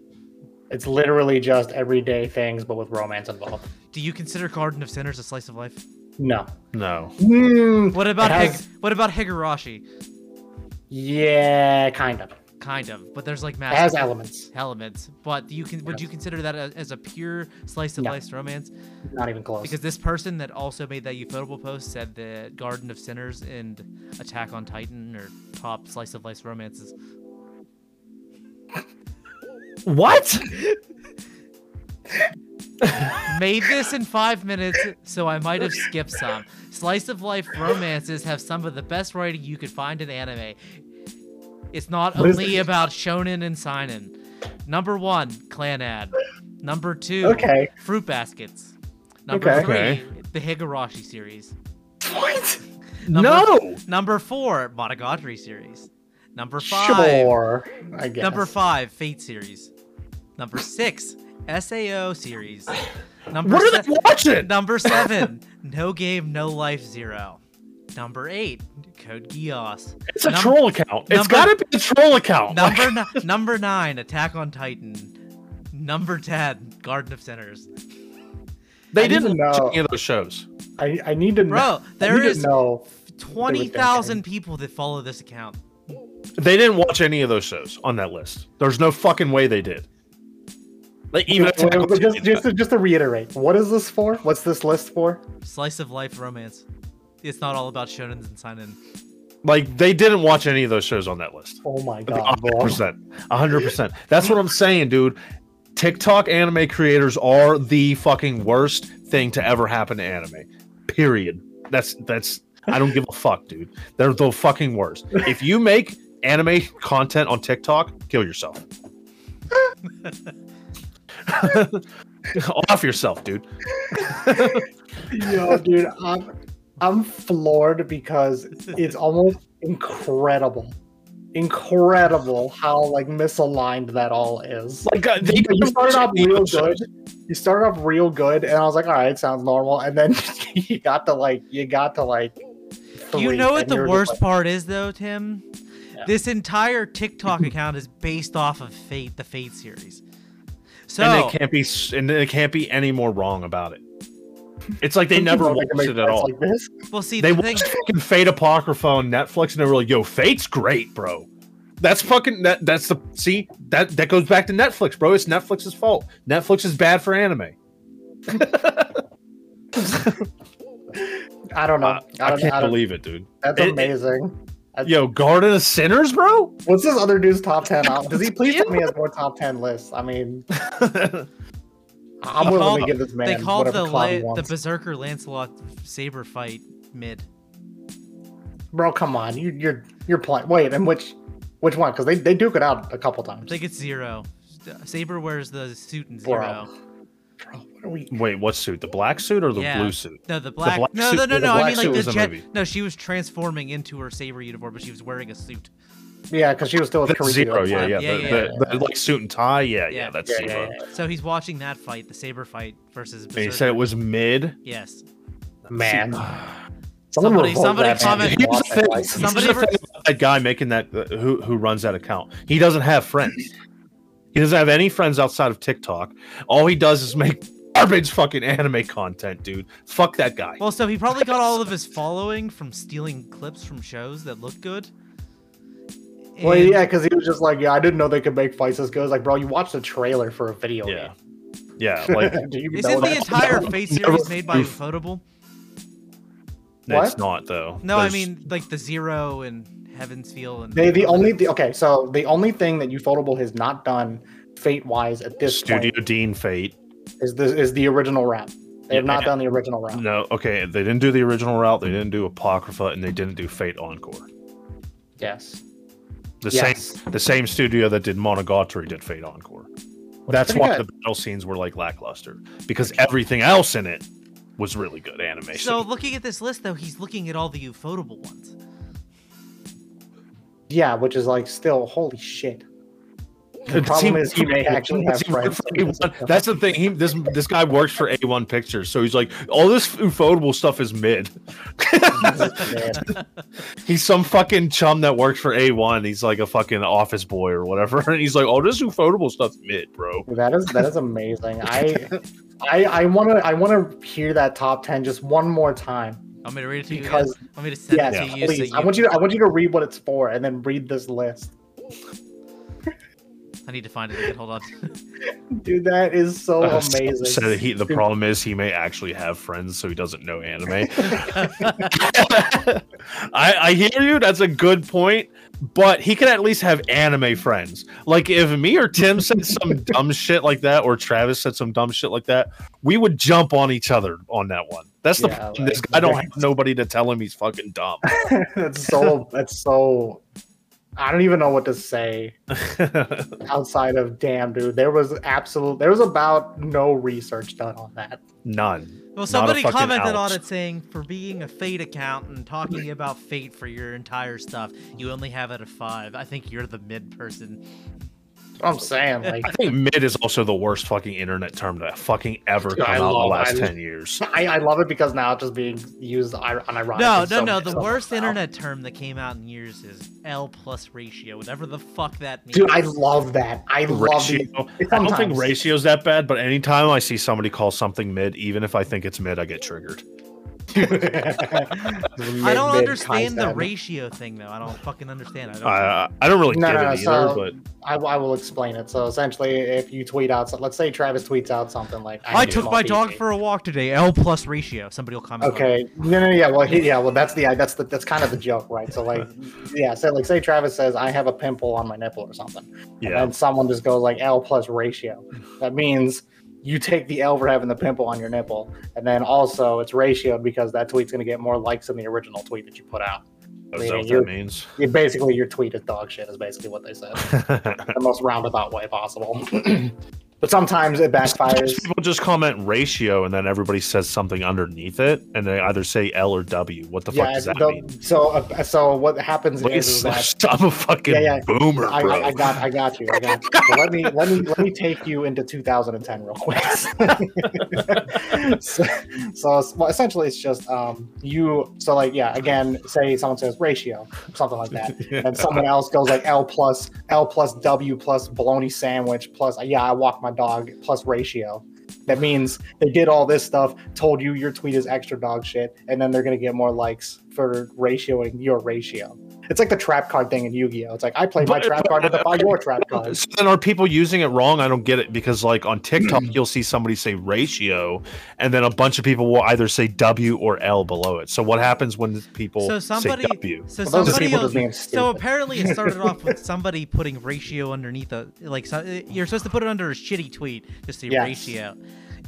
S1: It's literally just everyday things, but with romance involved.
S2: Do you consider Garden of Sinners a slice of life?
S1: No.
S3: No.
S1: Mm,
S2: What about
S1: It
S2: Hig-
S1: has-
S2: what about Higurashi?
S1: yeah, kind of. It
S2: Kind of, but there's like
S1: has
S2: massive
S1: elements.
S2: elements. But do you can would you consider that a, as a pure slice of
S1: No.
S2: life romance?
S1: Not even close.
S2: Because this person that also made that ufotable post said that Garden of Sinners and Attack on Titan are top slice of life romances.
S3: What?
S2: Made this in five minutes, so I might have skipped some. Slice of life romances have some of the best writing you could find in anime. It's not
S1: What is
S2: only
S1: it?
S2: about shonen and seinen. Number one, clan ad. Number two,
S1: okay.
S2: fruit baskets. Number
S1: Okay.
S3: Okay.
S2: three, the Higurashi series.
S3: What?
S2: Number-
S3: no.
S2: Number four, Monogatari series. Number five,
S1: Sure. I guess.
S2: Number five, Fate series. Number six, Sao series. Number
S3: What are
S2: se-
S3: they watching?
S2: Number seven, No Game No Life Zero. Number eight, Code Geass.
S3: It's a
S2: num-
S3: troll account. It's
S2: number-
S3: gotta be a troll
S1: Oh
S3: account. Like,
S2: Number ni- number nine, Attack on Titan. Number ten, Garden of Sinners.
S1: Mm.
S3: they
S1: I need to
S3: didn't watch
S1: know.
S3: any of those shows.
S1: I, I need to know.
S2: Bro,
S1: I
S2: there
S1: need to
S2: is
S1: know.
S2: twenty thousand people that follow this account.
S3: They didn't watch any of those shows on that list. There's no fucking way they did. Like even
S1: Wait, wait,
S3: Attack on
S1: wait, just,
S3: Titan-
S1: just, to, just to reiterate, what is this for? What's this list for?
S2: Slice of life romance. It's not all about shonens and seinen.
S3: like they didn't watch any of those shows on that list.
S1: Oh my god,
S3: hundred
S1: bro.
S3: percent, hundred percent. That's what I'm saying, dude. TikTok anime creators are the fucking worst thing to ever happen to anime. Period. That's that's. I don't give a fuck, dude. They're the fucking worst. If you make anime content on TikTok, kill yourself. [LAUGHS] Off yourself, dude.
S1: [LAUGHS] Yo, dude, I'm I'm floored because it's almost incredible, incredible how like misaligned that all is.
S3: Like uh, they
S1: Like, you
S3: didn't watch
S1: started off
S3: any of [LAUGHS]
S1: real
S3: those shows.
S1: good. You started off real good, and I was like, "All right, sounds normal." And then [LAUGHS] you got to like, you got to like.
S2: You
S1: three,
S2: know what
S1: and
S2: the
S1: you're just
S2: worst
S1: like,
S2: part is, though, Tim?
S1: Yeah.
S2: This entire TikTok account is based off of Fate, the Fate series. So
S3: and they can't be s- and they can't be any more wrong about it. It's like they
S1: "Don't you
S3: never
S1: know they
S3: watched
S1: can make
S3: it at
S1: fights
S3: all.
S1: Like this?
S2: we'll see.
S3: They
S2: the thing,
S3: watched fucking Fate Apocrypha on Netflix and they were like, "Yo, Fate's great, bro." That's fucking that. That's the see that that goes back to Netflix, bro. It's Netflix's fault. Netflix is bad for anime.
S1: I don't know.
S3: Uh,
S1: I,
S3: I,
S1: don't,
S3: can't
S1: I don't-
S3: believe it, dude.
S1: That's
S3: it- it-
S1: amazing.
S3: Yo, Garden of Sinners, bro.
S1: What's this other dude's top ten? Album? Does he please tell me he has more top ten lists? I mean, I'm
S2: They
S1: willing
S2: called-
S1: to give this man
S2: they called
S1: whatever
S2: the
S1: clout he
S2: La- the
S1: wants.
S2: Berserker Lancelot saber fight mid.
S1: Bro, come on, you, you're you're playing. Wait, and which which one? Because they they duke it out a couple
S2: I
S1: times.
S2: think it's zero. Saber wears the suit in
S1: Bro.
S2: zero.
S1: Bro, what are we?
S3: Wait, what suit? The black suit or the
S2: Yeah.
S3: blue suit?
S2: No, the black.
S3: black
S2: no,
S3: suit-
S2: no, no,
S3: the
S2: no. I
S3: black
S2: mean,
S3: suit
S2: like
S3: was
S2: the
S3: the
S2: jet.
S3: movie.
S2: No, she was transforming into her saber uniform, but she was wearing a suit.
S1: Yeah, because she was still with
S3: The
S1: Kirito.
S3: zero, yeah,
S2: time.
S3: yeah,
S2: Yeah,
S3: the,
S2: yeah,
S3: the- the, like suit and tie, yeah, yeah,
S2: Yeah.
S3: that's
S1: Yeah,
S3: zero.
S1: yeah, yeah.
S2: So he's watching that fight, the saber fight versus.
S3: And he
S2: Berserker.
S3: said it was mid.
S2: yes.
S1: Man,
S2: Somebody-
S1: revolt
S2: somebody
S1: that man.
S2: comment-
S1: He
S3: Here's
S1: lost
S3: the
S1: that
S3: thing.
S1: license.
S3: Here's
S2: Somebody
S3: the
S2: ever-
S3: thing about that guy making that uh, who who runs that account. He doesn't have friends. He doesn't have any friends outside of TikTok. All he does is make garbage fucking anime content, dude. Fuck that guy.
S2: Well, so he probably got all of his following from stealing clips from shows that look good.
S1: Well,
S2: And-
S1: yeah, because he was just like, yeah, I didn't know they could make fights as good. It's like, bro, you watched the trailer for a video
S3: yeah. Yeah,
S1: [LAUGHS]
S3: like
S1: game. Do you know
S2: Isn't the
S1: that?
S2: entire face series made by
S3: proof.
S2: Ufotable?
S1: What?
S3: it's not though.
S2: No, I
S3: There's-
S2: mean like the Zero and Heaven's Feel and
S1: [LAUGHS] They the only the, okay, so the only thing that Ufotable has not done fate wise at this
S3: Studio
S1: point
S3: Dean Fate.
S1: is the is the original route. They have
S3: Yeah,
S1: not
S3: yeah.
S1: done the original route.
S3: No, okay, they didn't do the original route. They didn't do Apocrypha, and they didn't do Fate Encore.
S1: Yes.
S3: The
S1: yes.
S3: same, the same studio that did Monogatari did Fate Encore. That's
S1: pretty
S3: why
S1: good.
S3: the battle scenes were like lackluster because everything else in it was really good animation.
S2: So looking at this list, though, he's looking at all the Ufotable ones.
S1: Yeah, which is like still holy
S3: [LAUGHS]
S1: shit. The
S3: It
S1: problem
S3: seemed-
S1: is he may actually have
S3: it
S1: friends.
S3: worked for A1. That's the thing. He, this this guy works for A1 Pictures, so he's like, all this ufotable stuff is mid.
S1: Man,
S3: he's some fucking chum that works for A1. He's like a fucking office boy or whatever, [LAUGHS] and he's like, oh, this ufotable stuff's mid, bro.
S1: that is that is amazing. I I I want to I want to hear that top 10 just one more time
S2: I'm gonna read it to you. guys?
S1: because
S2: I'm gonna send
S1: yes,
S2: it to you. so
S1: please. I want you to I want you to read what it's for and then read this list.
S2: I need to find it. Again. Hold on.
S1: Dude, that is so
S3: Uh, so-
S1: amazing.
S3: So that he, the problem is he may actually have friends, so he doesn't know
S1: [LAUGHS]
S3: anime. [LAUGHS] I, I hear you. That's a good point. But he could at least have anime friends. Like if me
S1: [LAUGHS]
S3: or Tim said some dumb shit like that, or Travis said some dumb shit like that, we would jump on each other on that one. That's the
S1: Yeah,
S3: problem.
S1: like-
S3: this guy don't have nobody to tell him he's fucking
S1: [LAUGHS]
S3: dumb.
S1: [LAUGHS] that's so that's so I don't even know what to say outside of damn dude. There was absolute there was about no research done on that.
S3: None.
S2: Well, somebody
S3: fucking
S2: commented
S3: ounce.
S2: on it saying, "For being a Fate account and talking about Fate for your entire stuff, you only have it a five. I think you're the mid person."
S1: That's what I'm saying.
S2: [LAUGHS]
S1: Like
S3: I think mid is also the worst fucking internet term to fucking ever
S1: Dude,
S3: come
S1: I
S3: out in the
S1: love-
S3: last
S1: I-
S3: ten years.
S1: I, I love it because now it's just being used ir- unironically.
S2: No, no,
S1: so
S2: no.
S1: much,
S2: The
S1: so much
S2: worst
S1: now.
S2: internet term that came out in years is L plus ratio, whatever the fuck that means.
S1: Dude, I love that. I love
S3: ratio.
S1: it.
S3: I don't think
S1: Sometimes. [LAUGHS]
S3: ratio's that bad, but anytime I see somebody call something mid, even if I think it's mid, I get triggered.
S2: I don't understand the ratio thing though. I don't fucking understand. I don't.
S3: I I don't really
S1: No,
S3: get
S1: no, no,
S3: it either,
S1: so-
S3: but
S1: I, I will explain it. So essentially, if you tweet out, so let's say Travis tweets out something like,
S2: I,
S1: need
S2: took
S1: small
S2: my dog
S1: PJ."
S2: for a walk today. L plus ratio. Somebody will comment. on it.
S1: Okay. No, no, yeah. Well, he, yeah. Well, that's the yeah, that's the that's kind of the joke, right? So like, yeah. So like, say Travis says, "I have a pimple on my nipple" or something.
S3: yeah,
S1: and someone just goes like L plus ratio. That means you take the L for having the pimple on your nipple, and then also it's ratioed because that tweet's going to get more likes than the original tweet that you put out.
S3: that's what
S1: you're-
S3: that means.
S1: [LAUGHS]
S3: [LAUGHS]
S1: You, basically, your tweet is dog shit, is basically what they said. the most roundabout way possible. [CLEARS THROAT] but sometimes it backfires.
S3: People just comment ratio, and then everybody says something underneath it, and they either say L or W. What the fuck does that
S1: the-
S3: mean?
S1: so uh, so what happens
S3: Like,
S1: is, is that
S3: [LAUGHS] I'm a fucking
S1: Yeah, yeah.
S3: boomer,
S1: I,
S3: bro.
S1: I,
S3: [LAUGHS]
S1: I got I got you. I got you. So let me let me let me take you into 2010 real quick. [LAUGHS] so, so it's- well, essentially, it's just um, you. So like yeah, again, say someone says ratio, something like that, and someone else goes like L plus L plus W plus bologna sandwich plus yeah, I walk my dog plus ratio. That means they did all this stuff, told you your tweet is extra dog shit, and then they're gonna get more likes for ratioing your ratio. It's like the trap card thing in Yu Gi Oh. It's like I play my
S3: But-
S1: trap card, but I buy your trap card.
S3: So then are people using it wrong? I don't get it because like on TikTok you'll see somebody say ratio, and then a bunch of people will either say W or L below it. So what happens when people
S2: so somebody,
S3: say W?
S2: so
S1: Well, those
S2: somebody,
S1: people
S2: else-
S1: just being
S2: so
S1: stupid.
S2: apparently it started off
S1: [LAUGHS]
S2: with somebody putting ratio underneath a like so, eh, you're supposed to put it under a shitty tweet just say
S1: Yes.
S2: ratio,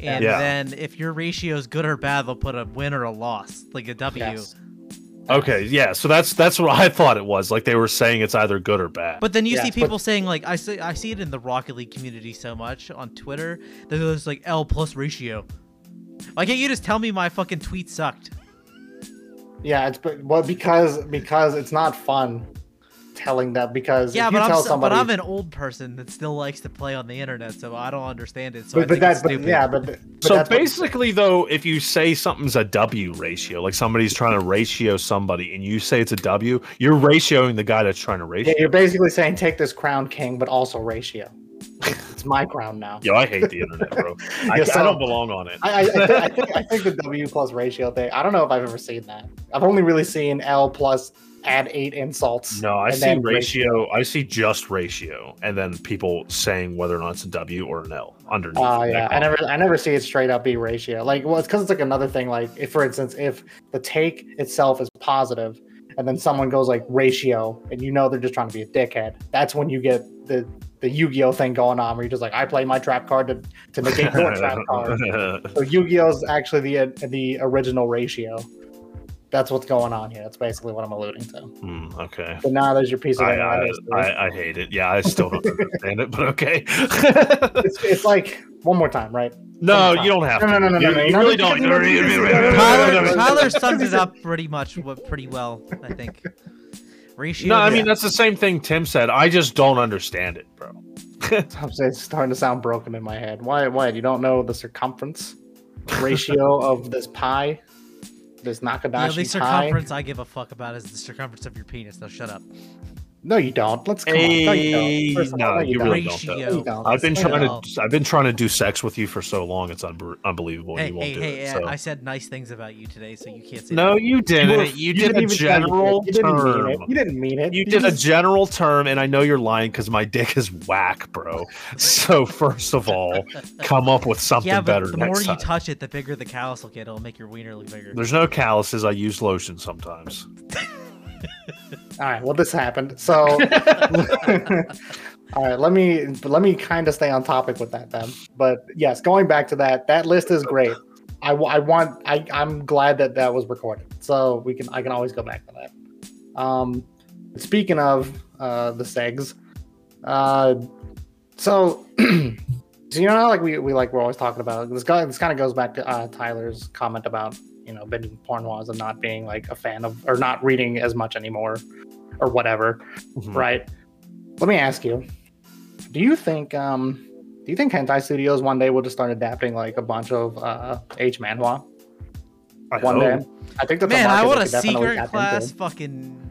S2: and
S3: Yeah.
S2: then if your ratio is good or bad, they'll put a win or a loss like a W.
S1: Yes.
S3: Okay, yeah. So that's that's what I thought it was. Like they were saying it's either good or bad.
S2: But then you
S1: Yes,
S2: see
S1: but-
S2: people saying like I see I see it in the Rocket League community so much on Twitter. There's this like L plus ratio. Why can't you just tell me my fucking tweet sucked?
S1: Yeah, it's but well because because it's not fun telling that because
S2: yeah,
S1: if you
S2: but I'm
S1: tell
S2: so,
S1: somebody
S2: but I'm an old person that still likes to play on the internet, so I don't understand it. So I
S1: but, but
S2: think it's
S1: that but
S2: stupid.
S1: yeah but, but
S3: so
S1: that's what-
S3: basically, though, if you say something's a W ratio, like somebody's trying to ratio somebody, and you say it's a W, you're ratioing the guy that's trying to ratio.
S1: yeah, you're basically saying take this crown king, but also ratio. it's my crown now.
S3: Yo, I hate the internet, bro.
S1: [LAUGHS]
S3: I,
S1: Yeah, so-
S3: I don't belong on it.
S1: I, I, I, think, I think I think the W plus ratio thing. I don't know if I've ever seen that. I've only really seen L plus add eight insults.
S3: No, I
S1: and
S3: see
S1: then
S3: ratio. I see just ratio, and then people saying whether or not it's a W or an L underneath.
S1: Oh
S3: that
S1: yeah, I
S3: column.
S1: never, I never see it straight up be ratio. Like, well, it's because it's like another thing. Like, if for instance, if the take itself is positive, and then someone goes like ratio, and you know they're just trying to be a dickhead, that's when you get the the Yu-Gi-Oh thing going on, where you're just like, I play my trap card to to
S3: [LAUGHS]
S1: negate your trap card. So Yu-Gi-Oh is actually the uh, the original ratio. That's what's going on here. That's basically what I'm alluding to.
S3: Hmm, okay.
S1: But now there's your piece
S3: I,
S1: of
S3: I,
S1: internet history.
S3: I, I hate it. Yeah, I still don't understand it, but okay. [LAUGHS]
S1: it's, it's like one more time, right? [LAUGHS]
S3: no, you don't have
S1: No,
S3: to.
S1: no, no, no, no,
S3: You,
S1: no,
S3: you
S1: no,
S3: really
S1: no,
S3: don't.
S1: no, no, no,
S2: Tyler,
S1: no, no,
S2: Tyler sums it up pretty much what pretty well, I think. Ratio.
S3: No, I
S2: is-
S3: mean that's the same thing Tim said. I just don't understand it, bro.
S1: I'm saying it's starting to sound broken in my head. Why? Why? You don't know the circumference
S3: [LAUGHS]
S1: ratio of this pie, this
S2: the
S1: Nakadashi
S2: only
S1: pie.
S2: circumference I give a fuck about is the circumference of your penis. Now shut up.
S1: No, you don't. Let's come on. No, you
S3: Hey,
S1: don't. First of all,
S3: no,
S1: no, you,
S3: you
S1: don't.
S3: really don't,
S2: Ratio.
S1: No, you don't.
S3: I've been
S1: No, you
S3: trying
S1: don't.
S3: to. I've been trying to do sex with you for so long. It's unbe- unbelievable.
S2: hey,
S3: you won't
S2: hey,
S3: do
S2: hey,
S3: it.
S2: yeah,
S3: so.
S2: I said nice things about you today, so you can't say
S3: no,
S2: that.
S3: you
S1: You were-
S3: didn't. You, did a
S1: even say you
S3: general
S1: You didn't
S3: term.
S1: mean it. You didn't mean it.
S3: You did a
S1: just-
S3: general term, and I know you're lying because my dick is whack, bro. So first of all, come up with something
S2: Yeah,
S3: better
S2: but the more
S3: next
S2: you
S3: time.
S2: touch it, the bigger the callus will get. It'll make your wiener look bigger.
S3: There's no calluses. I use lotion sometimes.
S1: All right. Well, this happened. So, all right. Let me let me kind of stay on topic with that then. But yes, going back to that, that list is great. I, wa- I want I I'm glad that that was recorded, so we can I can always go back to that. Um, speaking of uh the segs, uh, so. [CLEARS THROAT] So you know, how, like we, we like we're always talking about this guy. This kind of goes back to uh, Tyler's comment about you know binging porn was and not being like a fan of or not reading as much anymore or whatever,
S3: Mhm.
S1: right? Hmm. Let me ask you: Do you think um do you think hentai studios one day will just start adapting like a bunch of uh H manhwa
S3: I
S1: one
S3: hope.
S1: day? I think that's a
S2: Man,
S1: market
S2: I
S1: they
S2: want a
S1: could definitely
S2: secret
S1: tap
S2: class
S1: into.
S2: fucking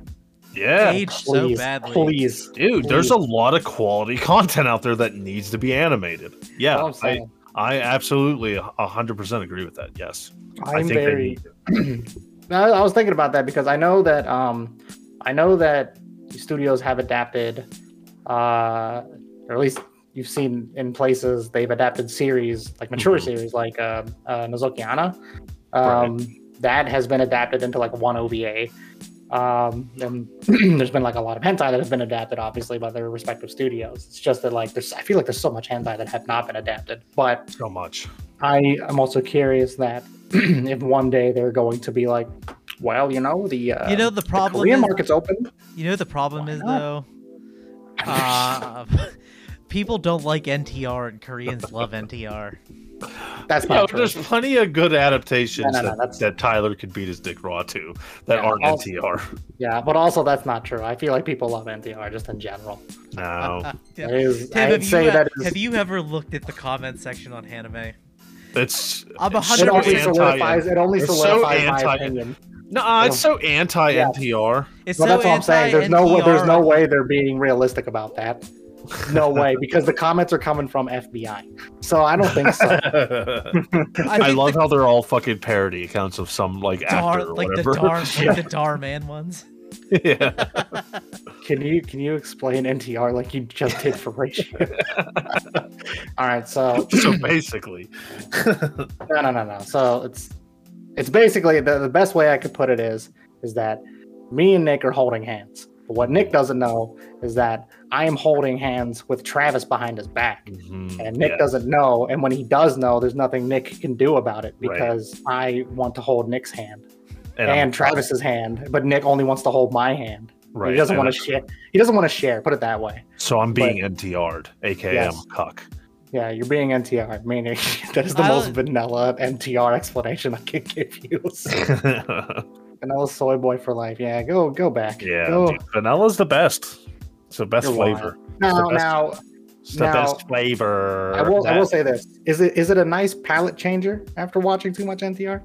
S3: Yeah.
S2: age so
S1: Please,
S2: badly.
S1: please.
S3: Dude, there's a lot of quality [LAUGHS] content out there that needs to be animated.
S1: That's
S3: Yeah,
S1: what I'm
S3: I,
S1: saying.
S3: I absolutely 100% agree with that. Yes.
S1: I'm
S3: I think
S1: very.
S3: they need it.
S1: [CLEARS THROAT] No, I was thinking about that because I know that um, I know that studios have adapted, uh, or at least you've seen in places they've adapted series like mature
S3: Mhm.
S1: series like uh, uh, Nozokiana. Um, That has been adapted into like one OVA. Um, and [CLEARS THROAT] there's been like a lot of hentai that have been adapted, obviously, by their respective studios. It's just that like there's, I feel like there's so much hentai that have not been adapted, but
S3: so much.
S1: I am also curious that [CLEARS THROAT] if one day they're going to be like, well, you know, the uh,
S2: You know the problem
S1: Korean
S2: is,
S1: market's open.
S2: you know the problem
S1: Why
S2: is
S1: not?
S3: [LAUGHS]
S2: though. Uh, [LAUGHS] people don't like NTR and Koreans love NTR.
S1: That's
S3: Yeah,
S1: not
S3: but
S1: true.
S3: there's plenty of good adaptations
S1: No, no, no,
S3: that,
S1: that's-
S3: that Tyler could beat his dick raw to that
S1: Yeah,
S3: aren't
S1: also-
S3: NTR.
S1: Yeah, but also that's not true. I feel like people love NTR just in general. [LAUGHS]
S3: No,
S1: It is,
S2: Tim,
S1: I'd
S2: have,
S1: say
S2: you, uh,
S1: that
S2: have
S1: is.
S2: you ever looked at the comment section on anime?
S3: it's
S2: I'm
S3: it's
S1: It
S3: so
S2: hundred
S1: only
S2: percent
S1: solidifies.
S3: anti.
S1: It only
S3: They're so
S1: solidifies my
S3: anti-
S1: opinion.
S3: No, it's so anti NTR.
S2: It's
S1: Well,
S2: so
S1: that's what I'm saying. There's no. way- There's no way they're being realistic about that. No
S3: [LAUGHS]
S1: way, because the comments are coming from FBI. So [LAUGHS] I don't think so.
S3: I,
S2: think
S3: love
S2: the
S3: how they're all fucking parody accounts of some like
S2: Dar,
S3: actor or [LAUGHS]
S2: like the
S3: whatever.
S2: Dar, like the Dar Man ones.
S3: yeah.
S1: Can you can you explain NTR like you just did for
S3: [LAUGHS]
S1: ratio? [LAUGHS] All right, so
S3: So basically,
S1: no no no no. So it's it's basically the, the best way I could put it is is that me and Nick are holding hands. But what Nick doesn't know is that I am holding hands with Travis behind his back.
S3: Mhm,
S1: And Nick
S3: yeah.
S1: doesn't know. And when he does know, there's nothing Nick can do about it
S3: Right.
S1: because I want to hold Nick's hand
S3: And
S1: and,
S3: I'm-
S1: Travis's hand, but Nick only wants to hold my hand.
S3: right,
S1: He doesn't
S3: and
S1: want
S3: I'm-
S1: to share. He doesn't want to share. Put it that way.
S3: So I'm being NTR'd, aka
S1: Yes.
S3: I'm a cuck.
S1: Yeah, you're being NTR, meaning [LAUGHS] that is the
S2: I
S1: most
S2: don't- vanilla
S1: vanilla NTR explanation I can give you. [LAUGHS] vanilla soy boy for life. Yeah, go go back.
S3: [LAUGHS] yeah,
S1: Go.
S3: dude, vanilla's the best. It's the best
S1: You're
S3: flavor.
S1: Now,
S3: the best-
S1: now,
S3: It's the
S1: Now,
S3: best flavor.
S1: I will. I
S3: That-
S1: will say this: is it is it a nice palate changer after watching too much NTR?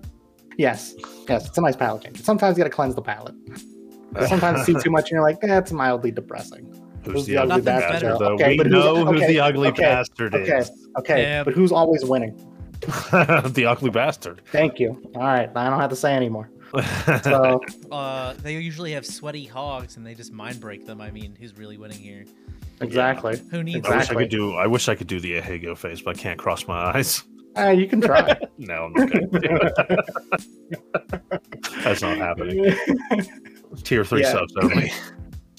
S1: Yes, yes, it's a nice palate changer. Sometimes you got to cleanse the palate. Sometimes you see too much and you're like, "Eh, that's mildly depressing.
S3: who's the ugly
S2: Nothing's
S3: bastard?
S2: better.
S3: Though
S1: Okay,
S3: we
S1: but who's-
S3: know who
S1: okay,
S3: the ugly
S1: okay,
S3: bastard
S1: Okay,
S3: is. [LAUGHS]
S1: okay,
S2: Yeah.
S1: but who's always winning?
S3: the ugly bastard.
S1: Thank you. All right, I don't have to say anymore.
S3: [LAUGHS]
S1: So
S2: Uh, they usually have sweaty hogs, and they just mind break them. I mean, who's really winning here?
S1: exactly.
S2: Who needs
S3: I wish I
S1: Exactly.
S3: could do. I wish I could do the Ahego face, but I can't cross my eyes. [LAUGHS]
S1: Uh, you can try.
S3: No, I'm not gonna do it. [LAUGHS] That's not happening.
S1: [LAUGHS]
S3: Tier three
S1: Yeah.
S3: subs only.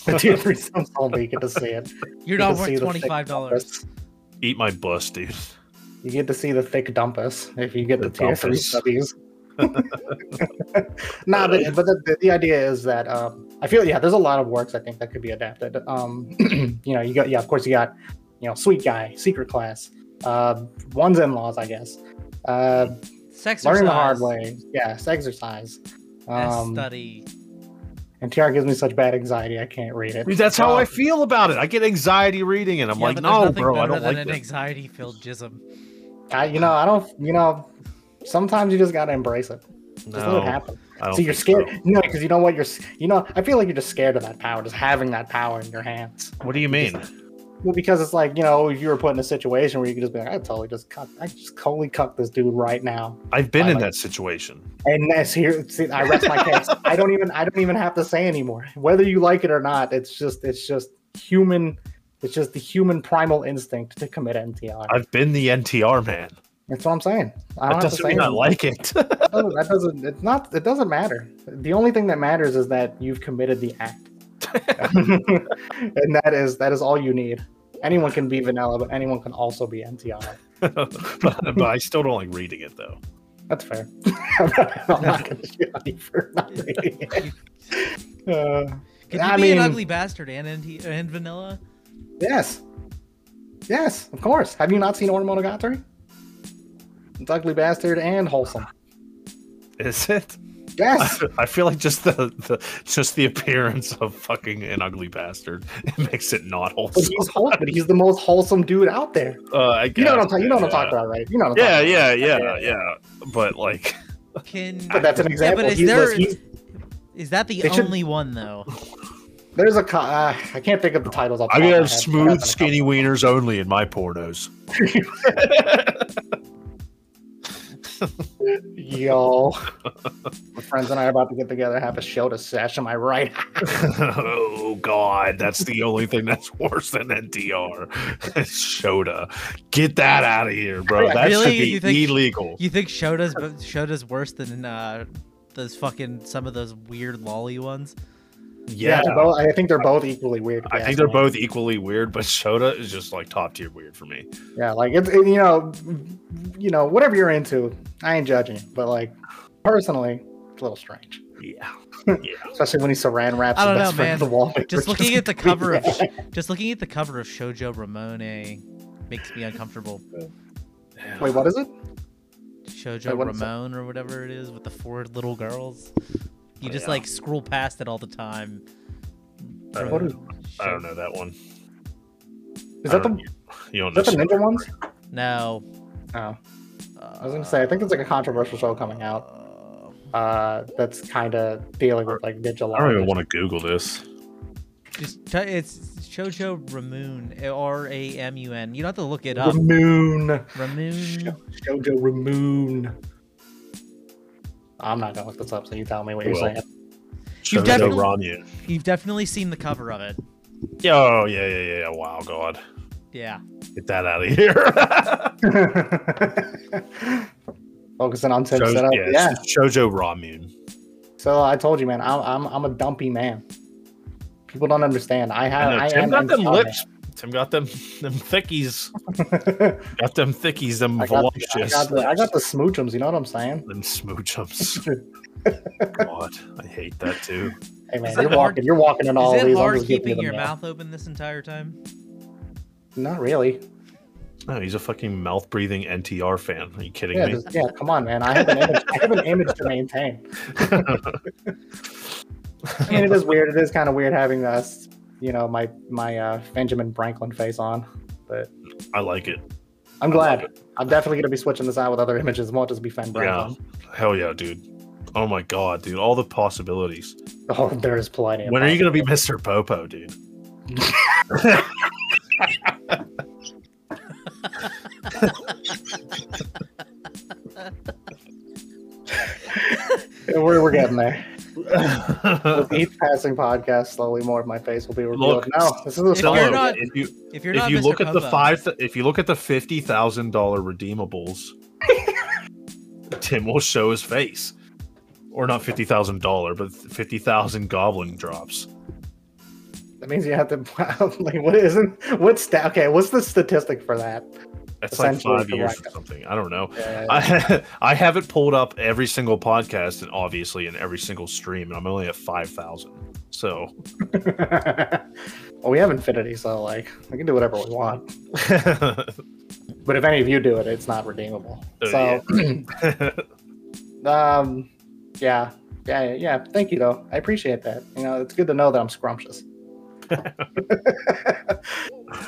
S1: the tier three subs only you get to see it.
S2: that? You're
S1: You can
S2: not
S1: see
S2: worth
S1: the
S2: twenty
S1: thick
S2: five dollars.
S1: dumpus.
S3: Eat my bus, dude.
S1: You get to see the thick dumpus if you get the,
S3: The
S1: tier three subbies. nah, but, but the, the, the idea is that um, I feel yeah, there's a lot of works I think that could be adapted. Um, [CLEARS THROAT] you know, you got yeah, of course you got you know, sweet guy, secret class, uh, one's in laws, I guess. Uh,
S2: Sex
S1: learning the hard way, yes, exercise. Um,
S2: study.
S1: and TR gives me such bad anxiety, I can't read it.
S3: [LAUGHS] Dude, that's how I
S1: Um,
S3: feel about it. I get anxiety reading, and I'm
S2: Yeah,
S3: like,
S2: but there's
S3: no,
S2: nothing
S3: bro, I
S2: better
S3: don't
S2: than
S3: like
S2: an
S3: this.
S2: anxiety filled
S1: [LAUGHS]
S2: jism.
S1: I, you know, I don't, you know, sometimes you just got to embrace it. Just let
S3: No,
S1: it happen.
S3: I don't
S1: So you're
S3: think so.
S1: scared. No, because you know what? You're, s- you know, I feel like you're just scared of that power, just having that power in your hands.
S3: What do you mean?
S1: Well, because it's like, you know, if you were put in a situation where you could just be like, I totally just cut, I just totally cut this dude right now.
S3: I've been
S1: I
S3: in
S1: like-
S3: that situation.
S1: And that's here. See, I rest my
S3: [LAUGHS]
S1: case. I don't even, I don't even have to say anymore. Whether you like it or not, it's just, it's just human. It's just the human primal instinct to commit NTR.
S3: I've been the NTR man.
S1: That's what I'm saying. I don't have
S3: That
S1: to
S3: doesn't
S1: say
S3: mean I
S1: anymore.
S3: like it.
S1: Oh, that doesn't. It's not. It doesn't matter. The only thing that matters is that you've committed the
S3: [LAUGHS]
S1: act, and that is that is all you need. Anyone can be vanilla, but anyone can also be NTR.
S3: [LAUGHS] but I still don't like reading it though.
S1: That's fair. [LAUGHS] I'm not, I'm not gonna shit on you for not reading it. Uh,
S2: Can you
S1: I
S2: be
S1: mean-
S2: an ugly bastard and NT- and vanilla?
S1: yes, yes, of course. Have you not seen Order Monogatari? It's ugly bastard and wholesome.
S3: Is it?
S1: Yes,
S3: I, I feel like just the, the just the appearance of fucking an ugly bastard [LAUGHS] it makes it not
S1: but
S3: wholesome. [LAUGHS]
S1: he's wholesome. But he's the most wholesome dude out there.
S3: Uh, I
S1: You
S3: guess,
S1: know what I'm talking. You know what I'm
S3: yeah.
S1: talking about, right? You know. What I'm
S3: Yeah,
S1: talking about.
S3: yeah, yeah, yeah. But like,
S2: Can
S1: But that's an
S2: yeah,
S1: example.
S2: but is
S1: He's the-
S2: there
S1: he's-
S2: is that the
S1: They should-
S2: only one though?
S1: There's a co- uh, I can't think of the titles. off the
S3: I
S1: top of my
S3: have
S1: head.
S3: smooth,
S1: That's
S3: skinny wieners only in my pornos. [LAUGHS]
S1: a- Yo, my friends and I are about to get together, and have a show to sesh. Am I right?
S3: [LAUGHS]
S1: [LAUGHS]
S3: oh God, that's the only thing that's worse than [LAUGHS] NDR. Shoda, get that out of here, bro. That
S2: Really?
S3: should
S2: You
S3: be
S2: think-
S3: illegal.
S2: You think Shoda's Shoda's worse than uh, those fucking some of those weird lolly ones?
S3: Yeah,
S1: they're both, I think they're both equally weird. if
S3: I
S1: you
S3: think
S1: ask
S3: they're
S1: me.
S3: both equally weird, but Shoda is just like top tier weird for me.
S1: Yeah, like it's it, you know, you know, whatever you're into, I ain't judging. you, But like, personally, it's a little strange,
S3: Yeah,
S1: especially when he saran wraps.
S2: I don't
S1: his
S2: know,
S1: best friend
S2: man.
S1: to The wallpaper. [LAUGHS]
S2: Just looking at the
S1: completely
S2: cover of
S1: wrong. [LAUGHS]
S2: just looking at the cover of Shoujo Ramone makes me uncomfortable.
S3: yeah.
S1: Wait, what is it?
S2: Shoujo
S1: Wait, what is that?
S2: Ramon or whatever it is with the four little girls. You
S3: Oh,
S2: just
S3: yeah.
S2: like scroll past it all the time.
S3: I
S1: Uh, What
S3: don't,
S1: is,
S3: I don't know that one.
S1: is
S3: I
S1: that the
S3: don't- You don't
S1: is that the
S3: know.
S1: ninja ones?
S2: No.
S1: Oh, I was gonna say I think it's like a controversial show coming out.
S2: Uh,
S1: Uh, that's kind of dealing with like ninja.
S3: I don't even
S1: laws.
S3: want to Google this.
S2: just t- it's Shoujo Ramun, R A M U N. You don't have to look it up.
S1: Ramoon.
S2: Ramun.
S1: Shoujo Ramoon. I'm not gonna look this up, so you tell me what you're
S3: Well.
S1: saying.
S2: You've
S3: Shojo
S2: definitely-
S3: Ranya.
S2: You've definitely seen the cover of it.
S3: Yeah, Oh yeah, yeah, yeah, yeah. Wow, God,
S2: Yeah.
S3: get that out of
S1: [LAUGHS]
S3: here.
S1: Focusing on tip
S3: Shojo,
S1: setup.
S3: yeah,
S1: yeah.
S3: it's Shoujo Ramune.
S1: So I told you, man, I'm I'm, I'm a dumpy man. People don't understand. I have.
S3: I know,
S1: I
S3: Tim
S1: am
S3: got them
S1: insomnia. [LAUGHS]
S3: lips. Tim got them them thickies. Got them thickies. Them
S1: I, got the, I,
S3: voluptuous.
S1: got the, I got the smoochums. You know what I'm saying?
S3: [LAUGHS]
S1: [LAUGHS]
S3: them smoochums. God, I hate that too.
S1: Hey man,
S2: Is it
S1: you're
S2: hard-
S1: walking. You're walking in all
S2: Is it
S1: these. I'm
S2: hard
S1: just giving you
S2: keeping
S1: the
S2: your
S1: mail.
S2: mouth open this entire time?
S1: Not really.
S3: No, he's a fucking mouth breathing NTR fan. Are you kidding
S1: Yeah,
S3: me?
S1: just- yeah. Come on, man. I have an image. I have an image to
S3: [LAUGHS]
S1: maintain. and it is weird. It is kind of weird having us, you know, my my uh, Benjamin Franklin face on. But
S3: I like it.
S1: I'm
S3: I love
S1: glad. I'm definitely gonna be switching this out with other images. It won't just be Fen
S3: Yeah.
S1: Franklin.
S3: Hell yeah, dude. Oh my god, dude. All the possibilities.
S1: Oh, there is plenty. of
S3: When are you gonna be Mr. Popo, dude?
S1: We're, we're getting there.
S3: Look,
S1: With each passing podcast, slowly more of my face will be revealed.
S3: Look,
S1: no, this is a
S2: If you're
S1: solo.
S3: Cello,
S2: not-
S3: if you
S2: If you're
S3: if
S2: not
S3: you
S2: Mr.
S3: look at the
S2: Popo-
S3: five th- if you look at the fifty thousand dollar redeemables, Tim will show his face. Or not fifty thousand dollar, but fifty thousand goblin drops.
S1: That means you have to. [LAUGHS] like, what isn't? What's that? Okay, what's the statistic for that?
S3: That's like
S1: Essentially
S3: five years
S1: correct.
S3: or something. I don't know.
S1: Uh,
S3: I I [LAUGHS] have it pulled up every single podcast and obviously in every single stream, and I'm only at five thousand. So [LAUGHS]
S1: [LAUGHS] well, we have infinity, so like we can do whatever we want. But if any of you do it, it's not redeemable.
S3: Oh,
S1: so, [CLEARS THROAT] um, yeah, yeah, yeah. Thank you, though. I appreciate that. You know, it's good to know that I'm
S3: [LAUGHS]
S1: scrumptious.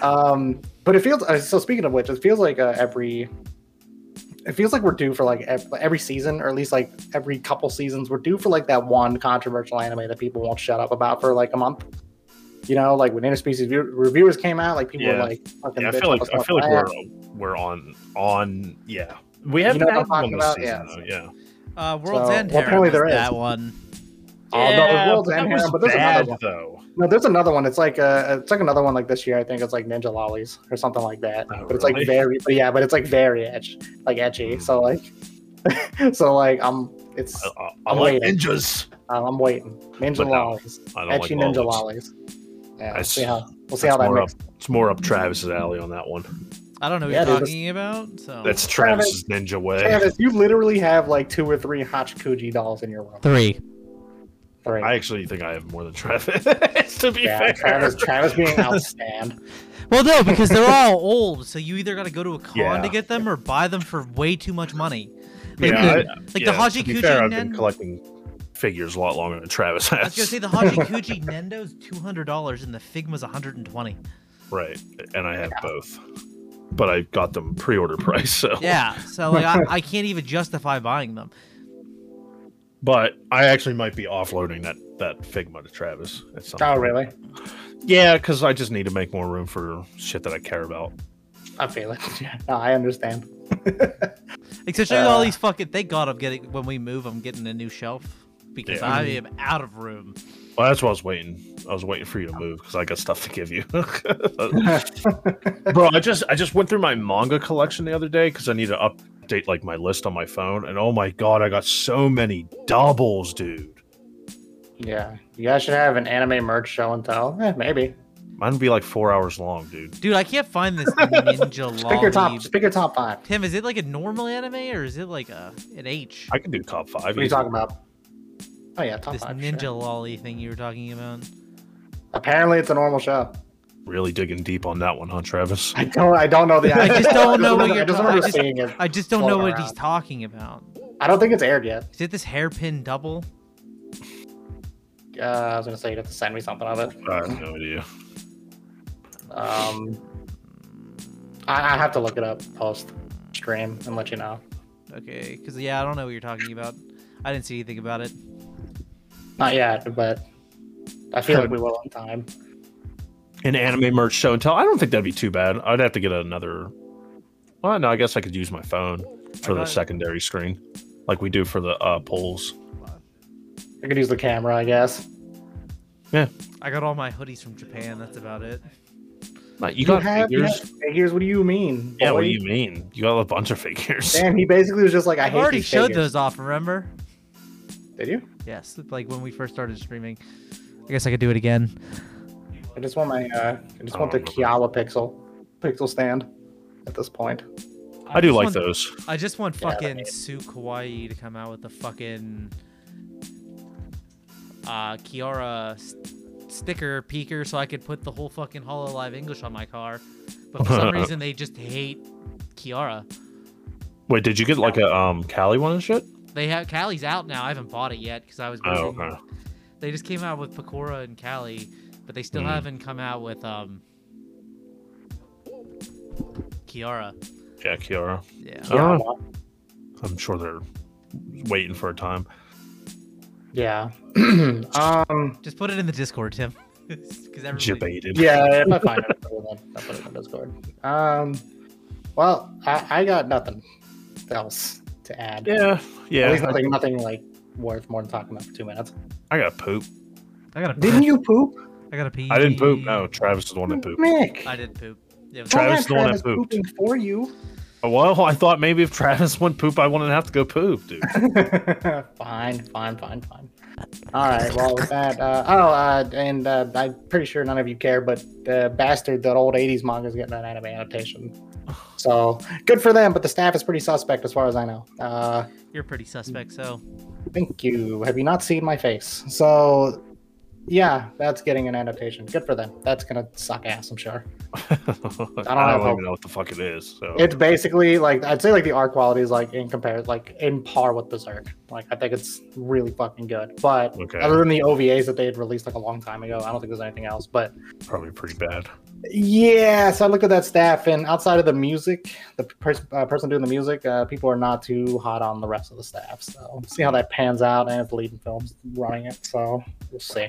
S1: um, but it feels uh, so. Speaking of which, it feels like uh, every. It feels like we're due for like ev- every season, or at least like every couple seasons, we're due for like that one controversial anime that people won't shut up about for like a month. You know, like when Interspecies View- Reviewers came out, like people were
S3: Yeah.
S1: like, fucking
S3: yeah, I
S1: bitch
S3: feel like
S1: us
S3: I
S1: about
S3: feel like
S1: that.
S3: we're we're on on yeah. We
S1: You
S3: haven't
S1: know what
S3: had
S1: I'm
S3: one
S1: talking
S3: this
S1: about?
S3: season,
S1: Yeah.
S3: though, yeah.
S2: uh, World's
S1: So-
S2: End.
S1: well,
S2: Harem
S1: apparently there
S2: is
S1: is.
S2: that one.
S1: Oh, no, there's World's
S3: that
S1: End
S3: was
S1: Harem, but there's another
S3: bad,
S1: one.
S3: though.
S1: No, there's another one. It's like uh, it's like another one like this year. I think it's like Ninja Lollies or something like that.
S3: Oh,
S1: but it's
S3: really?
S1: like very, but yeah, but it's like very edge, like edgy. So like, [LAUGHS] so like I'm, it's
S3: I, I, I
S1: I'm
S3: like
S1: waiting.
S3: ninjas.
S1: uh, I'm waiting. Ninja
S3: Oh. But no,
S1: Lollies,
S3: I don't
S1: edgy
S3: like
S1: Ninja Lollies.
S3: lollies.
S1: Yeah, we'll
S3: That's-
S1: see how we'll see how
S3: that's
S1: that
S3: more
S1: makes.
S3: up, it's more up Travis's alley on that one.
S2: I don't know what
S1: Yeah,
S2: you're
S1: dude, this-
S2: talking about. So
S3: That's Travis's ninja way.
S1: Travis, you literally have like two or three Hachikuji dolls in your room.
S2: three.
S1: Three.
S3: I actually think I have more than Travis. [LAUGHS] to be
S1: yeah,
S3: fair,
S1: Travis, Travis being outstand.
S3: [LAUGHS]
S2: Well, no, because
S1: [LAUGHS]
S2: they're all old, so you either got to go to a con
S3: Yeah.
S2: to get them or buy them for way too much money.
S3: [LAUGHS]
S2: Like,
S3: Yeah,
S2: the,
S3: I-
S2: like
S3: yeah,
S2: the
S3: to
S2: Haji
S3: be fair,
S2: Kuji
S3: I've been
S2: Nen-
S3: collecting figures a lot longer than Travis
S2: I
S3: has.
S2: was gonna say the Haji
S3: [LAUGHS]
S2: Kuji Nendo's two hundred dollars and the Figma's one hundred and twenty.
S3: right, and I have both, but I got them pre-order price. So
S2: Yeah, so like I, I can't even justify buying them.
S3: but I actually might be offloading that that Figma to Travis. At some
S1: Oh
S3: point.
S1: really?
S3: Yeah, because I just need to make more room for shit that I care about.
S1: I feel it. [LAUGHS] Yeah, no, I understand.
S2: Especially with all
S1: Uh,
S2: these fucking. Thank God I'm getting when we move. I'm getting a new shelf because
S3: Yeah.
S2: I am out of room.
S3: Well, that's why I was waiting. I was waiting for you to move because I got stuff to give you, [LAUGHS] bro. I just I just went through my manga collection the other day because I need to update like my list on my phone, and oh my god, I got so many doubles, dude.
S1: Yeah, you guys should have an anime merch show and tell. Eh, maybe.
S3: Mine would be like four hours long, dude.
S2: Dude, I can't find this
S1: [LAUGHS]
S2: ninja
S1: Pick your top.
S2: lolly.
S1: Just pick your top five.
S2: Tim, is it like a normal anime or is it like a an H?
S3: I can do top five.
S1: What are you
S3: easy.
S1: talking about? Oh yeah, top
S2: This
S1: five.
S2: ninja
S1: sure.
S2: lolly thing you were talking about.
S1: Apparently, it's a normal show. [LAUGHS]
S3: Really digging deep on that one, huh, Travis?
S1: I don't. I don't know the.
S2: [LAUGHS] I just don't know
S1: [LAUGHS]
S2: what
S1: I
S2: you're
S1: just
S2: talking- I
S1: remember
S2: just-
S1: seeing it.
S2: I just don't know
S1: Floating
S2: what
S1: around.
S2: he's talking about.
S1: I don't think it's aired yet.
S2: Is it this hairpin double?
S1: Uh, I was gonna say you would have to send me something of it.
S3: I have no idea.
S1: Um, I, I have to look it up post stream and let you know.
S2: Okay, because yeah, I don't know what you're talking about. I didn't see anything about it.
S1: Not yet, but I feel like we will in time.
S3: An anime merch show and tell. I don't think that'd be too bad. I'd have to get another. Well, no, I guess I could use my phone for
S2: I
S3: the
S2: got-
S3: secondary screen, like we do for the uh, polls.
S1: I could use the camera, I guess.
S2: I got all my hoodies from Japan. That's about it.
S3: you got
S1: have, you
S3: figures?
S1: have figures. What do you mean?
S3: yeah, what do
S1: boy?
S3: you mean? You got a bunch of figures.
S1: Damn, he basically was just like, I
S2: I've
S1: hate
S2: already
S1: these
S2: showed
S1: figures.
S2: those off. Remember?
S1: Did you?
S2: Yes, like when we first started streaming. I guess I could do it again.
S1: I just want my, uh, I just
S3: I
S1: want the
S3: don't
S1: Kiala pixel, pixel stand, at this point.
S3: I do
S2: just
S3: like
S2: want-
S3: those.
S2: I just want
S1: Yeah, I
S2: fucking Sue Kawaii to come out with the fucking uh Kiara s- sticker peaker so I could put the whole fucking Hollow Live English on my car. But for
S3: [LAUGHS]
S2: some reason they just hate Kiara.
S3: Wait, did you get like a um Cali one and shit?
S2: They have Callie's out now. I haven't bought it yet because I was
S3: Oh,
S2: busy.
S3: okay.
S2: They just came out with Pecora and Callie, but they still
S3: Hmm.
S2: haven't come out with um Kiara.
S3: Yeah, Kiara.
S2: Yeah.
S3: I don't know.
S1: Kiala.
S3: I'm sure they're waiting for a time.
S1: Yeah. [CLEARS THROAT] um.
S2: Just put it in the Discord, Tim. [LAUGHS] Because everybody.
S3: Debated.
S1: Yeah. If I find it, I'll put it in- I'll put it in Discord. Um. Well, I, I got nothing else to add.
S3: Yeah.
S1: At least
S3: Yeah.
S1: nothing, nothing like worth more than talking about for two minutes.
S3: I got poop.
S2: I gotta
S1: Didn't you poop,
S2: I gotta pee.
S3: I didn't poop. No, Travis is the one that pooped.
S1: Mick?
S2: I did poop. It was-
S3: Tra- Travis
S1: Don't
S3: the one
S1: let
S3: that pooped.
S1: pooping for you.
S3: Well, I thought maybe if Travis [LAUGHS] went poop, I wouldn't have to go poop, dude.
S1: fine, fine, fine, fine. All right. Well, with that, uh, oh, uh, and uh, I'm pretty sure none of you care, but uh, bastard, that old '80s manga is getting an anime adaptation. So good for them, but the staff is pretty suspect, as far as I know. Uh,
S2: You're pretty
S1: [CLEARS THROAT]
S2: suspect, so
S1: thank you. Have you not seen my face? So, yeah, that's getting an adaptation. Good for them. That's gonna suck ass, I'm sure.
S3: I don't,
S1: know.
S3: even know what the fuck it is. So
S1: It's basically like I'd say like the art quality is like in compare like in par with Berserk. Like I think it's really fucking good. But
S3: Okay.
S1: other than the OVAs that they had released like a long time ago, I don't think there's anything else. But
S3: probably pretty bad.
S1: yeah, so I looked at that staff, and outside of the music, the pers- uh, person doing the music, uh, people are not too hot on the rest of the staff. So we'll see how that pans out, and if the leading film's running it, so we'll see.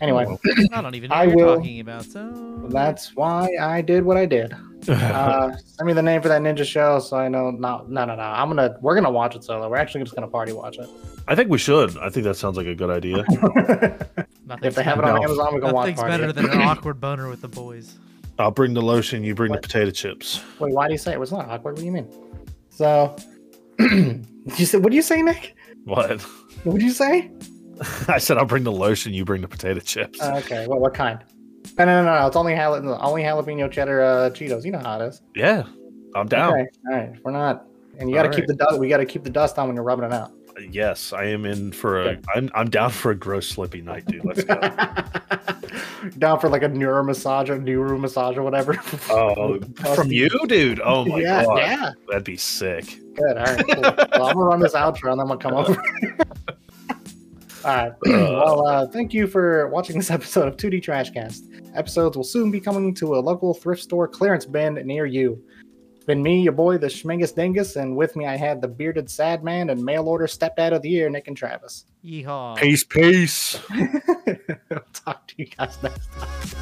S1: Anyway,
S2: I don't even know
S1: I
S2: what you're
S1: will-
S2: talking about. So
S1: that's why I did what I did. uh, send me the name for that ninja show so I know. No, no, no, no. I'm gonna. We're gonna watch it solo. We're actually just gonna party watch it.
S3: [LAUGHS] I think we should. I think that sounds like a
S1: [LAUGHS]
S3: good idea.
S2: nothing's
S1: if they have it on
S3: No.
S1: Amazon, we can watch
S2: nothing's
S1: party.
S2: better
S1: it. [CLEARS THROAT]
S2: than an awkward boner with the boys.
S3: I'll bring the lotion. You bring
S1: What?
S3: the potato chips.
S1: Wait, why do you say it was not awkward? What do you mean? So, [CLEARS THROAT] you said what do you say, Nick?
S3: What? [LAUGHS]
S1: What did you say?
S3: I said I'll bring the lotion. You bring the potato chips.
S1: Uh, okay, well, what kind? No, no, no, no. It's only jalapeno, only jalapeno cheddar uh, Cheetos. You know how it is.
S3: yeah, I'm down.
S1: Okay, all right. We're not. And you got to
S3: All
S1: keep the dust. We got to keep the dust on when you're rubbing it [LAUGHS] out.
S3: Yes, I am in for a.
S1: Okay.
S3: I'm I'm down for a gross slippy night, dude.
S1: [LAUGHS]
S3: Let's go.
S1: Down for like a neuro massage or neuro massage or whatever.
S3: oh, from you, dude. Oh my
S1: [LAUGHS] yeah,
S3: god,
S1: yeah.
S3: that'd be sick.
S1: Good. All right. Cool. well, I'm gonna run this outro and then we'll come over. [LAUGHS] All right. well, uh, thank you for watching this episode of 2D Trashcast. Episodes will soon be coming to a local thrift store clearance bin near you. It's been me, your boy, the Schmingus Dingus, and with me I had the bearded sad man and mail order stepdad of the year, Nick and Travis. [LAUGHS]
S2: Yeehaw.
S3: Peace, peace.
S1: Talk to you guys next.